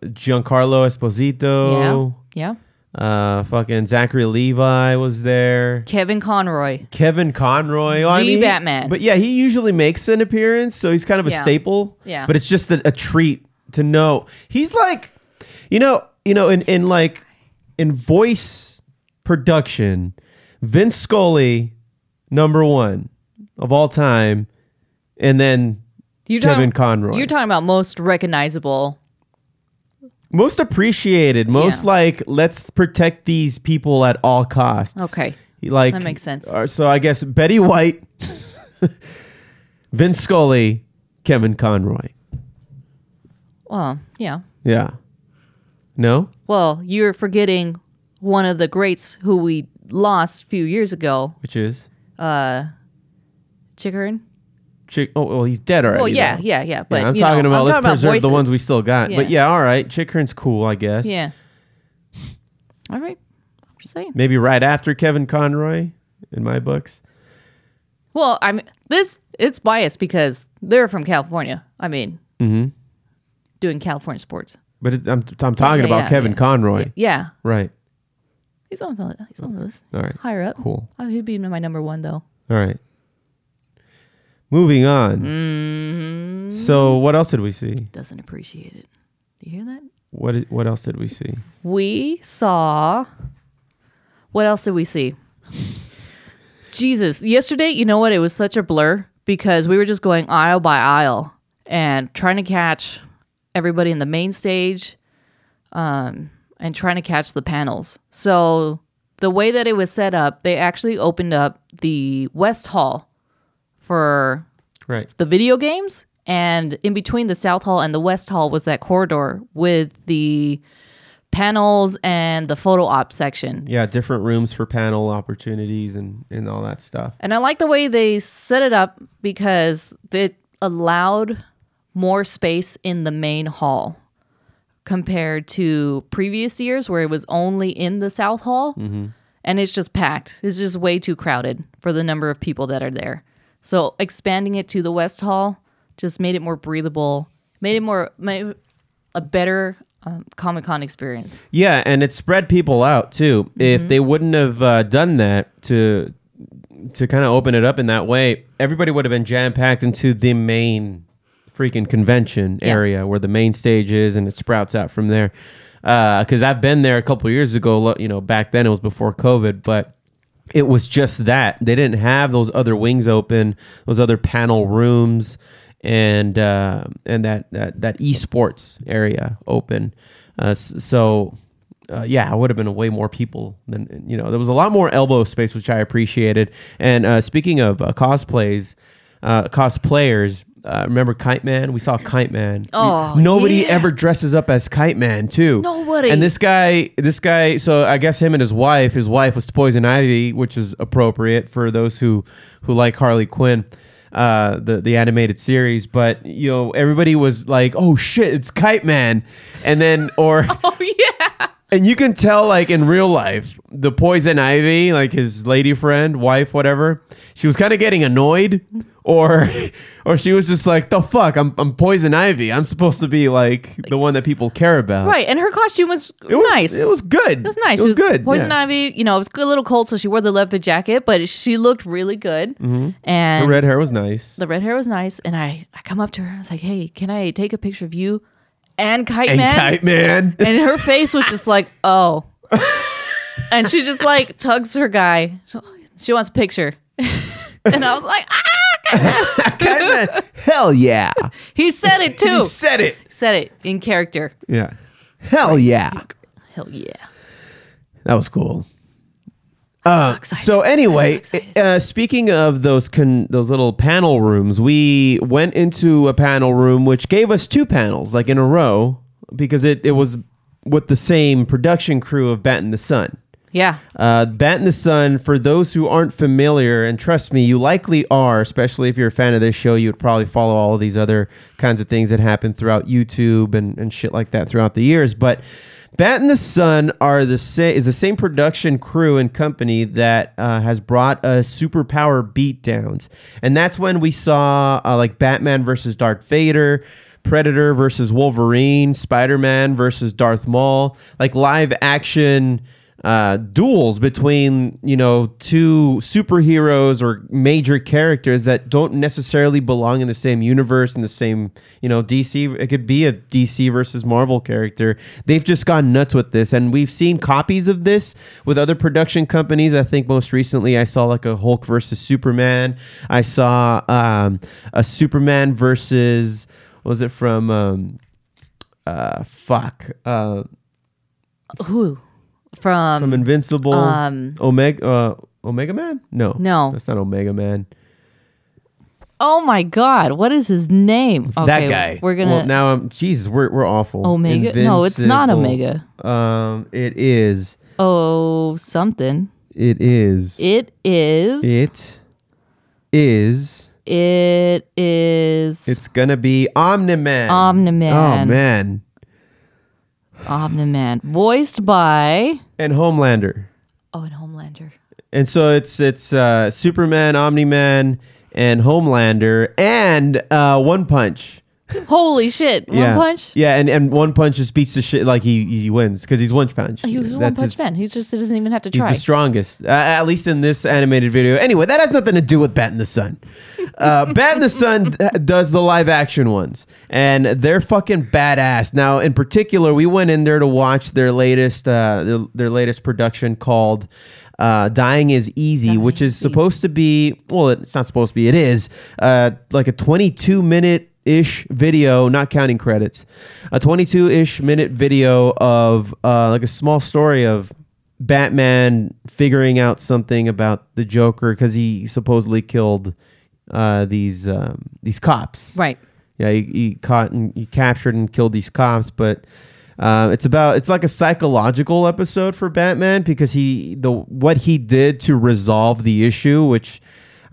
Speaker 2: Giancarlo Esposito.
Speaker 4: Yeah,
Speaker 2: Uh, fucking Zachary Levi was there.
Speaker 4: Kevin Conroy.
Speaker 2: Kevin Conroy, oh, I
Speaker 4: The
Speaker 2: mean, he-
Speaker 4: Batman.
Speaker 2: but yeah, he usually makes an appearance, so he's kind of a
Speaker 4: Yeah.
Speaker 2: staple.
Speaker 4: Yeah.
Speaker 2: But it's just a, a treat to know he's like, you know, you know, in in like in voice production, Vince Scully, number one of all time, and then
Speaker 4: You're
Speaker 2: Kevin
Speaker 4: talking,
Speaker 2: Conroy,
Speaker 4: You're talking about most recognizable.
Speaker 2: most appreciated, most like let's protect these people at all costs.
Speaker 4: Okay.
Speaker 2: like
Speaker 4: That makes sense.
Speaker 2: uh, so I guess Betty White, Vince Scully, Kevin Conroy.
Speaker 4: Well, yeah.
Speaker 2: Yeah. No.
Speaker 4: Well, you're forgetting one of the greats who we lost a few years ago.
Speaker 2: Which is
Speaker 4: Uh, Chickering.
Speaker 2: Chick. Oh, well, he's dead already.
Speaker 4: Well, yeah,
Speaker 2: though.
Speaker 4: yeah, yeah, but,
Speaker 2: I'm
Speaker 4: you
Speaker 2: talking
Speaker 4: know,
Speaker 2: about
Speaker 4: I'm
Speaker 2: let's
Speaker 4: talking about
Speaker 2: preserve the
Speaker 4: voices.
Speaker 2: ones we still got. But
Speaker 4: Yeah.
Speaker 2: yeah, all right. Chickern's cool, I guess.
Speaker 4: Yeah. All right. I'm just saying.
Speaker 2: Maybe right after Kevin Conroy, in my books.
Speaker 4: Well, I'm this. It's biased because they're from California. I mean,
Speaker 2: Mm-hmm.
Speaker 4: doing California sports.
Speaker 2: But it, I'm, I'm talking
Speaker 4: yeah,
Speaker 2: about
Speaker 4: yeah,
Speaker 2: Kevin
Speaker 4: yeah.
Speaker 2: Conroy.
Speaker 4: Y- yeah.
Speaker 2: Right.
Speaker 4: He's on the he's on the list.
Speaker 2: All right.
Speaker 4: Higher up.
Speaker 2: Cool.
Speaker 4: Oh, he'd be my number one though.
Speaker 2: All right. Moving on.
Speaker 4: Mm-hmm.
Speaker 2: Mm-hmm.
Speaker 4: Mm.
Speaker 2: So what else did we see?
Speaker 4: Doesn't appreciate it. Do you hear that?
Speaker 2: What i- what else did we see?
Speaker 4: We saw. What else did we see? Jesus. Yesterday, you know what? It was such a blur because we were just going aisle by aisle and trying to catch everybody in the main stage um, and trying to catch the panels. So, the way that it was set up, they actually opened up the West Hall for
Speaker 2: Right.
Speaker 4: the video games and in between the south hall and the west hall was that corridor with the panels and the photo op section
Speaker 2: Yeah, different rooms for panel opportunities and and all that stuff.
Speaker 4: and i like the way they set it up because it allowed more space in the main hall compared to previous years where it was only in the south hall
Speaker 2: Mhm.
Speaker 4: and it's just packed. It's just way too crowded for the number of people that are there. So expanding it to the West Hall just made it more breathable, made it more made it a better um, Comic Con experience.
Speaker 2: Yeah, and it spread people out too. If
Speaker 4: Mhm.
Speaker 2: they wouldn't have uh, done that to to kind of open it up in that way, everybody would have been jam packed into the main freaking convention
Speaker 4: Yeah.
Speaker 2: area where the main stage is, and it sprouts out from there. Because I've been there a couple years ago. lo- You know, back then it was before COVID, but it was just that they didn't have those other wings open, those other panel rooms, and uh, and that that that esports area open. Uh, s- so uh, yeah, it would have been way more people than you know. There was a lot more elbow space, which I appreciated. And uh, speaking of uh, cosplays, uh, cosplayers. Uh, remember Kite Man? We saw Kite Man.
Speaker 4: Oh,
Speaker 2: nobody
Speaker 4: yeah.
Speaker 2: ever dresses up as Kite Man too.
Speaker 4: Nobody.
Speaker 2: And this guy, this guy. So I guess him and his wife. His wife was Poison Ivy, which is appropriate for those who who like Harley Quinn, uh, the the animated series. But you know, everybody was like, "Oh shit, it's Kite Man," and then or
Speaker 4: Oh yeah.
Speaker 2: and you can tell, like in real life, the poison ivy, like his lady friend, wife, whatever, she was kind of getting annoyed, or, or she was just like, "The fuck, I'm, I'm poison ivy. I'm supposed to be like the one that people care about."
Speaker 4: right, and her costume was,
Speaker 2: was-
Speaker 4: nice.
Speaker 2: it was good.
Speaker 4: It was nice.
Speaker 2: It
Speaker 4: She
Speaker 2: was good,
Speaker 4: Poison
Speaker 2: yeah.
Speaker 4: Ivy, you know, it was a little cold, so she wore the leather jacket, but she looked really good.
Speaker 2: Mhm.
Speaker 4: And
Speaker 2: her red hair was nice.
Speaker 4: The red hair was nice, and I, I come up to her. I was like, "Hey, can I take a picture of you and Kite
Speaker 2: And
Speaker 4: Man?"
Speaker 2: Kite Man.
Speaker 4: and her face was just like, "Oh," and she just like tugs her guy. She- She wants a picture, and I was like,
Speaker 2: Hell yeah,
Speaker 4: "He said it too.
Speaker 2: He said it.
Speaker 4: Said it in character.
Speaker 2: yeah, hell yeah,
Speaker 4: Hell yeah."
Speaker 2: that was cool. Uh, so, anyway, uh, speaking of those con- those little panel rooms, we went into a panel room which gave us two panels like in a row because it, it was with the same production crew of Bat and the Sun.
Speaker 4: Yeah.
Speaker 2: Uh, Bat in the Sun, for those who aren't familiar, and trust me, you likely are, especially if you're a fan of this show, you would probably follow all of these other kinds of things that happen throughout YouTube and, and shit like that throughout the years. But Bat in the Sun are the sa- is the same production crew and company that uh, has brought us superpower beatdowns. And that's when we saw uh, like Batman versus Darth Vader. Predator versus Wolverine, Spider Man versus Darth Maul, like live action uh, duels between you know two superheroes or major characters that don't necessarily belong in the same universe in the same you know DC. It could be a DC versus Marvel character. They've just gone nuts with this, and we've seen copies of this with other production companies. I think most recently I saw like a Hulk versus Superman. I saw um, a Superman versus what was it from um, uh, fuck. Uh,
Speaker 4: Who? From
Speaker 2: from Invincible,
Speaker 4: um,
Speaker 2: Omega, uh, Omega Man? No,
Speaker 4: No.
Speaker 2: that's not Omega Man.
Speaker 4: Oh my God! What is his name?
Speaker 2: that guy.
Speaker 4: We're gonna.
Speaker 2: Well, now I'm. Jesus, we're we're awful.
Speaker 4: Omega? No, it's not Omega.
Speaker 2: Um, it is.
Speaker 4: oh, something.
Speaker 2: It is.
Speaker 4: It is.
Speaker 2: It is.
Speaker 4: It is
Speaker 2: It's gonna be Omniman.
Speaker 4: Omniman.
Speaker 2: Oh man,
Speaker 4: Omniman, voiced by
Speaker 2: and Homelander.
Speaker 4: oh, and Homelander.
Speaker 2: And so it's it's uh, Superman, Omni Man, and Homelander, and uh, One Punch.
Speaker 4: Holy shit! One
Speaker 2: yeah.
Speaker 4: punch.
Speaker 2: Yeah, and, and One Punch just beats the shit like he he wins because he's One Punch.
Speaker 4: He was a one
Speaker 2: That's
Speaker 4: punch
Speaker 2: his-
Speaker 4: man. He's just he doesn't even have to
Speaker 2: He's
Speaker 4: try.
Speaker 2: the strongest, uh, at least in this animated video. Anyway, that has nothing to do with Bat in the Sun. Uh, Bat in the Sun d- does the live action ones, and they're fucking badass. Now, in particular, we went in there to watch their latest uh, their, their latest production called uh, "Dying Is Easy," which is supposed to be well, it's not supposed to be. It is uh, like a 22 minute ish video, not counting credits, a 22 ish minute video of uh, like a small story of Batman figuring out something about the Joker because he supposedly killed uh, these um, these cops.
Speaker 4: Right.
Speaker 2: Yeah, he, he caught and he captured and killed these cops, but. Uh, it's about it's like a psychological episode for Batman because he the what he did to resolve the issue, which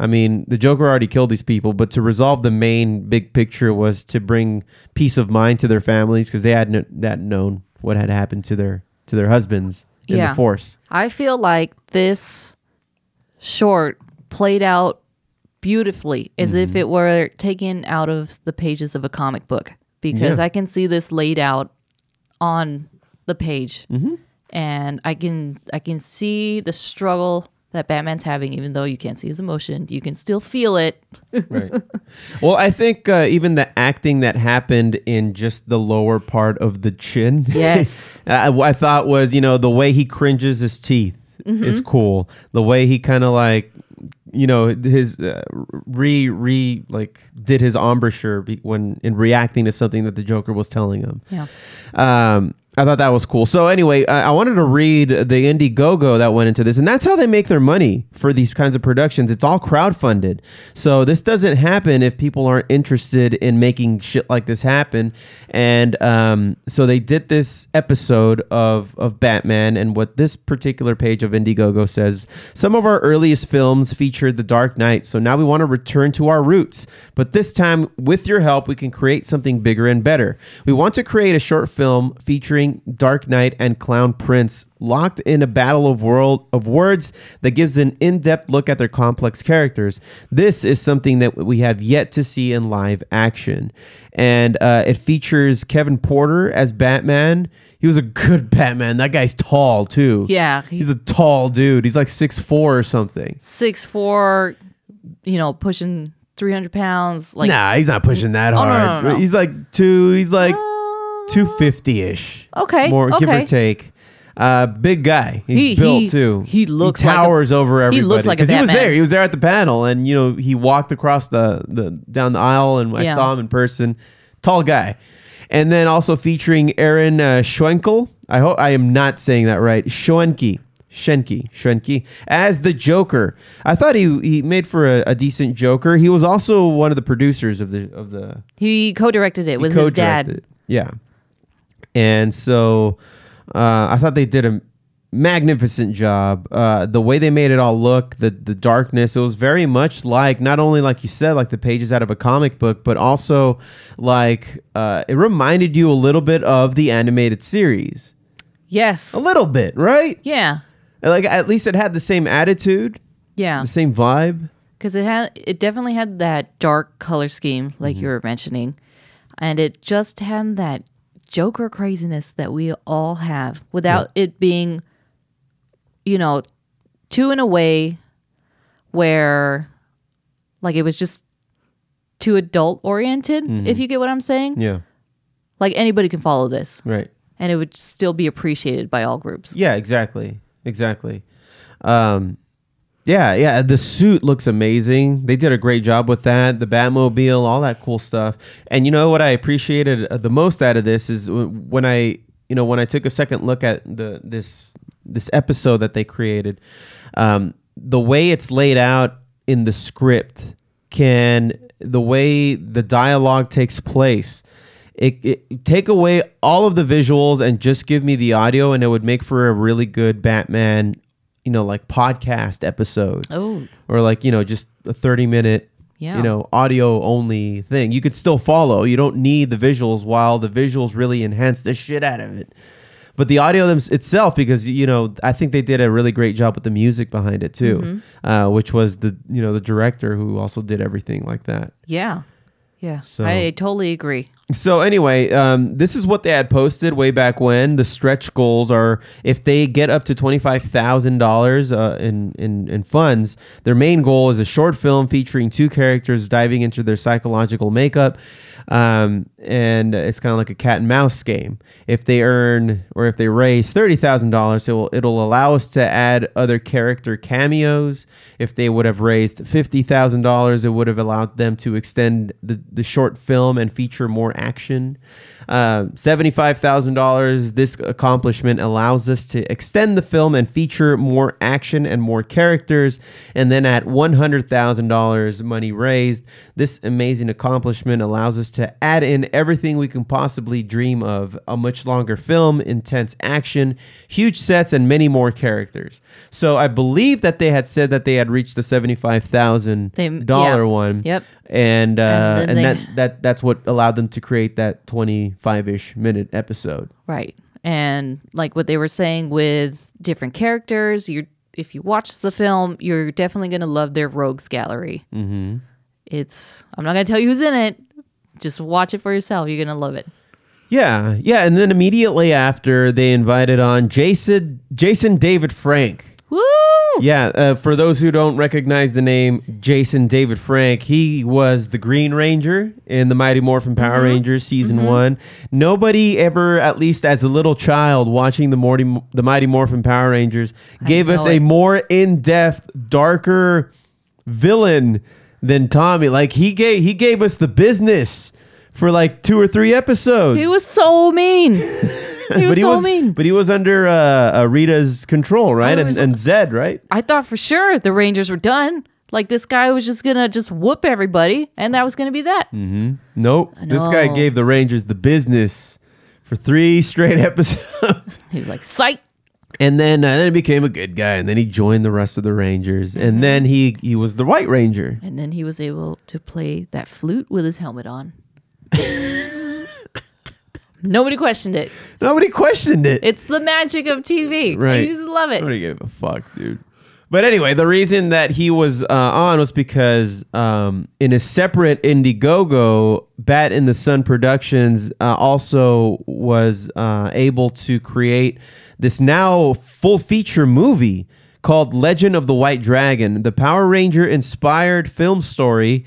Speaker 2: I mean, the Joker already killed these people, but to resolve the main big picture was to bring peace of mind to their families because they hadn't that known what had happened to their to their husbands in the force.
Speaker 4: I feel like this short played out beautifully as
Speaker 2: Mm-hmm.
Speaker 4: if it were taken out of the pages of a comic book because
Speaker 9: Yeah.
Speaker 4: I can see this laid out on the page.
Speaker 2: Mm-hmm.
Speaker 9: Mhm.
Speaker 4: And I can I can see the struggle that Batman's having even though you can't see his emotion, you can still feel it.
Speaker 2: Right. Well, I think uh, even the acting that happened in just the lower part of the chin.
Speaker 4: Yes.
Speaker 2: I, I thought was, you know, the way he cringes his teeth is
Speaker 4: Mhm.
Speaker 2: cool. The way he kind of like, you know, his uh, re, re, like did his embouchure be- when in reacting to something that the Joker was telling him.
Speaker 4: Yeah.
Speaker 2: Um, I thought that was cool. So anyway, I, I wanted to read the Indiegogo that went into this, and that's how they make their money for these kinds of productions. It's all crowdfunded, so this doesn't happen if people aren't interested in making shit like this happen. And um, so they did this episode of of Batman, and what this particular page of Indiegogo says: some of our earliest films featured the Dark Knight, so now we want to return to our roots, but this time with your help, we can create something bigger and better. We want to create a short film featuring Dark Knight and Clown Prince locked in a battle of world of words that gives an in-depth look at their complex characters. This is something that we have yet to see in live action, and uh, it features Kevin Porter as Batman. He was a good Batman. That guy's tall too.
Speaker 4: Yeah, he-
Speaker 2: he's a tall dude. He's like six four or something.
Speaker 4: Six four, you know, pushing three hundred pounds. Like
Speaker 2: nah, he's not pushing that
Speaker 4: Oh,
Speaker 2: hard.
Speaker 4: no, no, no, no.
Speaker 2: He's like two. He's like two fifty ish.
Speaker 4: Okay,
Speaker 2: more give
Speaker 4: okay.
Speaker 2: or take. Uh, big guy. He's
Speaker 4: He-
Speaker 2: built
Speaker 4: he-
Speaker 2: too.
Speaker 4: he looks
Speaker 2: He
Speaker 4: like a-
Speaker 2: towers over
Speaker 4: he
Speaker 2: everybody.
Speaker 4: looks like a
Speaker 2: 'Cause he was
Speaker 4: Batman.
Speaker 2: there. He was there at the panel, and you know he walked across the the down the aisle, and I
Speaker 4: Yeah.
Speaker 2: saw him in person. Tall guy, and then also featuring Aaron uh, Schwenkel. I hope I am not saying that right. Schwenke. Shenki, Schwenke, as the Joker. I thought he, he made for a, a decent Joker. He was also one of the producers of the of the
Speaker 4: He co-directed it
Speaker 2: he
Speaker 4: with his dad.
Speaker 2: co-directed. Yeah. And so uh, I thought they did a magnificent job. Uh, the way they made it all look, the the darkness, it was very much like not only like you said, like the pages out of a comic book, but also like uh, it reminded you a little bit of the animated series.
Speaker 4: Yes.
Speaker 2: A little bit, right?
Speaker 4: Yeah.
Speaker 2: Like at least it had the same attitude,
Speaker 4: Yeah.
Speaker 2: the same vibe.
Speaker 4: because it had it definitely had that dark color scheme like
Speaker 2: Mm-hmm.
Speaker 4: you were mentioning and it just had that joker craziness that we all have without it being you know too in a way where like it was just too adult oriented if
Speaker 9: Mhm.
Speaker 4: you get what i'm saying
Speaker 2: Mm-hmm. Yeah.
Speaker 4: like anybody can follow this
Speaker 2: Right.
Speaker 4: and it would still be appreciated by all groups
Speaker 2: Yeah, exactly. Exactly. Um yeah, yeah, the suit looks amazing. They did a great job with that. The Batmobile, all that cool stuff. And you know what I appreciated uh, the most out of this is w- when I, you know, when I took a second look at the this this episode that they created. Um the way it's laid out in the script can the way the dialogue takes place it, it take away all of the visuals and just give me the audio and it would make for a really good batman you know like podcast episode
Speaker 4: Oh.
Speaker 2: or like you know just a 30 minute
Speaker 4: Yeah.
Speaker 2: you know audio only thing you could still follow you don't need the visuals while the visuals really enhance the shit out of it but the audio them- itself, because you know, I think they did a really great job with the music behind it too,
Speaker 4: Mm-hmm.
Speaker 2: uh, which was the you know the director who also did everything like that.
Speaker 4: Yeah. Yeah.
Speaker 2: So-
Speaker 4: I totally agree.
Speaker 2: So anyway, um, this is what they had posted way back when. The stretch goals are if they get up to twenty five thousand uh, dollars in in in funds. Their main goal is a short film featuring two characters diving into their psychological makeup, um, and it's kind of like a cat and mouse game. If they earn or if they raise thirty thousand dollars, it will it'll allow us to add other character cameos. If they would have raised fifty thousand dollars, it would have allowed them to extend the, the short film and feature more action. Uh, Seventy-five thousand dollars. This accomplishment allows us to extend the film and feature more action and more characters. And then at one hundred thousand dollars, money raised, this amazing accomplishment allows us to add in everything we can possibly dream of: a much longer film, intense action, huge sets, and many more characters. So I believe that they had said that they had reached the seventy-five thousand
Speaker 4: They-
Speaker 2: thousand dollar
Speaker 4: yeah.
Speaker 2: one.
Speaker 4: Yep.
Speaker 2: And uh,
Speaker 4: And
Speaker 2: and,
Speaker 4: then they-
Speaker 2: that that that's what allowed them to create that 25 ish minute episode.
Speaker 4: Right. And like what they were saying with different characters, you're if you watch the film, you're definitely going to love their rogues gallery.
Speaker 2: Mm-hmm.
Speaker 4: It's I'm not going to tell you who's in it. Just watch it for yourself. You're going to love it.
Speaker 2: Yeah, yeah, and then immediately after they invited on Jason Jason David Frank.
Speaker 4: Woo!
Speaker 2: Yeah, uh, for those who don't recognize the name Jason David Frank, he was the Green Ranger in the Mighty Morphin Power
Speaker 4: Mm-hmm.
Speaker 2: Rangers season one. Nobody ever, at least as a little child, watching the Morty, the Mighty Morphin Power Rangers, gave us
Speaker 4: know
Speaker 2: a
Speaker 4: it.
Speaker 2: more in-depth, darker villain than Tommy. Like he gave he gave us the business for like two or three episodes
Speaker 4: He was so mean. He was
Speaker 2: but he
Speaker 4: so
Speaker 2: was,
Speaker 4: mean. Oh,
Speaker 2: but he was under uh, uh, Rita's control, right? And,
Speaker 4: was-
Speaker 2: and Zed, right?
Speaker 4: I thought for sure the Rangers were done. Like this guy was just going to just whoop everybody and that was going to be that.
Speaker 2: Mm-hmm. Nope. This guy
Speaker 4: know.
Speaker 2: gave the Rangers the business for three straight episodes,
Speaker 4: He's like, "Psych."
Speaker 2: and then uh, then he became a good guy, and then he joined the rest of the Rangers, and then he he was the White Ranger.
Speaker 4: And then he was able to play that flute with his helmet on. Nobody questioned it.
Speaker 2: Nobody questioned it.
Speaker 4: It's the magic of TV.
Speaker 2: Right.
Speaker 4: You just love it.
Speaker 2: Nobody gave a fuck, dude. But anyway, the reason that he was uh, on was because um, in a separate Indiegogo, Bat in the Sun Productions uh, also was uh, able to create this now full feature movie called Legend of the White Dragon, the Power Ranger inspired film story,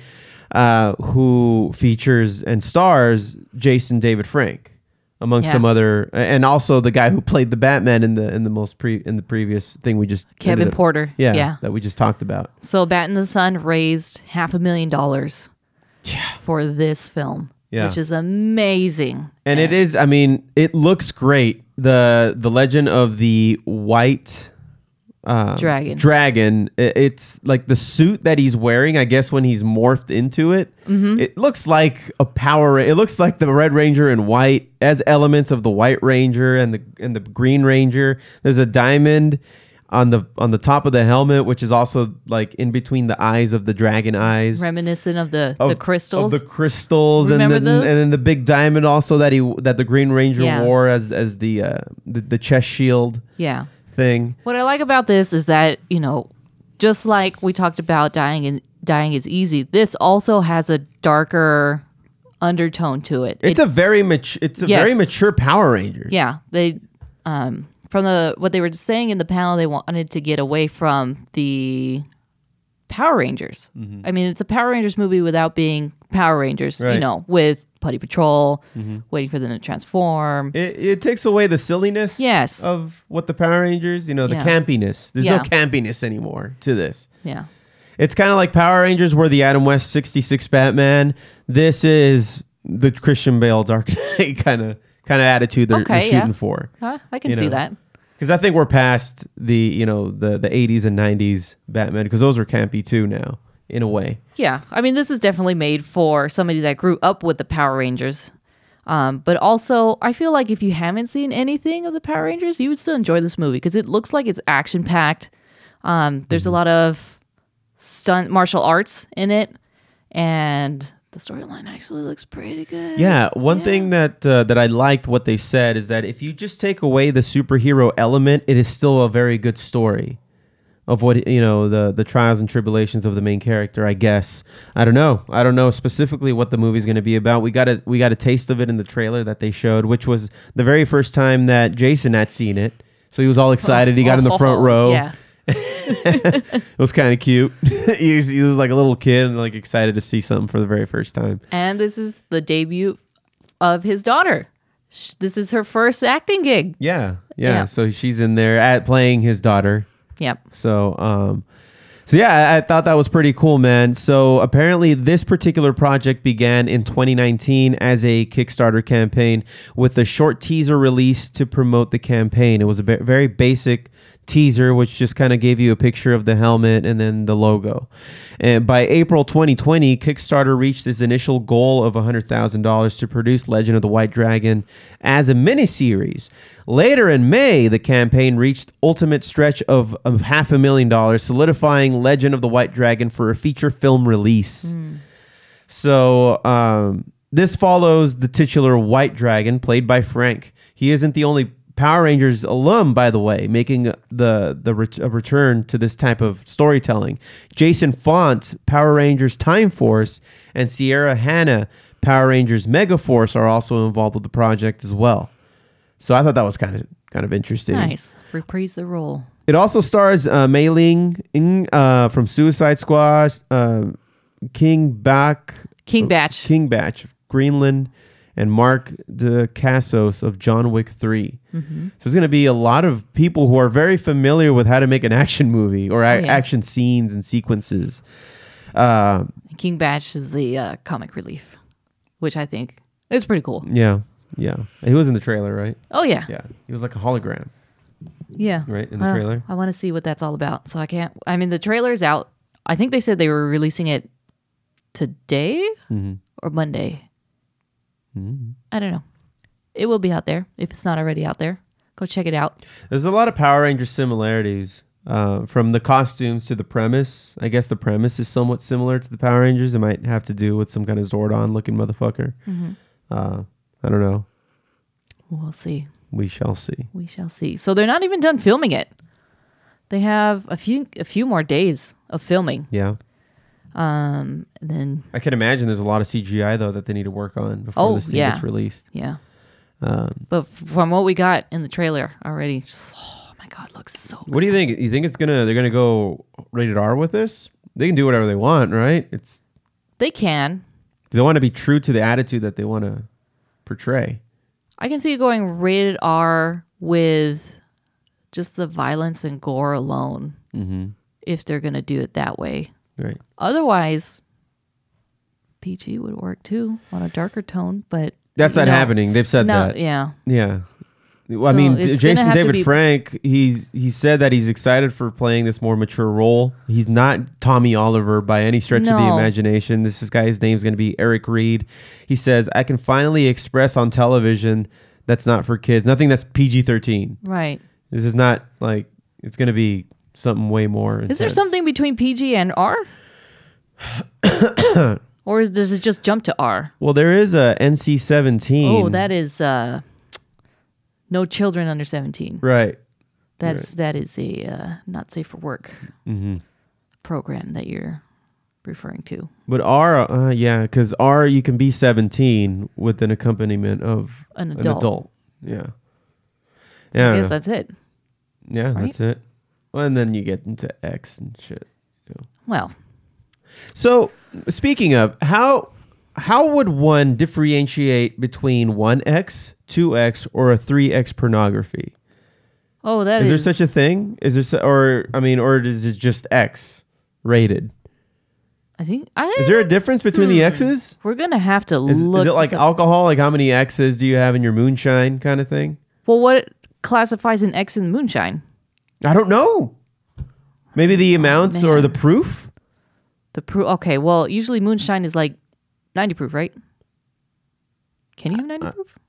Speaker 2: uh, who features and stars Jason David Frank among
Speaker 4: Yeah.
Speaker 2: some other, and also the guy who played the Batman in the in the most pre in the previous thing we just
Speaker 4: Kevin
Speaker 2: ended up-
Speaker 4: Porter.
Speaker 2: yeah,
Speaker 4: Yeah.
Speaker 2: that we just talked about.
Speaker 4: So Bat in the Sun raised half a million dollars for this film,
Speaker 2: Yeah.
Speaker 4: which is amazing.
Speaker 2: And it is, I mean, it looks great. the The Legend of the White um,
Speaker 4: Dragon.
Speaker 2: Dragon. i- It's like the suit that he's wearing. I guess when he's morphed into it,
Speaker 4: Mhm.
Speaker 2: it looks like a power. Ra- It looks like the Red Ranger and White as elements of the White Ranger and the and the Green Ranger. There's a diamond on the on the top of the helmet, which is also like in between the eyes of the dragon eyes
Speaker 4: Reminiscent of the, the crystals.
Speaker 2: Oh, of the crystals
Speaker 4: Remember
Speaker 2: and then
Speaker 4: those?
Speaker 2: and then the big diamond also that he that the Green Ranger
Speaker 4: Yeah.
Speaker 2: wore as as the uh the, the chest shield
Speaker 4: yeah.
Speaker 2: thing.
Speaker 4: What I like about this is that, you know, just like we talked about dying and dying is easy, this also has a darker undertone to it.
Speaker 2: It's
Speaker 4: It-
Speaker 2: a very mature it's a
Speaker 4: Yes.
Speaker 2: very mature Power Ranger.
Speaker 4: Yeah, they um from the what they were saying in the panel, they wanted to get away from the Power Rangers. I mean, it's a Power Rangers movie without being Power Rangers,
Speaker 2: Mm-hmm. Right.
Speaker 4: you know, with Putty Patrol,
Speaker 2: Mhm.
Speaker 4: waiting for them to transform.
Speaker 2: It, it takes away the silliness
Speaker 4: Yes.
Speaker 2: of what the Power Rangers, you know, the
Speaker 4: Yeah.
Speaker 2: campiness. There's no
Speaker 4: Yeah.
Speaker 2: campiness anymore to this.
Speaker 4: yeah.
Speaker 2: It's kind of like Power Rangers were the Adam West 66 Batman. This is the Christian Bale Dark Knight kind of kind of attitude they're, they're
Speaker 4: Okay, yeah.
Speaker 2: shooting for.
Speaker 4: Huh? I can see that.
Speaker 2: Because I think we're past the you know the the 80s and 90s Batman because those are campy too now in a way.
Speaker 4: Yeah, I mean, this is definitely made for somebody that grew up with the Power Rangers. Um, but also, I feel like if you haven't seen anything of the Power Rangers, you would still enjoy this movie because it looks like it's action packed. Um, there's a lot of stunt martial arts in it, and the storyline actually looks pretty good.
Speaker 2: Yeah, one thing that uh, that I liked what they said is that if you just take away the superhero element, it is still a very good story of what you know the the trials and tribulations of the main character. I guess I don't know. I don't know specifically what the movie's going to be about. We got a we got a taste of it in the trailer that they showed, which was the very first time that Jason had seen it. So he was all excited. He got in the front row.
Speaker 4: Yeah.
Speaker 2: It was kind of cute. he, was, he was like a little kid and like excited to see something for the very first time.
Speaker 4: And this is the debut of his daughter. Sh- This is her first acting gig.
Speaker 2: Yeah, yeah.
Speaker 4: Yeah.
Speaker 2: So she's in there at playing his daughter.
Speaker 4: Yep.
Speaker 2: So, um, so yeah, I, I thought that was pretty cool, man. So apparently, this particular project began in 2019 as a Kickstarter campaign with a short teaser release to promote the campaign. It was a ba- very basic teaser which just kind of gave you a picture of the helmet and then the logo and by april 2020 kickstarter reached its initial goal of $100000 to produce legend of the white dragon as a miniseries later in may the campaign reached ultimate stretch of, of half a million dollars solidifying legend of the white dragon for a feature film release so um, this follows the titular White Dragon, played by Frank. He isn't the only Power Rangers alum, by the way, making the the ret- a return to this type of storytelling. Jason Font, Power Rangers Time Force, and Sierra Hanna, Power Rangers Mega Force, are also involved with the project as well. So I thought that was kind of kind of interesting.
Speaker 4: Nice. Reprise the role.
Speaker 2: It also stars uh, Mei Ling Ng, uh, from Suicide Squad, uh, King Bak, uh,
Speaker 4: King Batch,
Speaker 2: King Batch of Greenland, and Mark DeCassos of John Wick 3
Speaker 4: Mhm.
Speaker 2: So it's going to be a lot of people who are very familiar with how to make an action movie or a-
Speaker 4: yeah.
Speaker 2: action scenes and sequences. Um,
Speaker 4: King Batch is the uh, comic relief, which I think is pretty cool.
Speaker 2: yeah, yeah. He was in the trailer, right?
Speaker 4: Oh, yeah.
Speaker 2: yeah. He was like a hologram.
Speaker 4: Yeah.
Speaker 2: Right, in the
Speaker 4: Uh,
Speaker 2: trailer?
Speaker 4: I want to see what that's all about. So I can't. I mean, the trailer's out. I think they said they were releasing it today
Speaker 2: Mhm.
Speaker 4: or Monday.
Speaker 2: Mm-hmm.
Speaker 4: I don't know. It will be out there if it's not already out there. Go check it out.
Speaker 2: There's a lot of Power Ranger similarities uh, from the costumes to the premise. I guess the premise is somewhat similar to the Power Rangers. It might have to do with some kind of Zordon looking motherfucker.
Speaker 4: Mhm.
Speaker 2: Uh, I don't know.
Speaker 4: We'll see.
Speaker 2: We shall see.
Speaker 4: We shall see. So they're not even done filming it. They have a few a few more days of filming.
Speaker 2: Yeah.
Speaker 4: Um. And then
Speaker 2: I can imagine there's a lot of CGI though that they need to work on before
Speaker 4: Oh,
Speaker 2: this thing
Speaker 4: yeah.
Speaker 2: gets released.
Speaker 4: Yeah.
Speaker 2: Um,
Speaker 4: But f- from what we got in the trailer already, just, oh my god, looks so.
Speaker 2: what do you think? You think it's gonna they're gonna go rated R with this? They can do whatever they want, right? It's
Speaker 4: They can.
Speaker 2: they want to be true to the attitude that they want to portray.
Speaker 4: I can see it going rated R with just the violence and gore alone.
Speaker 2: Mhm.
Speaker 4: If they're gonna do it that way,
Speaker 2: Right.
Speaker 4: Otherwise, PG would work too on a darker tone. But
Speaker 2: That's
Speaker 4: you
Speaker 2: not
Speaker 4: know,
Speaker 2: happening. They've said
Speaker 4: no,
Speaker 2: that.
Speaker 4: Yeah.
Speaker 2: Yeah. Well, I
Speaker 4: So
Speaker 2: mean,
Speaker 4: it's
Speaker 2: J-
Speaker 4: gonna
Speaker 2: Jason
Speaker 4: have to
Speaker 2: David
Speaker 4: be-
Speaker 2: Frank, he's he said that he's excited for playing this more mature role. He's not Tommy Oliver by any stretch of the
Speaker 4: No.
Speaker 2: imagination. This is guy's name's going to be Eric Reed. He says, "I can finally express on television that's not for kids. Nothing that's PG-13.
Speaker 4: Right.
Speaker 2: This is not like it's going to be something way more."
Speaker 4: Is there something between PG and R,
Speaker 2: something?
Speaker 4: or is, does it just jump to R?
Speaker 2: well, there is a NC-17.
Speaker 4: Oh, that is uh, no children under seventeen.
Speaker 2: right.
Speaker 4: That's that is a uh, not safe for work
Speaker 2: Mhm.
Speaker 4: program that you're referring to.
Speaker 2: But R, uh, yeah, because R, you can be 17 with an accompaniment of
Speaker 4: An adult.
Speaker 2: Yeah.
Speaker 4: So
Speaker 2: yeah
Speaker 4: I
Speaker 2: don't
Speaker 4: guess
Speaker 2: know.
Speaker 4: that's it.
Speaker 2: Yeah,
Speaker 4: right?
Speaker 2: that's it. Well, and then you get into X and shit. Yeah.
Speaker 4: Well,
Speaker 2: So, speaking of how how would one differentiate between one X, two X, or a three X pornography?
Speaker 4: oh, that
Speaker 2: is
Speaker 4: is
Speaker 2: there such a thing? Is there, su- or I mean, or is it just X rated?
Speaker 4: I think I
Speaker 2: Is there a difference between the
Speaker 4: Hmm.
Speaker 2: X's?
Speaker 4: We're gonna have to
Speaker 2: Is, is
Speaker 4: look.
Speaker 2: it like
Speaker 4: this up.
Speaker 2: alcohol? Like how many X's do you have in your moonshine kind of thing?
Speaker 4: well, what classifies an X in moonshine?
Speaker 2: I don't know. Maybe
Speaker 4: Oh,
Speaker 2: the amounts or the proof?
Speaker 4: The proof. Okay, well, usually moonshine is like ninety proof, right? Can you have
Speaker 2: Uh,
Speaker 4: ninety proof?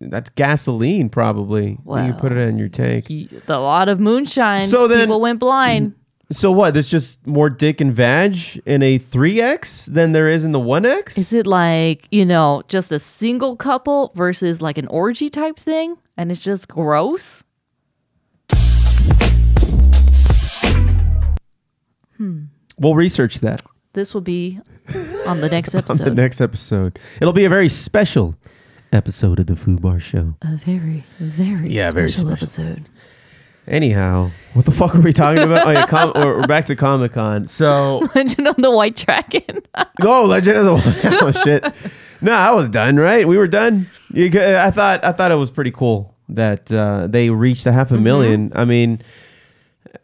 Speaker 2: That's gasoline, probably. Well, you put it in your tank.
Speaker 4: The lot of moonshine.
Speaker 2: So then-
Speaker 4: people went blind.
Speaker 2: So what? There's just more dick and vag in a 3X than there is in the 1X?
Speaker 4: Is it like, you know, just a single couple versus like an orgy type thing? And it's just gross? Hmm.
Speaker 2: We'll research that
Speaker 4: This will be on the next
Speaker 2: on
Speaker 4: episode.
Speaker 2: the next episode. It'll be a very special episode of the Foo Bar Show.
Speaker 4: a very, very
Speaker 2: Yeah,
Speaker 4: special,
Speaker 2: very special.
Speaker 4: episode.
Speaker 2: Anyhow, what the fuck were we talking about? oh, yeah, com- we're, we're back to Comic Con. So,
Speaker 4: Legend of the White Dragon.
Speaker 2: no, Legend of the oh shit. No, I was done. Right, we were done. You, g- I thought I thought it was pretty cool that uh, they reached a half
Speaker 4: Mm-hmm.
Speaker 2: a 1000000 I mean,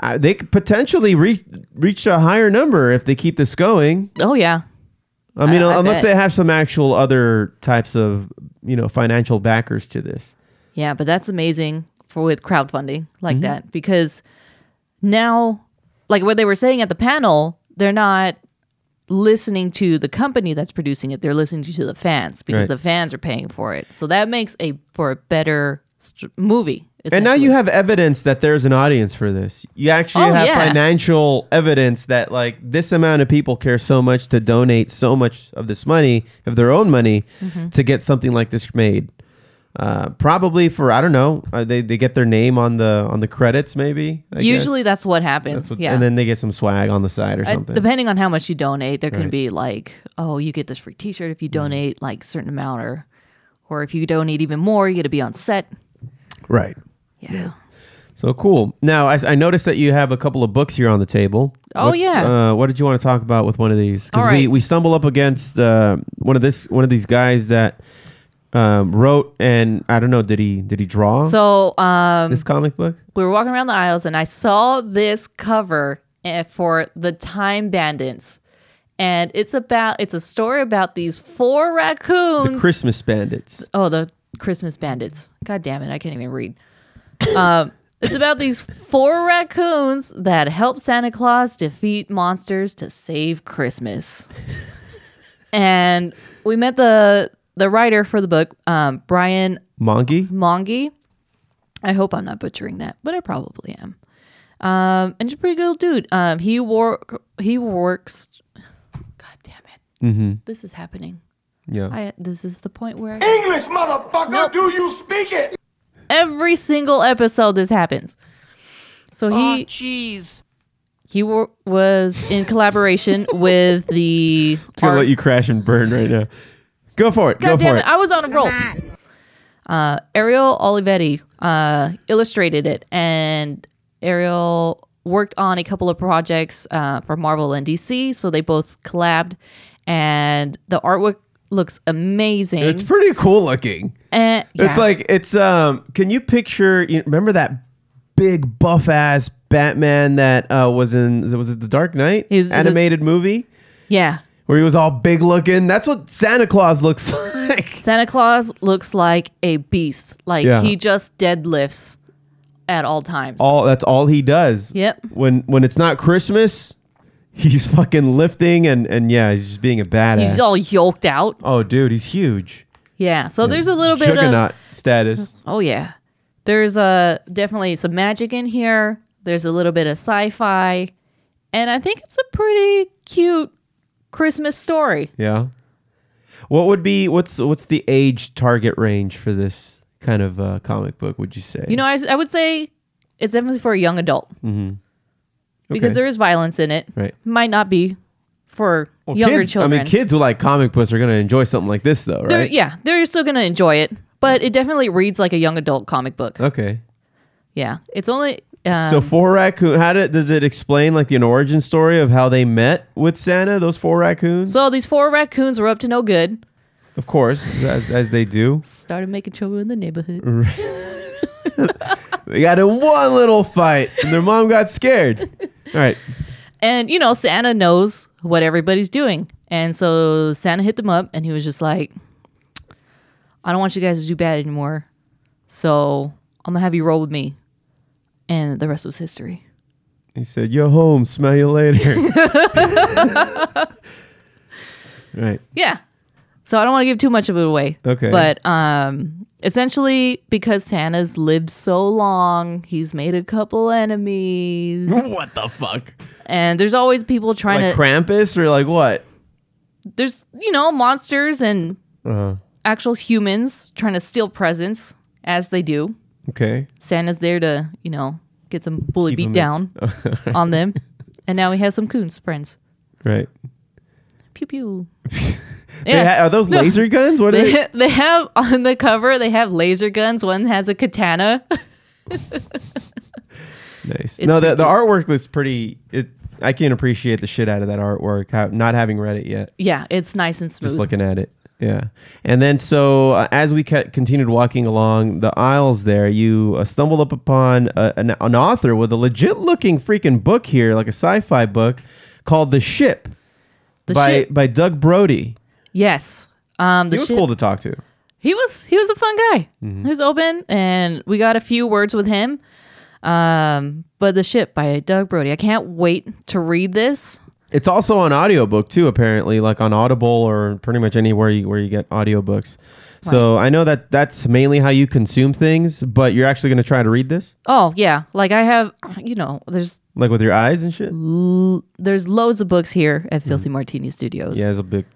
Speaker 2: I, they could potentially reach reach a higher number if they keep this going.
Speaker 4: Oh yeah.
Speaker 2: I mean,
Speaker 4: I- I
Speaker 2: unless
Speaker 4: bet.
Speaker 2: they have some actual other types of you know financial backers to this.
Speaker 4: Yeah, but that's amazing for with crowdfunding like
Speaker 2: Mhm.
Speaker 4: that because now, like what they were saying at the panel, they're not listening to the company that's producing it; they're listening to the fans because
Speaker 2: Right.
Speaker 4: the fans are paying for it. So that makes a for a better st- movie.
Speaker 2: And now you have evidence that there's an audience for this. You actually
Speaker 4: Oh,
Speaker 2: have
Speaker 4: yeah.
Speaker 2: financial evidence that like this amount of people care so much to donate so much of this money, of their own money,
Speaker 4: Mm-hmm.
Speaker 6: Mhm.
Speaker 2: to get something like this made. Uh, probably for I don't know. Uh, they they get their name on the on the credits maybe. I guess.
Speaker 4: Usually, that's what happens.
Speaker 2: That's what-
Speaker 4: yeah.
Speaker 2: And then they get some swag on the side or
Speaker 4: Uh,
Speaker 2: something.
Speaker 4: depending on how much you donate, there can
Speaker 2: Right. Mm-hmm.
Speaker 4: be like, oh, you get this free T-shirt if you donate like certain amount, or or if you donate even more, you get to be on set.
Speaker 2: right.
Speaker 4: Yeah.
Speaker 2: So cool. Now I, I noticed that you have a couple of books here on the table.
Speaker 4: Oh, yeah.
Speaker 2: Uh, what did you want to talk about with one of these? Because
Speaker 4: All
Speaker 2: we
Speaker 4: right.
Speaker 2: we stumble up against uh, one of this one of these guys that um, wrote and I don't know did he did he draw
Speaker 4: So um,
Speaker 2: this comic book?
Speaker 4: we were walking around the aisles, and I saw this cover eh, for the Time Bandits, and it's about it's a story about these four raccoons.
Speaker 2: The Christmas Bandits.
Speaker 4: Oh, the Christmas Bandits. God damn it, I can't even read. Um, it's about these four raccoons that help Santa Claus defeat monsters to save Christmas. and we met the the writer for the book, um, Brian
Speaker 2: Mongi.
Speaker 4: Mongi. I hope I'm not butchering that, but I probably am. Um, and he's a pretty good dude. Um, he work he works.
Speaker 2: Mm-hmm.
Speaker 4: This is happening.
Speaker 2: Yeah.
Speaker 4: I, this is the point where I
Speaker 8: English, motherfucker, do you speak it?
Speaker 4: every single episode this happens. So he
Speaker 8: jeez.
Speaker 4: he wa- was in collaboration with the
Speaker 2: It's gonna
Speaker 4: art-
Speaker 2: let you crash and burn right now. Go for it.
Speaker 4: God
Speaker 2: go
Speaker 4: damn
Speaker 2: for
Speaker 4: it.
Speaker 2: it.
Speaker 4: I was on a roll. Uh, Ariel Olivetti uh, illustrated it, and Ariel worked on a couple of projects uh, for Marvel and DC. So they both collabed, and the artwork looks amazing.
Speaker 2: It's pretty cool looking.
Speaker 4: And, yeah.
Speaker 2: It's like it's um. Can you picture? You remember that big buff ass Batman that uh, was in was it the Dark Knight
Speaker 4: He's-
Speaker 2: animated movie
Speaker 4: yeah.
Speaker 2: where he was all big looking? That's what Santa Claus looks like.
Speaker 4: Santa Claus looks like a beast. Like
Speaker 2: Yeah.
Speaker 4: he just deadlifts at all times.
Speaker 2: All that's all he does.
Speaker 4: Yep.
Speaker 2: When when it's not Christmas, he's fucking lifting and and yeah, he's just being a badass.
Speaker 4: He's all yoked out.
Speaker 2: oh, dude, he's huge.
Speaker 4: Yeah. So there's a little bit
Speaker 2: Juggernaut
Speaker 4: of
Speaker 2: status.
Speaker 4: Oh yeah. There's uh, definitely some magic in here. There's a little bit of sci-fi. And I think it's a pretty cute Christmas story.
Speaker 2: Yeah. What would be what's what's the age target range for this kind of uh, comic book? Would you say?
Speaker 4: You know, I, s- I would say it's definitely for a young adult
Speaker 2: mm-hmm.
Speaker 4: because there is violence in it.
Speaker 2: Right.
Speaker 4: Might not be for
Speaker 2: Well,
Speaker 4: younger
Speaker 2: kids,
Speaker 4: children.
Speaker 2: I mean, kids who like comic books are going to enjoy something like this, though,
Speaker 4: They're,
Speaker 2: right?
Speaker 4: yeah, they're still gonna enjoy it, but it definitely reads like a young adult comic book.
Speaker 2: Okay.
Speaker 4: Yeah, it's only um,
Speaker 2: so four raccoon. How did, does it explain like an origin story of how they met with Santa? Those four raccoons,
Speaker 4: so these four raccoons were up to no good.
Speaker 2: of course, as as they do.
Speaker 4: Started making trouble in the neighborhood.
Speaker 2: they got in one little fight, and their mom got scared. All right.
Speaker 4: And you know, Santa knows what everybody's doing. And so Santa hit them up and he was just like, I don't want you guys to do bad anymore. So I'm gonna have you roll with me. And the rest was history.
Speaker 2: He said, "Yo, home. Smell you later." right.
Speaker 4: Yeah. So I don't want to give too much of it away.
Speaker 2: Okay.
Speaker 4: But um, essentially, because Santa's lived so long, he's made a couple enemies.
Speaker 2: what the fuck?
Speaker 4: And there's always people trying
Speaker 2: Like
Speaker 4: to.
Speaker 2: Krampus or like what?
Speaker 4: There's you know monsters and Uh-huh.
Speaker 2: Uh,
Speaker 4: actual humans trying to steal presents as they do.
Speaker 2: okay.
Speaker 4: Santa's there to you know get some bully
Speaker 2: Keep
Speaker 4: beat
Speaker 2: 'em in-
Speaker 4: down on them, and now he has some coons friends.
Speaker 2: Right.
Speaker 4: Pew pew.
Speaker 2: They ha- are those
Speaker 4: No.
Speaker 2: laser guns? What are
Speaker 4: They,
Speaker 2: they?
Speaker 4: they have on the cover. They have laser guns. One has a katana.
Speaker 2: Nice. no, the, the artwork is pretty. It I can appreciate the shit out of that artwork. How, not having read it yet,
Speaker 4: yeah, it's nice and smooth.
Speaker 2: just looking at it. Yeah. And then so uh, as we ca- continued walking along the aisles there, you uh, stumbled up upon uh, an, an author with a legit looking freaking book here, like a sci-fi book called The Ship
Speaker 4: The
Speaker 2: by
Speaker 4: Ship.
Speaker 2: by Doug Brody.
Speaker 4: yes. Um, the
Speaker 2: he was
Speaker 4: ship-
Speaker 2: cool to Mm-hmm. talk to.
Speaker 4: he was he was a fun guy. He was open, and we got a few words with him. Um, but the ship by Doug Brody. I can't wait to read this.
Speaker 2: It's also on audiobook too, apparently, like on Audible or pretty much anywhere you, where you get audiobooks. So I know that that's mainly how you consume things, but you're actually going to try to read this,
Speaker 4: Oh yeah, like I have, you know, there's
Speaker 2: like with your eyes and shit. Hmm.
Speaker 4: l- there's loads of books here at Filthy Martini Studios.
Speaker 2: Yeah, there's a big,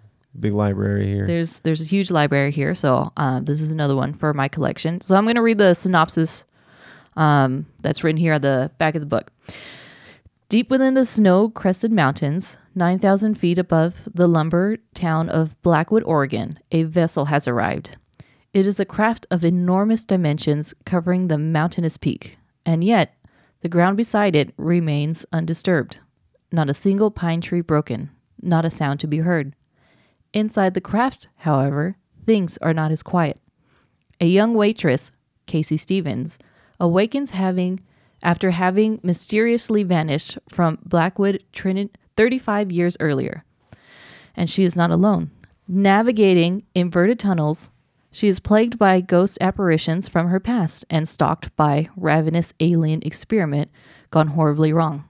Speaker 2: big library here.
Speaker 4: There's there's a huge library here, so uh, this is another one for my collection. So I'm going to read the synopsis um, that's written here at the back of the book. Deep within the snow-crested mountains, 9,000 feet above the lumber town of Blackwood, Oregon, a vessel has arrived. It is a craft of enormous dimensions covering the mountainous peak, and yet the ground beside it remains undisturbed. Not a single pine tree broken, not a sound to be heard. Inside the craft, however, things are not as quiet. A young waitress, Casey Stevens, awakens having after having mysteriously vanished from Blackwood Trinid 35 years earlier. And she is not alone. Navigating inverted tunnels, she is plagued by ghost apparitions from her past and stalked by ravenous alien experiment gone horribly wrong.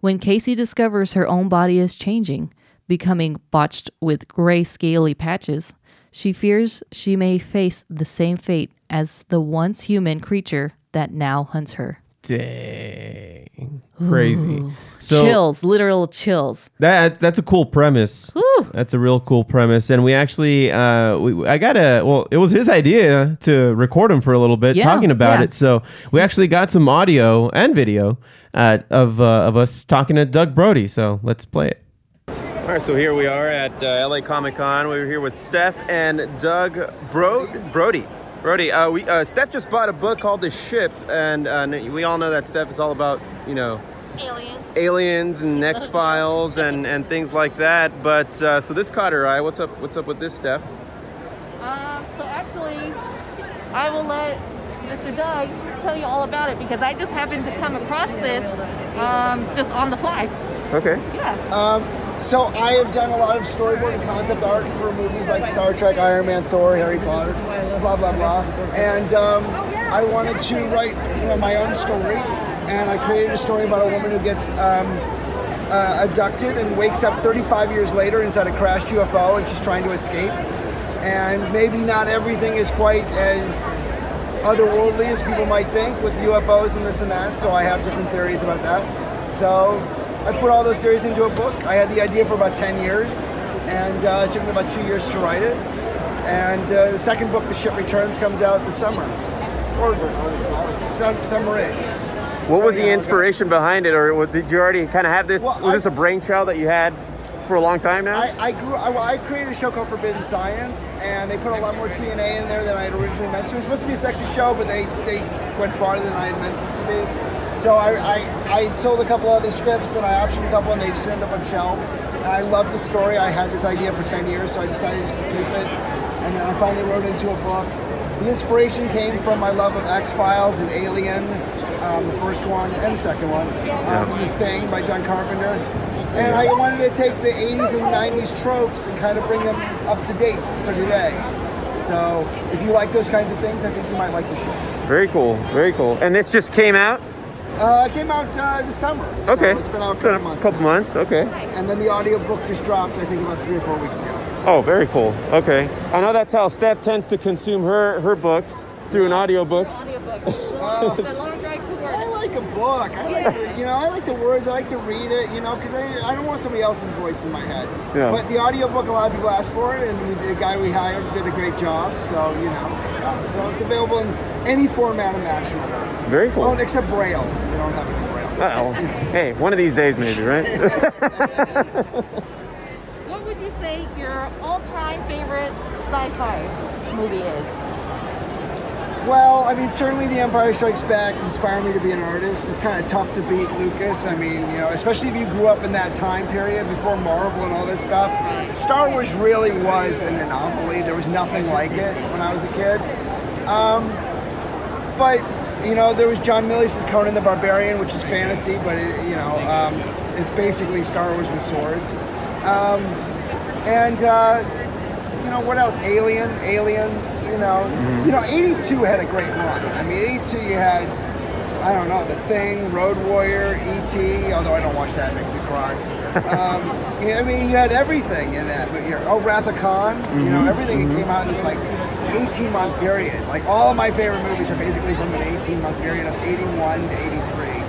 Speaker 4: When Casey discovers her own body is changing, becoming botched with gray, scaly patches, she fears she may face the same fate as the once human creature that now hunts her.
Speaker 2: Dang, crazy.
Speaker 4: Ooh.
Speaker 2: So-
Speaker 4: chills, literal chills.
Speaker 2: That that's a cool premise.
Speaker 4: Whew.
Speaker 2: That's a real cool premise, and we actually, uh, we, I got a well. It was his idea to record him for a little bit,
Speaker 4: Yeah,
Speaker 2: talking about
Speaker 4: yeah.
Speaker 2: it. So we actually got some audio and video uh, of uh, of us talking to Doug Brody. So let's play it. All right, so here we are at uh, LA Comic Con. We're here with Steph and Doug Brod- Brody. Brody, uh, we uh, Steph just bought a book called The Ship, and uh, we all know that Steph is all about you know aliens, aliens and X Files and and things like that. But uh, so this caught her eye. What's up? What's up with this, Steph?
Speaker 4: Um, so actually, I will let Mr. Doug tell you all about it because I just happened to come across this um, just on the fly.
Speaker 2: Okay.
Speaker 10: Um, so I have done a lot of storyboard and concept art for movies like Star Trek, Iron Man, Thor, Harry Potter, blah blah blah. And um, I wanted to write you know, my own story, and I created a story about a woman who gets um, uh, abducted and wakes up 35 years later inside a crashed UFO, and she's trying to escape. And maybe not everything is quite as otherworldly as people might think with UFOs and this and that. So I have different theories about that. So I put all those theories into a book. I had the idea for about 10 years, and uh, it took me about two years to write it. And uh, the second book, The Ship Returns, comes out this summer, or some, summerish.
Speaker 2: What was the inspiration behind it, or what- did you already kind of have this?
Speaker 10: Well,
Speaker 2: was
Speaker 10: I-
Speaker 2: this a brainchild that you had for a long time now?
Speaker 10: I, I grew. I, well, I created a show called Forbidden Science, and they put a lot more TNA in there than I had originally meant to. It was supposed to be a sexy show, but they they went farther than I had meant it to be. So I, I, I sold a couple other scripts and I optioned a couple and they just ended up on shelves. And I loved the story. I had this idea for 10 years, so I decided just to keep it. And then I finally wrote it into a book. The inspiration came from my love of X Files and Alien, um, the first one and the second one, um, and The Thing by John Carpenter. And I wanted to take the 80s and 90s tropes and kind of bring them up to date for today. So if you like those kinds of things, I think you might like the show.
Speaker 2: Very cool. Very cool. And this just came out.
Speaker 10: Uh, it came out uh, this summer. so
Speaker 2: Okay.
Speaker 10: it's been out
Speaker 2: It's
Speaker 10: a
Speaker 2: been
Speaker 10: couple
Speaker 2: a
Speaker 10: months.
Speaker 2: couple
Speaker 10: now.
Speaker 2: months, okay.
Speaker 10: And then the audiobook just dropped, I think, about three or four weeks ago.
Speaker 2: Oh, very cool. Okay. I know that's how Steph tends to consume her her books through an audiobook.
Speaker 10: Uh, I like a book. I like, the- you know, I like the words. I like to read it, you know, because I, I don't want somebody else's voice in my head.
Speaker 2: Yeah.
Speaker 10: But the audiobook, a lot of people asked for it, and we did, the guy we hired did a great job. So you know, uh, so it's available in any format imaginable.
Speaker 2: Very cool.
Speaker 10: Oh, and except Braille. We don't have it in Braille.
Speaker 2: Uh-oh. Hey, one of these days maybe, right?
Speaker 11: What would you say your all-time favorite sci-fi movie is?
Speaker 10: Well, I mean, certainly The Empire Strikes Back inspired me to be an artist. It's kind of tough to beat Lucas. I mean, you know, especially if you grew up in that time period before Marvel and all this stuff. Star Wars really was an anomaly. There was nothing like it when I was a kid. Um, but, you know, there was John Milius' Conan the Barbarian, which is fantasy, but, it, you know, um, it's basically Star Wars with swords. Um, and, uh, you know what else? Alien, aliens. You know,
Speaker 8: Mhm.
Speaker 10: you know, '82 had a great run. I mean, '82 you had, I don't know, The Thing, Road Warrior, E.T. Although I don't watch that, it makes me cry. Um, yeah, I mean, you had everything in that year. Oh, Wrath of Khan. You know,
Speaker 8: Mhm,
Speaker 10: everything
Speaker 8: mhm.
Speaker 10: that came out in this like 18 month period. Like all of my favorite movies are basically from an 18 month period of '81 to '83.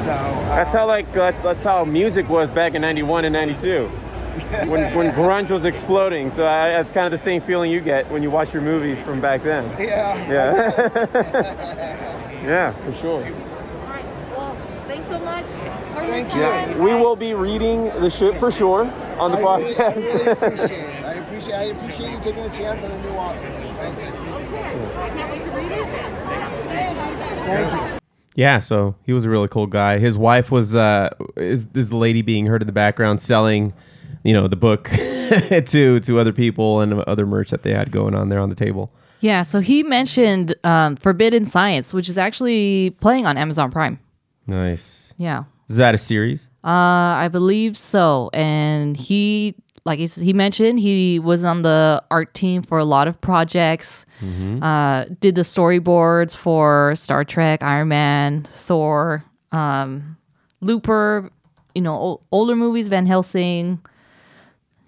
Speaker 10: So. uh,
Speaker 2: That's how like that's, that's how music was back in '91 and '92, when when grunge was exploding. So I, that's kind of the same feeling you get when you watch your movies from back then.
Speaker 10: Yeah.
Speaker 2: Yeah. yeah, for sure.
Speaker 11: All right. Well, thanks so much. For
Speaker 10: Thank
Speaker 11: your
Speaker 2: Yeah,
Speaker 11: time.
Speaker 2: we will be reading the shit for sure on the
Speaker 10: I really- I
Speaker 2: podcast.
Speaker 10: really appreciate it. I appreciate, I appreciate you taking a chance on a new author. So thank you.
Speaker 11: I can't wait to read it.
Speaker 10: Thank you.
Speaker 2: Yeah, so he was a really cool guy. His wife was uh is is the lady being heard in the background selling, you know, the book to to other people and other merch that they had going on there on the table.
Speaker 4: Yeah, so he mentioned um, Forbidden Science, which is actually playing on Amazon Prime.
Speaker 2: Nice.
Speaker 4: Yeah.
Speaker 2: Is that a series?
Speaker 4: Uh, I believe so. And he, like he, s- he mentioned, he was on the art team for a lot of projects.
Speaker 2: Mhm.
Speaker 4: Uh, did the storyboards for Star Trek, Iron Man, Thor, um, Looper, you know, ol- older movies, Van Helsing.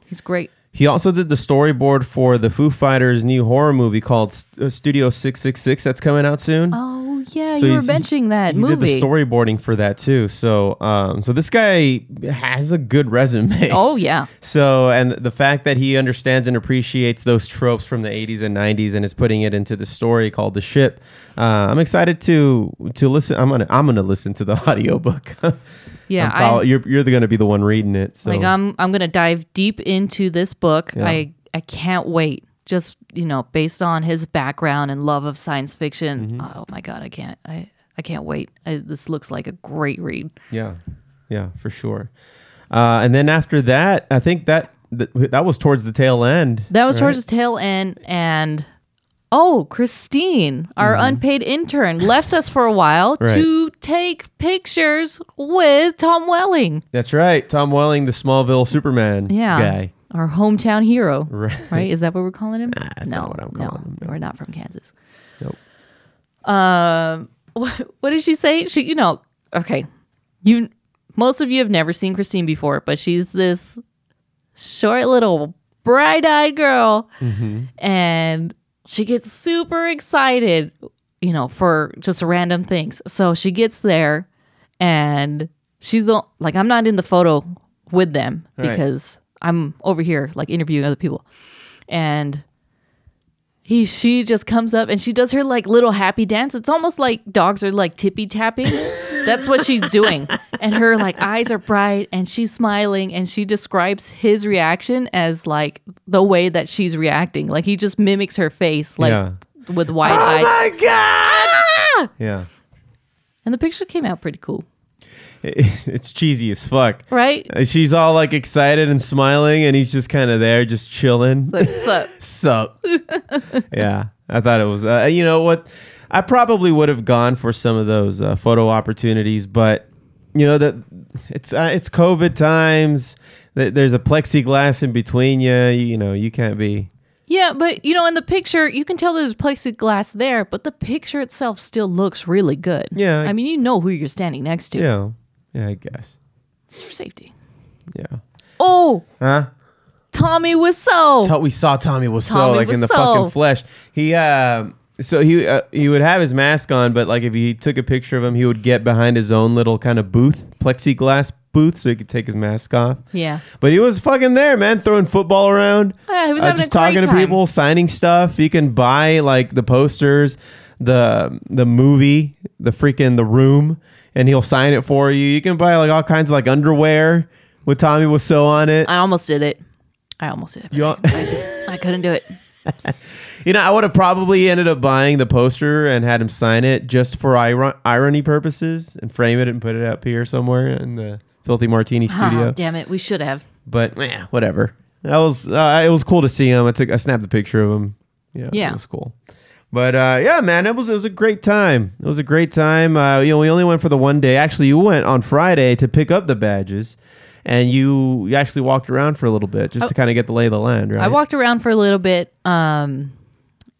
Speaker 4: He's great.
Speaker 2: He also did the storyboard for the Foo Fighters new horror movie called St- uh, Studio 666 that's coming out soon.
Speaker 4: Oh yeah,
Speaker 2: So
Speaker 4: you were
Speaker 2: he's- he-
Speaker 4: mentioning that
Speaker 2: he
Speaker 4: movie.
Speaker 2: did the storyboarding for that too. So, um, so this guy has a good resume.
Speaker 4: Oh, yeah.
Speaker 2: So, and the fact that he understands and appreciates those tropes from the '80s and '90s and is putting it into the story called "The Ship," uh, I'm excited to to listen. I'm gonna I'm gonna listen to the audiobook.
Speaker 4: Yeah,
Speaker 2: I'm follow-
Speaker 4: I- Oh
Speaker 2: you're you're gonna be the one reading it. So,
Speaker 4: Like I'm I'm gonna dive deep into this book.
Speaker 2: Yeah.
Speaker 4: I I can't wait. Just you know, based on his background and love of science
Speaker 2: Mm-hmm.
Speaker 4: fiction. Oh my god, I can't I I can't wait. I, this looks like a great read.
Speaker 2: Yeah, yeah, for sure. Uh, and then after that, I think that that, that was towards the tail end.
Speaker 4: That was
Speaker 2: right?
Speaker 4: towards the tail end, and oh, Christine, our unpaid intern, left us for a while
Speaker 2: Mm-hmm. Right.
Speaker 4: to take pictures with Tom Welling.
Speaker 2: That's right, Tom Welling, the Smallville Superman
Speaker 4: Yeah,
Speaker 2: guy.
Speaker 4: our hometown hero.
Speaker 2: Right.
Speaker 4: right? Is that what we're calling him?
Speaker 2: that's
Speaker 4: no,
Speaker 2: not what I'm
Speaker 4: no,
Speaker 2: calling him,
Speaker 4: we're not from Kansas.
Speaker 2: Nope.
Speaker 4: Um, what, what did she say? She, you know, okay, you most of you have never seen Christine before, but she's this short little bright-eyed girl,
Speaker 2: Mm-hmm.
Speaker 4: Mm-hmm.
Speaker 8: Mhm.
Speaker 4: and she gets super excited, you know, for just random things. So she gets there, and she's the like I'm not in the photo with them
Speaker 8: Right.
Speaker 4: because I'm over here like interviewing other people, and he she just comes up and she does her like little happy dance. It's almost like dogs are like tippy tapping. That's what she's doing. And her like eyes are bright and she's smiling and she describes his reaction as like the way that she's reacting. Like he just mimics her face like
Speaker 2: Yeah.
Speaker 4: with wide eyes.
Speaker 2: my
Speaker 4: god!
Speaker 2: Yeah.
Speaker 4: And the picture came out pretty cool.
Speaker 2: It- It's cheesy as fuck.
Speaker 4: Right?
Speaker 2: And She's all like excited and smiling, and he's just kind of there, just chilling.
Speaker 4: Like, sup?
Speaker 2: Sup. yeah, I thought it was. Uh, you know what? I probably would have gone for some of those uh, photo opportunities, but you know that it's uh, it's COVID times. Th- There's a plexiglass in between you. You know you can't be
Speaker 4: Yeah, but you know, in the picture, you can tell there's plexiglass there, but the picture itself still looks really good.
Speaker 2: Yeah.
Speaker 4: I mean, you know who you're standing next to.
Speaker 2: Yeah. Yeah, I guess.
Speaker 4: It's for safety.
Speaker 2: Yeah.
Speaker 4: Oh,
Speaker 2: Huh?
Speaker 4: Tommy was so.
Speaker 2: Tot- we saw Tommy was so
Speaker 4: Oh. Tommy
Speaker 2: like in the
Speaker 4: Wiseau.
Speaker 2: fucking flesh. He um so he uh, he would have his mask on, but like if he took a picture of him, he would get behind his own little kind of booth, plexiglass booth, so he could take his mask off.
Speaker 4: Yeah.
Speaker 2: But he was fucking there, man, throwing football around.
Speaker 4: Yeah, he was having a
Speaker 2: Uh, just
Speaker 4: great
Speaker 2: talking
Speaker 4: time.
Speaker 2: to people, signing stuff. You can buy like the posters, the the movie, the freaking the room, and he'll sign it for you. You can buy like all kinds of like underwear with Tommy Wiseau on it.
Speaker 4: I almost did it. I almost did it.
Speaker 2: You all-
Speaker 4: I couldn't do it.
Speaker 2: You know, I would have probably ended up buying the poster and had him sign it just for iron- irony purposes and frame it and put it up here somewhere in the Filthy Martini
Speaker 4: Oh,
Speaker 2: studio.
Speaker 4: damn it. We should have.
Speaker 2: But eh, whatever. That was uh, it was cool to see him. I took I snapped a picture of him. Yeah,
Speaker 4: Yeah.
Speaker 2: it was cool. But uh, yeah, man, it was it was a great time. It was a great time. Uh, you know, we only went for the one day. Actually, you went on Friday to pick up the badges, and you, you actually walked around for a little bit just
Speaker 4: I-
Speaker 2: to kind of get the lay of the land, right?
Speaker 4: Oh. I walked around for a little bit, um,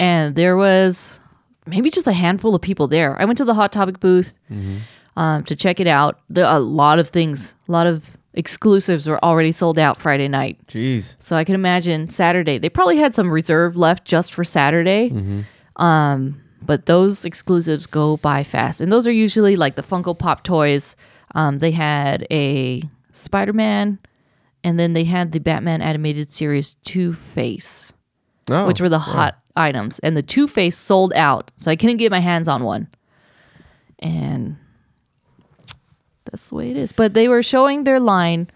Speaker 4: and there was maybe just a handful of people there. I went to the Hot Topic booth
Speaker 2: Mm-hmm.
Speaker 4: um, to check it out. There a lot of things, a lot of exclusives were already sold out Friday night.
Speaker 2: Jeez.
Speaker 4: So I can imagine Saturday. They probably had some reserve left just for Saturday.
Speaker 2: Mm-hmm.
Speaker 4: Um, but those exclusives go by fast. And those are usually like the Funko Pop toys. Um, they had a Spider Man, and then they had the Batman animated series Two Face,
Speaker 2: Oh,
Speaker 4: which were the
Speaker 2: wow.
Speaker 4: hot items. And the Two Face sold out. So I couldn't get my hands on one. And that's the way it is. But they were showing their line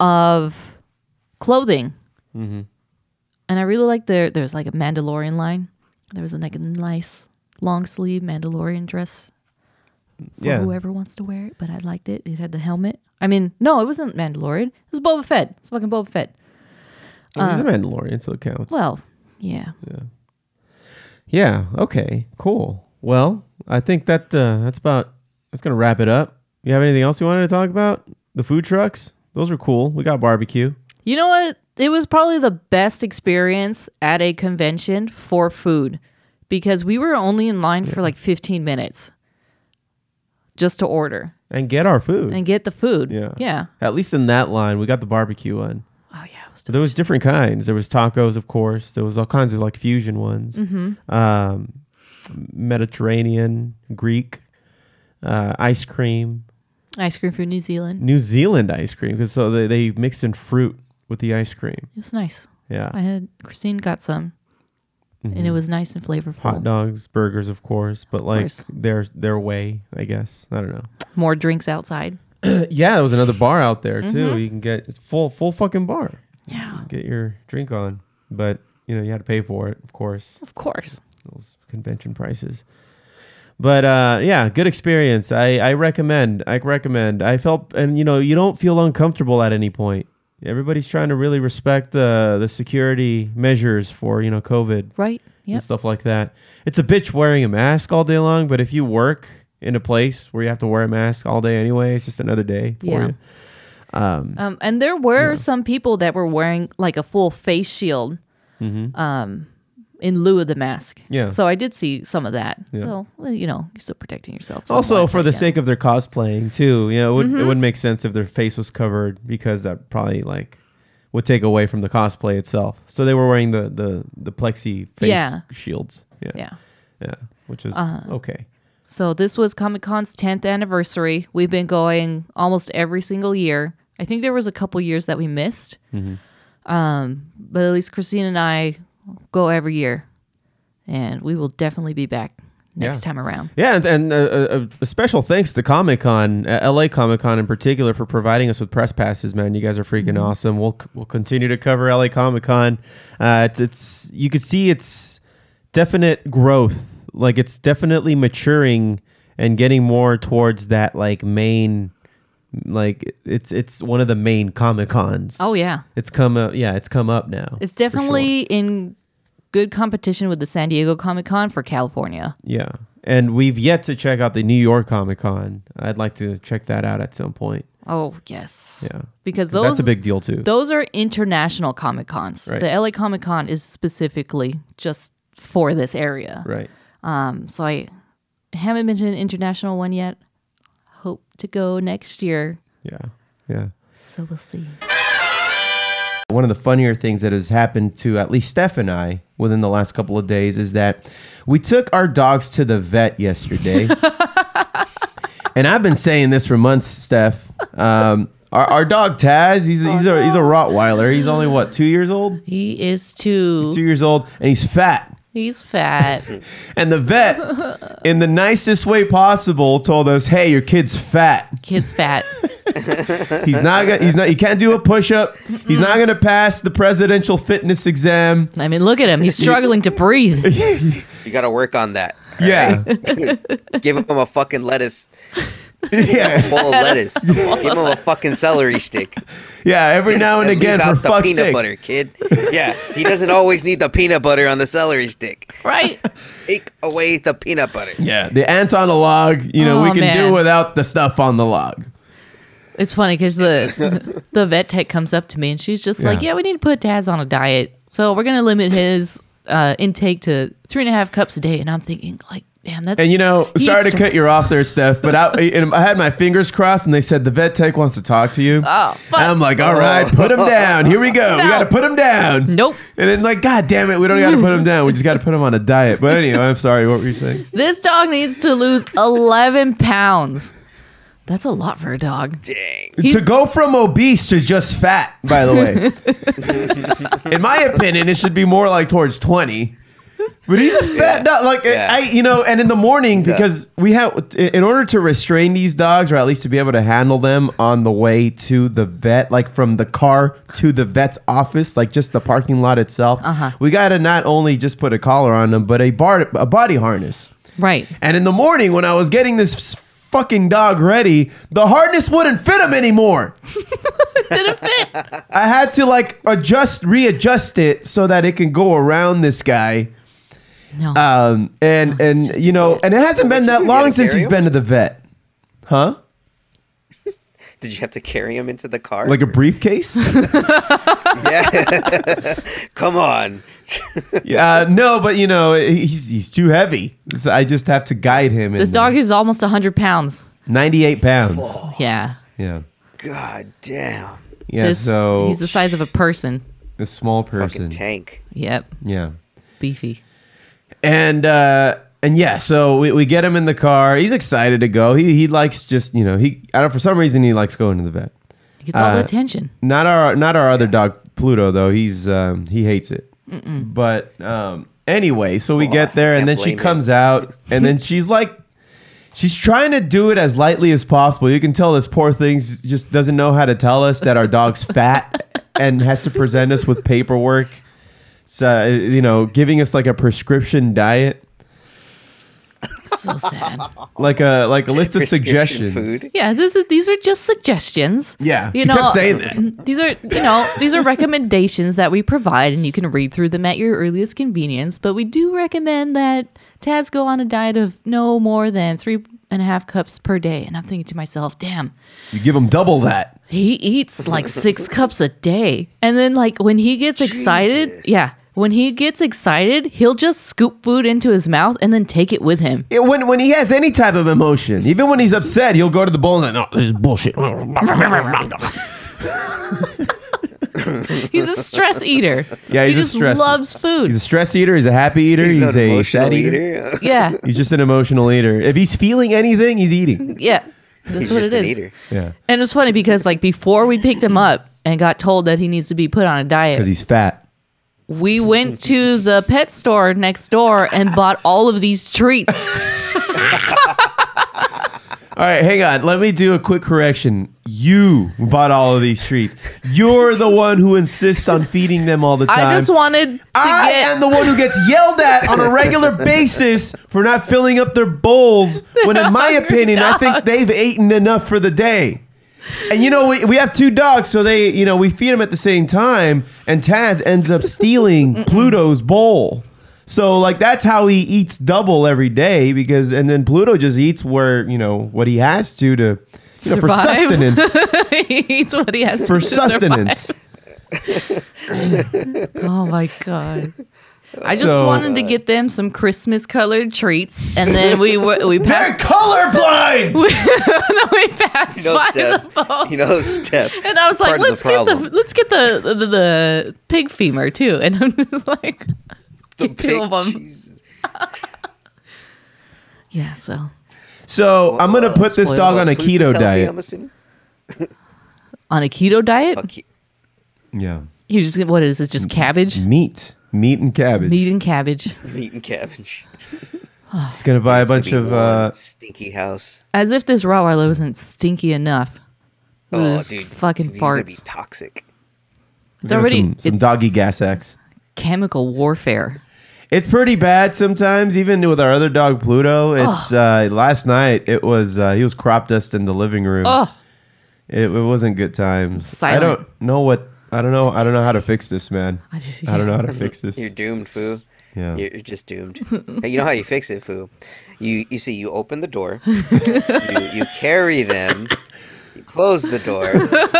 Speaker 4: of clothing
Speaker 2: Mm-hmm.
Speaker 4: and I really like their there's like a Mandalorian line. There was like a nice long sleeve Mandalorian dress for
Speaker 2: Yeah.
Speaker 4: whoever wants to wear it, but I liked it. It had the helmet. I mean, no, it wasn't Mandalorian. It was Boba Fett. It's fucking Boba Fett.
Speaker 2: Well, Oh, he's a
Speaker 4: Uh,
Speaker 2: Mandalorian, so it counts.
Speaker 4: Well, yeah.
Speaker 2: Yeah. Yeah. Okay. Cool. Well, I think that uh, that's about. That's gonna wrap it up. You have anything else you wanted to talk about? The food trucks. Those were cool. We got barbecue.
Speaker 4: You know what? It was probably the best experience at a convention for food because we were only in line for like 15 minutes just to order
Speaker 2: And get our food.
Speaker 4: and get the food.
Speaker 2: yeah.
Speaker 4: Yeah.
Speaker 2: At least in that line, we got the barbecue one.
Speaker 4: Oh yeah.
Speaker 2: there was different kinds. There was tacos, of course. There was all kinds of like fusion ones.
Speaker 4: Mhm.
Speaker 2: Um, Mediterranean, Greek, uh, ice cream.
Speaker 4: Ice cream from New Zealand.
Speaker 2: New Zealand ice cream because so they, they mix in fruit with the ice cream.
Speaker 4: It was nice.
Speaker 2: Yeah.
Speaker 4: I had Christine got some, and it
Speaker 2: Mhm.
Speaker 4: was nice and flavorful.
Speaker 2: Hot dogs, burgers, of course, but like
Speaker 4: course.
Speaker 2: their their way, I guess. I don't know.
Speaker 4: More drinks outside.
Speaker 2: Uh, yeah, there was another bar out there too.
Speaker 4: Mhm.
Speaker 2: You can get it's full full fucking bar.
Speaker 4: Yeah.
Speaker 2: Get your drink on, but you know you had to pay for it, of course.
Speaker 4: Of course.
Speaker 2: Those convention prices. But uh, yeah, good experience. I, I recommend. I recommend. I felt, and you know, you don't feel uncomfortable at any point. Everybody's trying to really respect the the security measures for you know COVID,
Speaker 4: Right, yep.
Speaker 2: And stuff like that. It's a bitch wearing a mask all day long, but if you work in a place where you have to wear a mask all day anyway, it's just another day for
Speaker 4: Yeah.
Speaker 2: you. Um,
Speaker 4: Um, and there were some people that were wearing like a full face shield,
Speaker 2: Mhm.
Speaker 4: um, in lieu of the mask.
Speaker 2: Yeah.
Speaker 4: So I did see some of that.
Speaker 2: Yeah.
Speaker 4: So well, you know, you're still protecting yourself.
Speaker 2: also
Speaker 4: somewhat,
Speaker 2: for
Speaker 4: but
Speaker 2: the
Speaker 4: yeah.
Speaker 2: sake of their cosplaying too you know it would, it
Speaker 4: Mhm.
Speaker 2: would make sense if their face was covered because that probably like would take away from the cosplay itself so they were wearing the the the plexi face
Speaker 4: Yeah.
Speaker 2: shields yeah
Speaker 4: Yeah.
Speaker 2: yeah which is
Speaker 4: Uh,
Speaker 2: okay
Speaker 4: So this was Comic Con's 10th anniversary. We've been going almost every single year. I think there was a couple years that we missed.
Speaker 2: Mhm.
Speaker 4: Um, but at least Christine and I go every year. And we will definitely be back next
Speaker 2: Yeah.
Speaker 4: time around.
Speaker 2: Yeah, and, and uh, uh, a special thanks to Comic Con, uh, LA Comic Con in particular, for providing us with press passes. Man, you guys are freaking
Speaker 4: Mhm.
Speaker 2: awesome. We'll c- we'll continue to cover LA Comic Con. Uh, it's, it's you could see it's definite growth. Like it's definitely maturing and getting more towards that like main. Like it's it's one of the main Comic Cons.
Speaker 4: Oh, yeah.
Speaker 2: It's come up. Yeah, it's come up now.
Speaker 4: It's
Speaker 2: for sure.
Speaker 4: definitely in good competition with the San Diego Comic Con for California.
Speaker 2: Yeah. And we've yet to check out the New York Comic Con. I'd like to check that out at some point.
Speaker 4: Oh yes.
Speaker 2: Yeah.
Speaker 4: Because those
Speaker 2: That's a big deal, too.
Speaker 4: Those are international comic cons.
Speaker 2: Right.
Speaker 4: The LA Comic Con is specifically just for this area.
Speaker 2: Right.
Speaker 4: Um, so I haven't been to an international one yet. Hope to go next year.
Speaker 2: Yeah. Yeah.
Speaker 4: So we'll see.
Speaker 2: One of the funnier things that has happened to at least Steph and I within the last couple of days is that we took our dogs to the vet yesterday. and I've been saying this for months, Steph. Um, our, our dog Taz, he's, he's, a, he's a Rottweiler. He's only, what, two years old?
Speaker 4: He is two.
Speaker 2: He's two years old, and he's fat.
Speaker 4: He's fat.
Speaker 2: And the vet, in the nicest way possible, told us, hey, your kid's fat.
Speaker 4: Kid's fat.
Speaker 2: He's not gonna. He's not. He can't do a push up. He's not gonna pass the presidential fitness exam.
Speaker 4: I mean, look at him. He's struggling to breathe.
Speaker 3: You got to work on that.
Speaker 2: Yeah.
Speaker 3: Give him a fucking lettuce.
Speaker 2: Yeah.
Speaker 3: A bowl of lettuce. Give him a fucking celery stick.
Speaker 2: Yeah. Every now and
Speaker 3: leave
Speaker 2: again,
Speaker 3: out
Speaker 2: for
Speaker 3: the
Speaker 2: fuck's
Speaker 3: peanut
Speaker 2: sake.
Speaker 3: butter, kid. Yeah, he doesn't always need the peanut butter on the celery stick.
Speaker 4: Right.
Speaker 3: Take away the peanut butter.
Speaker 2: Yeah. The ants on the log. You know, we
Speaker 4: Aw,
Speaker 2: can
Speaker 4: Oh, man.
Speaker 2: do without the stuff on the log.
Speaker 4: It's funny because the the vet tech comes up to me and she's just like,
Speaker 2: Yeah.
Speaker 4: "Yeah, we need to put Taz on a diet, so we're gonna limit his uh, intake to three and a half cups a day." And I'm thinking, like, damn, that's
Speaker 2: And you know,
Speaker 4: he
Speaker 2: sorry
Speaker 4: eats
Speaker 2: to cut you off there, Steph, but I, and I had my fingers crossed, and they said the vet tech wants to talk to you.
Speaker 4: Oh, fuck.
Speaker 2: And I'm like, all right, put him down. Here we go. We
Speaker 4: No.
Speaker 2: got to put him down.
Speaker 4: Nope.
Speaker 2: And then like, god damn it, we don't got to put him down. We just got to put him on a diet. But anyway, I'm sorry. What were you saying?
Speaker 4: This dog needs to lose 11 pounds. That's a lot for a dog.
Speaker 3: Dang.
Speaker 2: to go from obese to just fat, by the way. In my opinion, it should be more like towards 20. But he's a fat dog. Like, I, you know, and in the morning, because we have, in order to restrain these dogs, or at least to be able to handle them on the way to the vet, like from the car to the vet's office, like just the parking lot itself,
Speaker 4: Uh-huh.
Speaker 2: we got to not only just put a collar on them, but a, bar, a body harness.
Speaker 4: Right.
Speaker 2: And in the morning, when I was getting this fucking dog ready, the harness wouldn't fit him anymore. Didn't fit. I had to like adjust, readjust it so that it can go around this guy.
Speaker 4: No.
Speaker 2: Um, and and you know, and it hasn't been that
Speaker 3: you gotta
Speaker 2: long since
Speaker 3: carry
Speaker 2: he's
Speaker 3: him?
Speaker 2: been to the vet, huh?
Speaker 3: Did you have to carry him into the car?
Speaker 2: Like a briefcase.
Speaker 3: yeah. Come on.
Speaker 2: yeah, uh, no, but you know, he's he's too heavy. So I just have to guide him.
Speaker 4: This
Speaker 2: in
Speaker 4: dog is almost 100 pounds.
Speaker 2: ninety-eight pounds.
Speaker 4: Yeah.
Speaker 2: Yeah,
Speaker 3: God damn.
Speaker 2: yeah.
Speaker 4: This-
Speaker 2: so
Speaker 4: he's the size of a person.
Speaker 2: a small person.
Speaker 3: Tank.
Speaker 4: Yep.
Speaker 2: Yeah.
Speaker 4: Beefy.
Speaker 2: and uh and yeah so we, we get him in the car he's excited to go he he likes just you know he i don't for some reason he likes going to the vet
Speaker 4: He gets all the
Speaker 2: Uh,
Speaker 4: attention.
Speaker 2: not our not our other dog pluto though he's um he hates it
Speaker 4: Mm-mm.
Speaker 2: but um anyway so we get there and then she
Speaker 3: blame
Speaker 2: comes out and then she's like She's trying to do it as lightly as possible. You can tell this poor thing s- just doesn't know how to tell us that our dog's fat and has to present us with paperwork. So, uh, you know, giving us like a prescription diet.
Speaker 4: So sad.
Speaker 2: like a like a list of
Speaker 4: Prescription
Speaker 2: suggestions.
Speaker 4: Yeah, this is these are just suggestions.
Speaker 2: Yeah,
Speaker 4: you
Speaker 2: she
Speaker 4: know,
Speaker 2: kept saying that.
Speaker 4: These are you know these are recommendations that we provide, and you can read through them at your earliest convenience. But we do recommend that Taz go on a diet of no more than three and a half cups per day. And I'm thinking to myself, damn,
Speaker 2: You give him double that.
Speaker 4: he eats like six cups a day, and then like when he gets excited, yeah. When he gets excited, he'll just scoop food into his mouth and then take it with him.
Speaker 2: Yeah, when when he has any type of emotion, even when he's upset, he'll go to the bowl and no, this is bullshit.
Speaker 4: He's a stress eater.
Speaker 2: Yeah, he's
Speaker 4: he
Speaker 2: a
Speaker 4: just
Speaker 2: stress-
Speaker 4: loves food.
Speaker 2: He's a stress eater. He's a happy eater. He's,
Speaker 3: an
Speaker 2: a
Speaker 3: emotional
Speaker 2: sad eater.
Speaker 3: eater.
Speaker 4: Yeah.
Speaker 2: He's just an emotional eater. If he's feeling anything, he's eating.
Speaker 4: Yeah, that's
Speaker 3: He's
Speaker 4: what
Speaker 3: just
Speaker 4: it
Speaker 3: an
Speaker 4: is.
Speaker 3: eater.
Speaker 2: Yeah,
Speaker 4: And it's funny because like before we picked him up and got told that he needs to be put on a diet,
Speaker 2: because he's fat.
Speaker 4: we went to the pet store next door and bought all of these treats.
Speaker 2: All right, hang on. Let me do a quick correction. You bought all of these treats. You're the one who insists on feeding them all the time.
Speaker 4: I just wanted to
Speaker 2: I
Speaker 4: get
Speaker 2: am the one who gets yelled at on a regular basis for not filling up their bowls when, in my opinion, I think they've eaten enough for the day. And you know, we, we have two dogs, so they, you know, we feed them at the same time, and Taz ends up stealing Pluto's bowl. So, like, that's how he eats double every day because, and then Pluto just eats where, you know, what he has to to You know, for
Speaker 4: Survive.
Speaker 2: sustenance.
Speaker 4: he eats what he has
Speaker 2: For
Speaker 4: to survive.
Speaker 2: sustenance.
Speaker 4: oh my god. I just
Speaker 2: So- uh,
Speaker 4: wanted to get them some Christmas colored treats, and then we were, we passed.
Speaker 12: colorblind.
Speaker 4: we, no, we passed
Speaker 3: You know,
Speaker 4: by the
Speaker 3: Steph.
Speaker 4: phone.
Speaker 3: You know, Steph.
Speaker 4: and I was like,
Speaker 3: part of the
Speaker 4: let's get the
Speaker 3: problem.
Speaker 4: let's get the the, the, the pig femur too, and I'm just like, get two of them. yeah. So
Speaker 2: So I'm gonna put this
Speaker 4: spoiled.
Speaker 2: dog on a
Speaker 4: Includes his
Speaker 2: keto
Speaker 4: healthy,
Speaker 2: diet.
Speaker 4: I'm assuming. on a keto diet,
Speaker 2: yeah,
Speaker 4: you just what is it? Just cabbage,
Speaker 2: meat, meat and Mm-hmm. cabbage.
Speaker 4: meat and cabbage.
Speaker 3: meat and cabbage.
Speaker 2: He's gonna buy a
Speaker 3: It's Ah, gonna
Speaker 2: bunch
Speaker 3: be
Speaker 2: of.
Speaker 3: one
Speaker 2: Uh,
Speaker 3: stinky house.
Speaker 4: As if this Rottweiler wasn't stinky enough. with his fucking
Speaker 3: Oh, Dude, he's gonna
Speaker 4: farts.
Speaker 3: be toxic.
Speaker 4: It's
Speaker 2: you know,
Speaker 4: already
Speaker 2: some, some doggy gas X.
Speaker 4: chemical warfare.
Speaker 2: It's pretty bad sometimes, even with our other dog Pluto. It's uh, last night. It was uh, he was crop dust in the living room.
Speaker 4: Ugh.
Speaker 2: It, it wasn't good times.
Speaker 3: Silent.
Speaker 2: I don't know what I don't know. I don't know how to fix this, man. I, don't know how to fix this.
Speaker 3: You're doomed, foo.
Speaker 2: Yeah.
Speaker 3: You're you're just doomed. hey, you know how you fix it, foo? You you see, you open the door, you, you carry them, you close the door,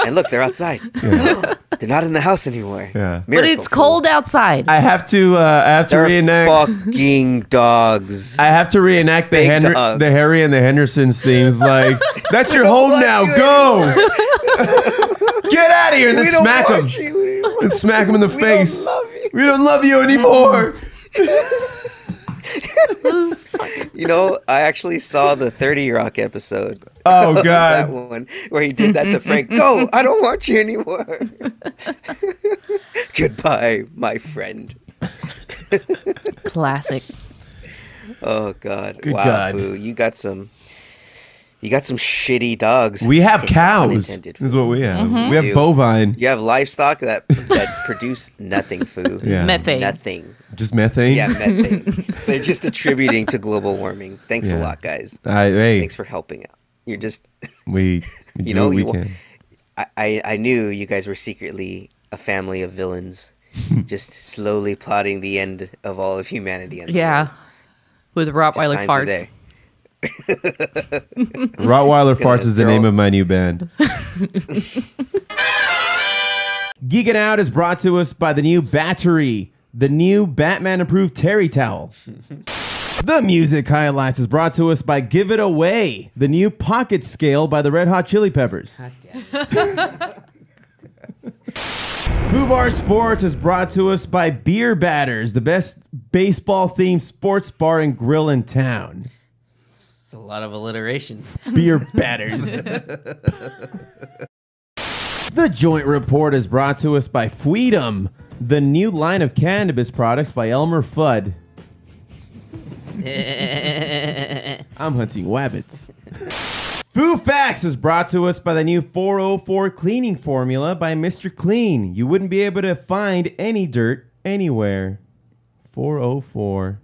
Speaker 3: and look, they're outside. they're not in the house anymore.
Speaker 2: Yeah.
Speaker 4: but it's cold outside.
Speaker 2: I have to. Uh, I have to
Speaker 4: They're
Speaker 2: reenact.
Speaker 3: Fucking dogs.
Speaker 2: I have to reenact the,
Speaker 3: Big
Speaker 2: Henry,
Speaker 3: dogs.
Speaker 2: the Harry and the Hendersons themes. Like that's your home now. Go. Get out of here and then
Speaker 12: We don't
Speaker 2: smack him.
Speaker 12: want
Speaker 2: And smack him in the face. we don't love you anymore.
Speaker 3: You know, I actually saw the 30 Rock episode.
Speaker 2: Oh, God.
Speaker 3: that one where he did that to Frank. Go! I don't want you anymore. Goodbye, my friend.
Speaker 4: Classic.
Speaker 3: Oh God!
Speaker 2: Good
Speaker 3: wow,
Speaker 2: God.
Speaker 3: Fu, you got some. You got some shitty dogs.
Speaker 2: We have cows.
Speaker 3: Unintended.
Speaker 2: Is what we have.
Speaker 3: Mhm.
Speaker 2: We have
Speaker 3: You-
Speaker 2: bovine.
Speaker 3: You have livestock that that produce nothing, Fu.
Speaker 2: Yeah. Methane.
Speaker 3: Nothing.
Speaker 2: Just methane.
Speaker 3: Yeah, methane. They're just attributing to global warming. Thanks a
Speaker 2: Yeah.
Speaker 3: lot, guys.
Speaker 2: I- hey.
Speaker 3: Thanks for helping out. You're just
Speaker 2: We. we
Speaker 3: You
Speaker 2: do
Speaker 3: know,
Speaker 2: what we
Speaker 3: you-
Speaker 2: can.
Speaker 3: I, I, I knew you guys were secretly a family of villains, just slowly plotting the end of all of humanity. And
Speaker 4: Yeah. With Rottweiler
Speaker 3: Signs are
Speaker 4: farts.
Speaker 2: Rottweiler
Speaker 3: Just gonna
Speaker 2: farts is the
Speaker 3: throw-
Speaker 2: name of my new band. Geeking Out is brought to us by the new Battery, the new Batman approved Terry towel. The Music Highlights is brought to us by Give It Away, the new pocket scale by the Red Hot Chili Peppers. Fubar Sports is brought to us by Beer Batters, the best baseball themed sports bar and grill in town.
Speaker 3: It's a lot of alliteration.
Speaker 2: Beer batters. The Joint Report is brought to us by Freedom, the new line of cannabis products by Elmer Fudd. I'm hunting wabbits. Foo Facts is brought to us by the new 404 cleaning formula by Mr. Clean. You wouldn't be able to find any dirt anywhere. 404.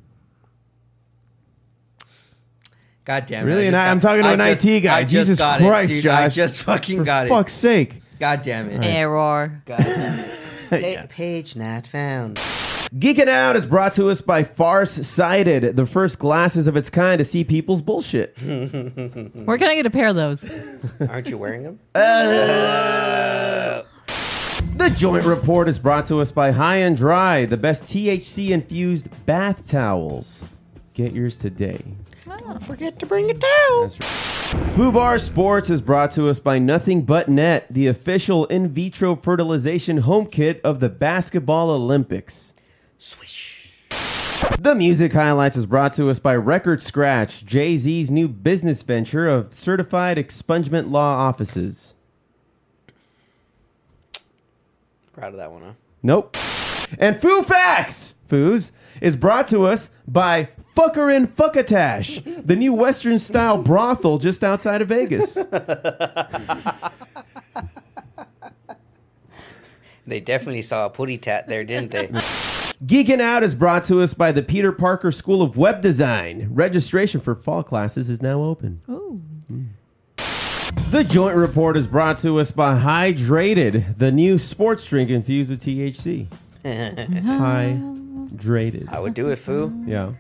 Speaker 13: God damn it.
Speaker 2: Really?
Speaker 13: I just
Speaker 2: And I-
Speaker 13: got-
Speaker 2: I'm talking to an
Speaker 13: just-
Speaker 2: IT guy.
Speaker 13: I just
Speaker 2: Jesus
Speaker 13: got it,
Speaker 2: Christ,
Speaker 13: dude.
Speaker 2: Josh.
Speaker 13: I just fucking
Speaker 2: For
Speaker 13: got it.
Speaker 2: fuck's sake.
Speaker 13: God damn it.
Speaker 2: All right.
Speaker 4: Error.
Speaker 3: God damn it. Pa- Page not found.
Speaker 2: Geeking Out is brought to us by Farce Sighted, the first glasses of its kind to see people's bullshit.
Speaker 4: Where can I get a pair of those?
Speaker 3: Aren't you wearing them?
Speaker 2: Oh. The Joint Report is brought to us by High and Dry, the best THC infused bath towels. Get yours today.
Speaker 13: Don't Oh. forget to bring it down.
Speaker 2: Fubar Sports is brought to us by Nothing But Net, the official in vitro fertilization home kit of the Basketball Olympics. Swish. The Music Highlights is brought to us by Record Scratch, Jay Z's new business venture of certified expungement law offices.
Speaker 3: Proud of that one, huh?
Speaker 2: Nope. And Foo Facts, Foos, is brought to us by Fucker in Fuckatash, the new Western style brothel just outside of Vegas.
Speaker 3: They definitely saw a putty tat there, didn't they?
Speaker 2: Geeking Out is brought to us by the Peter Parker School of Web Design. Registration for fall classes is now open.
Speaker 4: Ooh.
Speaker 2: Mm. The Joint Report is brought to us by Hydrated, the new sports drink infused with THC. Hydrated.
Speaker 3: I would do it, foo.
Speaker 2: Yeah.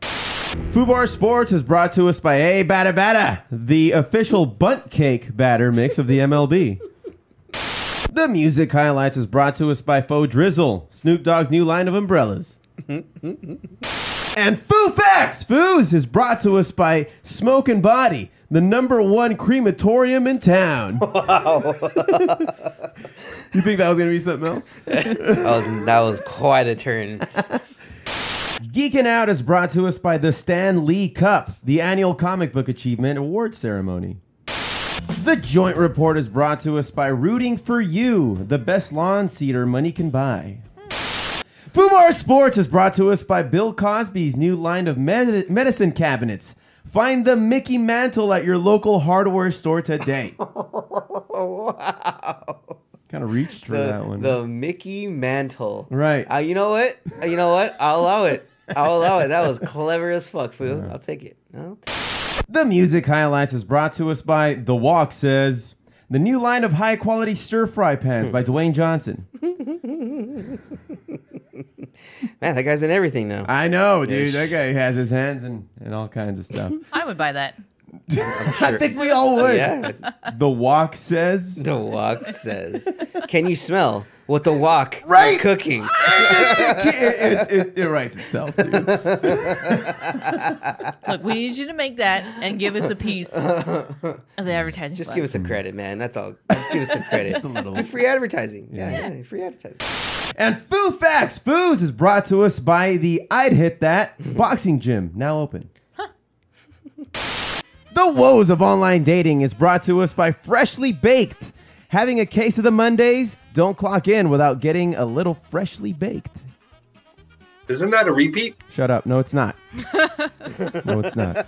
Speaker 2: Fubar Sports is brought to us by A Bada Bada, the official bunt cake batter mix of the MLB. the music highlights is brought to us by Faux Drizzle, Snoop Dogg's new line of umbrellas. and Foo Facts Foos is brought to us by Smoke and Body, the number one crematorium in town. Wow. you think that was going to be something else?
Speaker 3: that was that was quite a turn.
Speaker 2: Geeking Out is brought to us by the Stan Lee Cup, the annual comic book achievement award ceremony. The Joint Report is brought to us by Rooting for You, the best lawn seeder money can buy. Fumar Sports is brought to us by Bill Cosby's new line of med- medicine cabinets. Find the Mickey Mantle at your local hardware store today. Kind of reached for
Speaker 3: the,
Speaker 2: that one.
Speaker 3: The Mickey Mantle.
Speaker 2: Right.
Speaker 3: Uh, you know what? Uh, you know what? I'll allow it. I'll allow it. That was clever as fuck, fool. I'll take it. I'll take
Speaker 2: The music highlights is brought to us by The Walk Says, the new line of high quality stir fry pans
Speaker 3: Hmm.
Speaker 2: by Dwayne Johnson.
Speaker 3: Man, that guy's in everything now.
Speaker 2: I know, dude. That guy has his hands and, and all kinds of stuff.
Speaker 4: I would buy that.
Speaker 2: I think we all would.
Speaker 3: Yeah.
Speaker 2: The walk says.
Speaker 3: The walk says. Can you smell what the walk
Speaker 2: Right.
Speaker 3: is cooking?
Speaker 2: it, it, it, it writes itself, dude.
Speaker 4: Look, we need you to make that and give us a piece of the advertising.
Speaker 3: Just
Speaker 4: slot.
Speaker 3: give us a credit, man. That's all. Just give us some credit.
Speaker 4: Just a little.
Speaker 3: Do free advertising. Yeah,
Speaker 4: Yeah.
Speaker 3: yeah, free advertising.
Speaker 2: And Foo Facts Foos is brought to us by the I'd Hit That Boxing Gym, now open. the Woes of Online Dating is brought to us by Freshly Baked. Having a case of the Mondays, don't clock in without getting a little freshly baked.
Speaker 14: Isn't that a repeat?
Speaker 2: Shut up. No, it's not. no, it's not.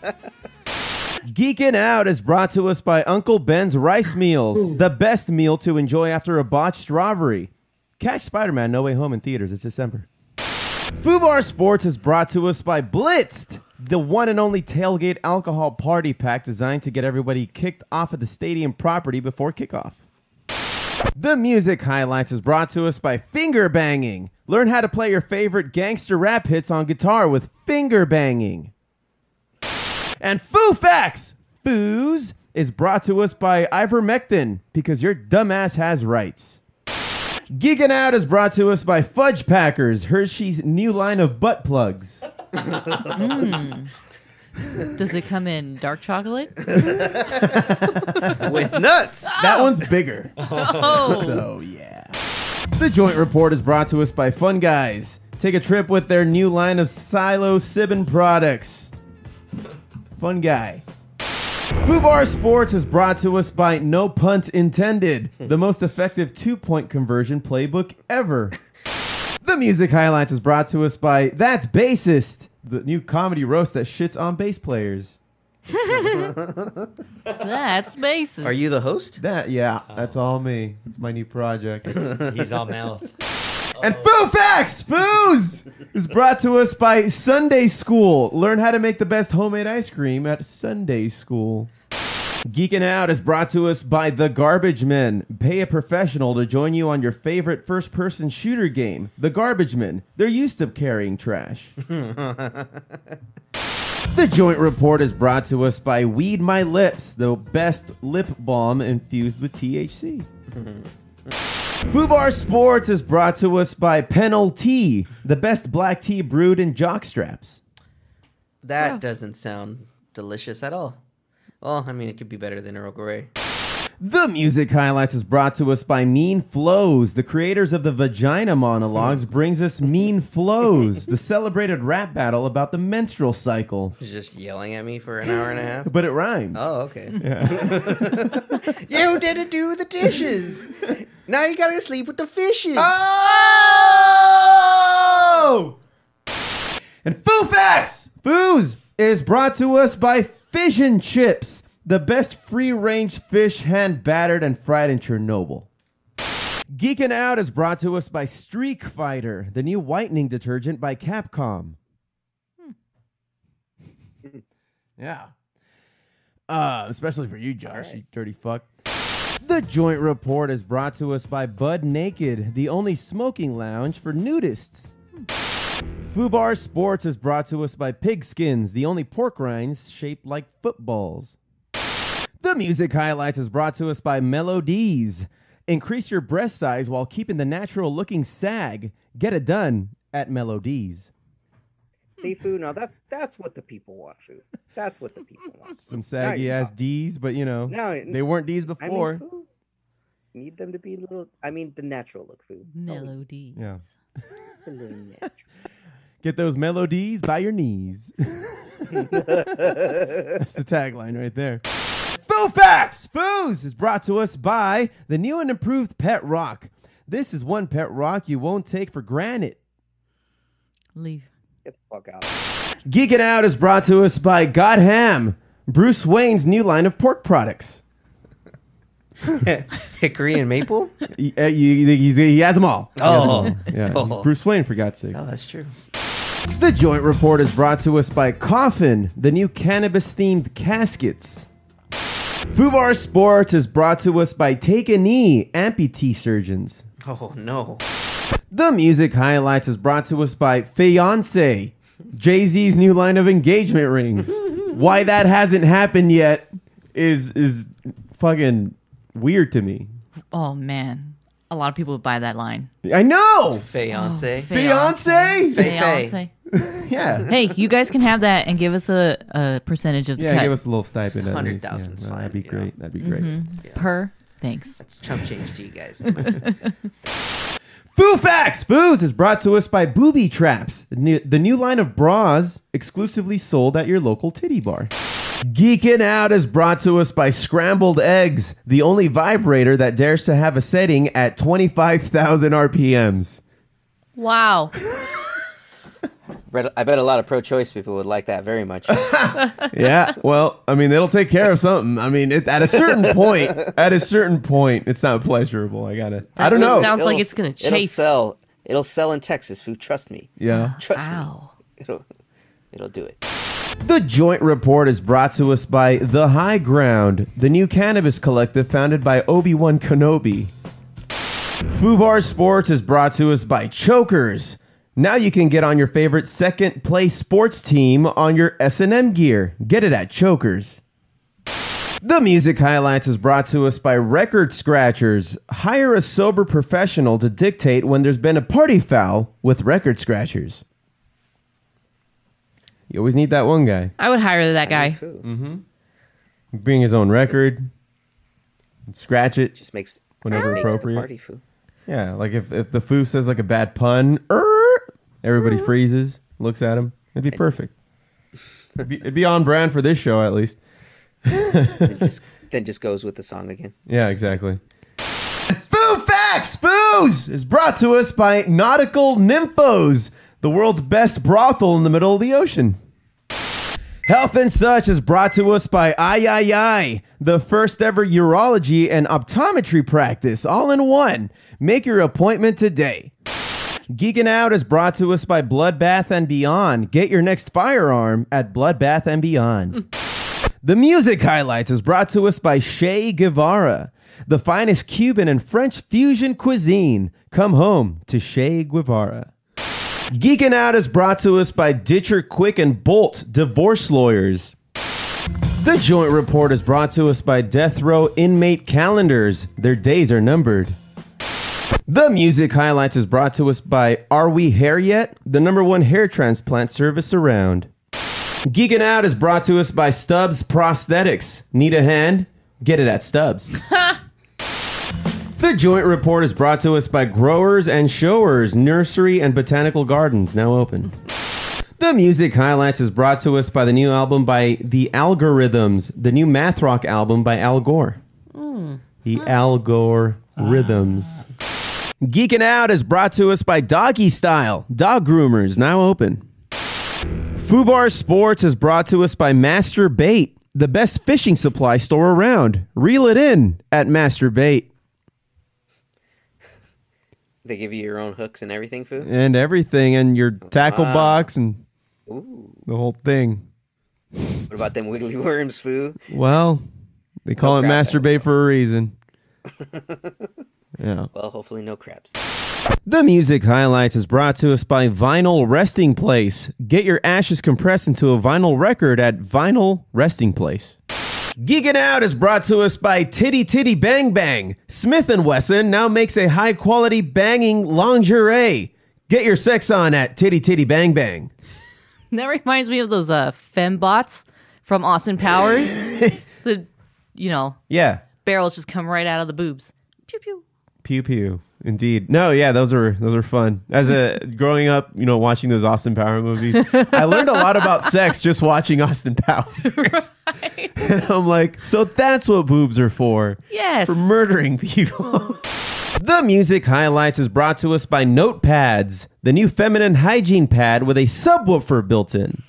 Speaker 2: Geekin' Out is brought to us by Uncle Ben's Rice Meals, the best meal to enjoy after a botched robbery. Catch Spider Man No Way Home in theaters. It's December. Fubar Sports is brought to us by Blitzed, the one and only tailgate alcohol party pack designed to get everybody kicked off of the stadium property before kickoff. The Music Highlights is brought to us by Finger Banging. Learn how to play your favorite gangster rap hits on guitar with finger banging. And Foo Facts Foos is brought to us by Ivermectin because your dumbass has rights. Geeking Out is brought to us by Fudge Packers, Hershey's new line of butt plugs.
Speaker 4: Mm. Does it come in dark chocolate?
Speaker 2: With nuts. That one's bigger.
Speaker 4: Oh.
Speaker 2: So, yeah. The Joint Report is brought to us by Fun Guys. Take a trip with their new line of Silo Sibin products. Fun Guy. Fubar Sports is brought to us by No Punt Intended, the most effective two point conversion playbook ever. The Music Highlights is brought to us by That's Bassist, the new comedy roast that shits on bass players.
Speaker 4: That's basis.
Speaker 3: Are you the host?
Speaker 2: That yeah, that's all me. It's my new project. He's
Speaker 15: Oh. all mouth.
Speaker 2: And Foo Facts Foos is brought to us by Sunday School. Learn how to make the best homemade ice cream at Sunday School. Geeking Out is brought to us by The Garbage Men. Pay a professional to join you on your favorite first person shooter game, The Garbage Men. They're used to carrying trash. The Joint Report is brought to us by Weed My Lips, the best lip balm infused with THC. Fubar Sports is brought to us by Penal Tea, the best black tea brewed in jock straps.
Speaker 3: That doesn't sound delicious at all. Well, I mean, it could be better than Earl Grey.
Speaker 2: The Music Highlights is brought to us by Mean Flows, the creators of the Vagina Monologues, brings us Mean Flows, the celebrated rap battle about the menstrual cycle.
Speaker 3: He's just yelling at me for an hour and a half.
Speaker 2: But it rhymes.
Speaker 3: Oh, okay.
Speaker 10: You didn't do the dishes. now you gotta sleep with the fishes.
Speaker 2: Oh! And Foo Facts Foos is brought to us by Fish and Chips, the best free range fish hand battered and fried in Chernobyl. Geekin' Out is brought to us by Streak Fighter, the new whitening detergent by Capcom. Yeah. Uh, especially for you, Josh, you dirty fuck. The Joint Report is brought to us by Bud Naked, the only smoking lounge for nudists. Fubar Sports is brought to us by Pigskins, the only pork rinds shaped like footballs. The Music Highlights is brought to us by Melodies. Increase your breast size while keeping the natural looking sag. Get it done at Melodies.
Speaker 16: See, food. Now that's that's what the people want, food. That's what the people want.
Speaker 2: Some saggy
Speaker 16: Now you're
Speaker 2: ass
Speaker 16: talking.
Speaker 2: D's, but you know,
Speaker 16: Now-
Speaker 2: they weren't D's
Speaker 16: I mean,
Speaker 2: before.
Speaker 16: food. need them to be a little. I mean, the natural look food.
Speaker 4: Melody.
Speaker 2: yeah.
Speaker 16: A little natural.
Speaker 2: Get those melodies by your knees. That's the tagline right there. Foo Facts! Foos is brought to us by the new and improved Pet Rock. This is one pet rock you won't take for granted.
Speaker 4: Leave.
Speaker 16: Get the fuck out.
Speaker 2: Geek It Out is brought to us by God Ham, Bruce Wayne's new line of pork products.
Speaker 3: Hickory and maple?
Speaker 2: He, uh, you- he's- he has them all. He has them
Speaker 3: Oh.
Speaker 2: all. Yeah, he's
Speaker 3: Oh.
Speaker 2: Bruce Wayne, for God's sake.
Speaker 3: Oh, that's true.
Speaker 2: The Joint Report is brought to us by Coffin, the new cannabis themed caskets. Fubar Sports is brought to us by Take a Knee, amputee surgeons.
Speaker 3: Oh no.
Speaker 2: The Music Highlights is brought to us by Fiance, Jay Z's new line of engagement rings. Why that hasn't happened yet is is fucking weird to me.
Speaker 4: Oh man, a lot of people would buy that line. Oh,
Speaker 2: I know.
Speaker 3: Fiance.
Speaker 2: Oh. Fiance?
Speaker 4: Fiance.
Speaker 2: Yeah.
Speaker 4: Hey, you guys can have that and give us a, a percentage of the
Speaker 2: Yeah,
Speaker 4: cut.
Speaker 2: give us a little stipend. at least. Yeah,
Speaker 3: 100,000 is
Speaker 2: well, That'd be great. That'd be great.
Speaker 4: Mhm. Per. Thanks.
Speaker 3: That's chump change to you guys.
Speaker 2: Foo Facts! Foos is brought to us by Booby Traps, the new, the new line of bras exclusively sold at your local titty bar. Geekin' Out is brought to us by Scrambled Eggs, the only vibrator that dares to have a setting at 25,000 RPMs.
Speaker 4: Wow.
Speaker 3: But I bet a lot of pro-choice people would like that very much.
Speaker 2: Yeah, well, I mean, it'll take care of something. I mean, it, at a certain point, at a certain point, it's not pleasurable. I gotta, I don't know.
Speaker 4: sounds like
Speaker 3: It'll-
Speaker 4: it's gonna
Speaker 3: It'll
Speaker 4: chafe.
Speaker 3: sell. It'll sell in Texas, food. Trust me.
Speaker 2: Yeah.
Speaker 3: Trust me. It'll, it'll do it.
Speaker 2: The Joint Report is brought to us by The High Ground, the new cannabis collective founded by Obi Wan Kenobi. Fubar Sports is brought to us by Chokers. Now you can get on your favorite second place sports team on your S&M gear. Get it at Chokers. The Music Highlights is brought to us by Record Scratchers. Hire a sober professional to dictate when there's been a party foul with Record Scratchers. You always need that one guy.
Speaker 4: I would hire that guy.
Speaker 2: Mm-hmm. Bring his own record, scratch it. Just
Speaker 3: makes
Speaker 2: whenever
Speaker 3: makes the
Speaker 2: appropriate.
Speaker 3: party foo.
Speaker 2: Yeah, like if, if the foo says like a bad pun, "Er," everybody freezes, looks at him. It'd be perfect. It'd be, it'd be on brand for this show at least.
Speaker 3: Then just goes with the song again.
Speaker 2: Yeah, exactly. Foo Facts Foos is brought to us by Nautical Nymphos, the world's best brothel in the middle of the ocean. Health and Such is brought to us by I I I, the first ever urology and optometry practice all in one. Make your appointment today. Geeking Out is brought to us by Bloodbath and Beyond. Get your next firearm at Bloodbath and Beyond. the Music Highlights is brought to us by Shea Guevara, the finest Cuban and French fusion cuisine. Come home to Shea Guevara. Geeking Out is brought to us by Ditcher Quick and Bolt, divorce lawyers. The Joint Report is brought to us by Death Row Inmate Calendars. Their days are numbered. The Music Highlights is brought to us by Are We Hair Yet? The number one hair transplant service around. Geeking Out is brought to us by Stubbs Prosthetics. Need a hand? Get it at Stubbs. The Joint Report is brought to us by Growers and Showers Nursery and Botanical Gardens, now open. The Music Highlights is brought to us by the new album by The Algorithms, the new math rock album by Al Gore.
Speaker 4: Mm.
Speaker 2: The Algorithms. Geeking Out is brought to us by Doggy Style, dog groomers, now open. Fubar Sports is brought to us by Master Bait, the best fishing supply store around. Reel it in at Master Bait.
Speaker 3: They give you your own hooks and everything, food.
Speaker 2: and everything and your tackle
Speaker 3: Wow.
Speaker 2: box and
Speaker 3: Ooh.
Speaker 2: the whole thing.
Speaker 3: What about them wiggly worms, foo?
Speaker 2: Well, they call it masturbate for a reason. Yeah.
Speaker 3: Well, hopefully no crabs.
Speaker 2: The Music Highlights is brought to us by Vinyl Resting Place. Get your ashes compressed into a vinyl record at Vinyl Resting Place. Geeking Out is brought to us by Titty Titty Bang Bang. Smith & Wesson now makes a high-quality banging lingerie. Get your sex on at Titty Titty Bang Bang.
Speaker 4: That reminds me of those uh, fembots from Austin Powers. the, you know,
Speaker 2: Yeah.
Speaker 4: barrels just come right out of the boobs. Pew pew.
Speaker 2: Pew pew. Indeed. No, yeah, those are those are fun. As a growing up, you know, watching those Austin Power movies, I learned a lot about sex just watching Austin Powers. and I'm like, so that's what boobs are for.
Speaker 4: Yes.
Speaker 2: For murdering people. the music highlights is brought to us by Notepads, the new feminine hygiene pad with a subwoofer built in.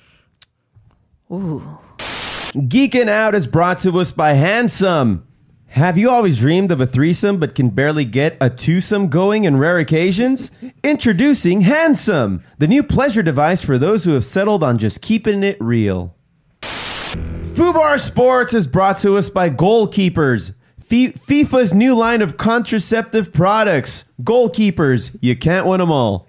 Speaker 4: Ooh.
Speaker 2: Geeking Out is brought to us by Handsome. Have you always dreamed of a threesome but can barely get a twosome going in rare occasions? Introducing Handsome, the new pleasure device for those who have settled on just keeping it real. Fubar Sports is brought to us by Goalkeepers, Fi- FIFA's new line of contraceptive products. Goalkeepers, you can't win them all.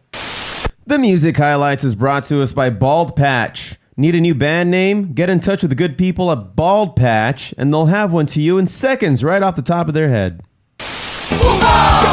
Speaker 2: The Music Highlights is brought to us by Bald Patch. Need a new band name? Get in touch with the good people at Bald Patch, and they'll have one to you in seconds right off the top of their head.
Speaker 17: Fubar!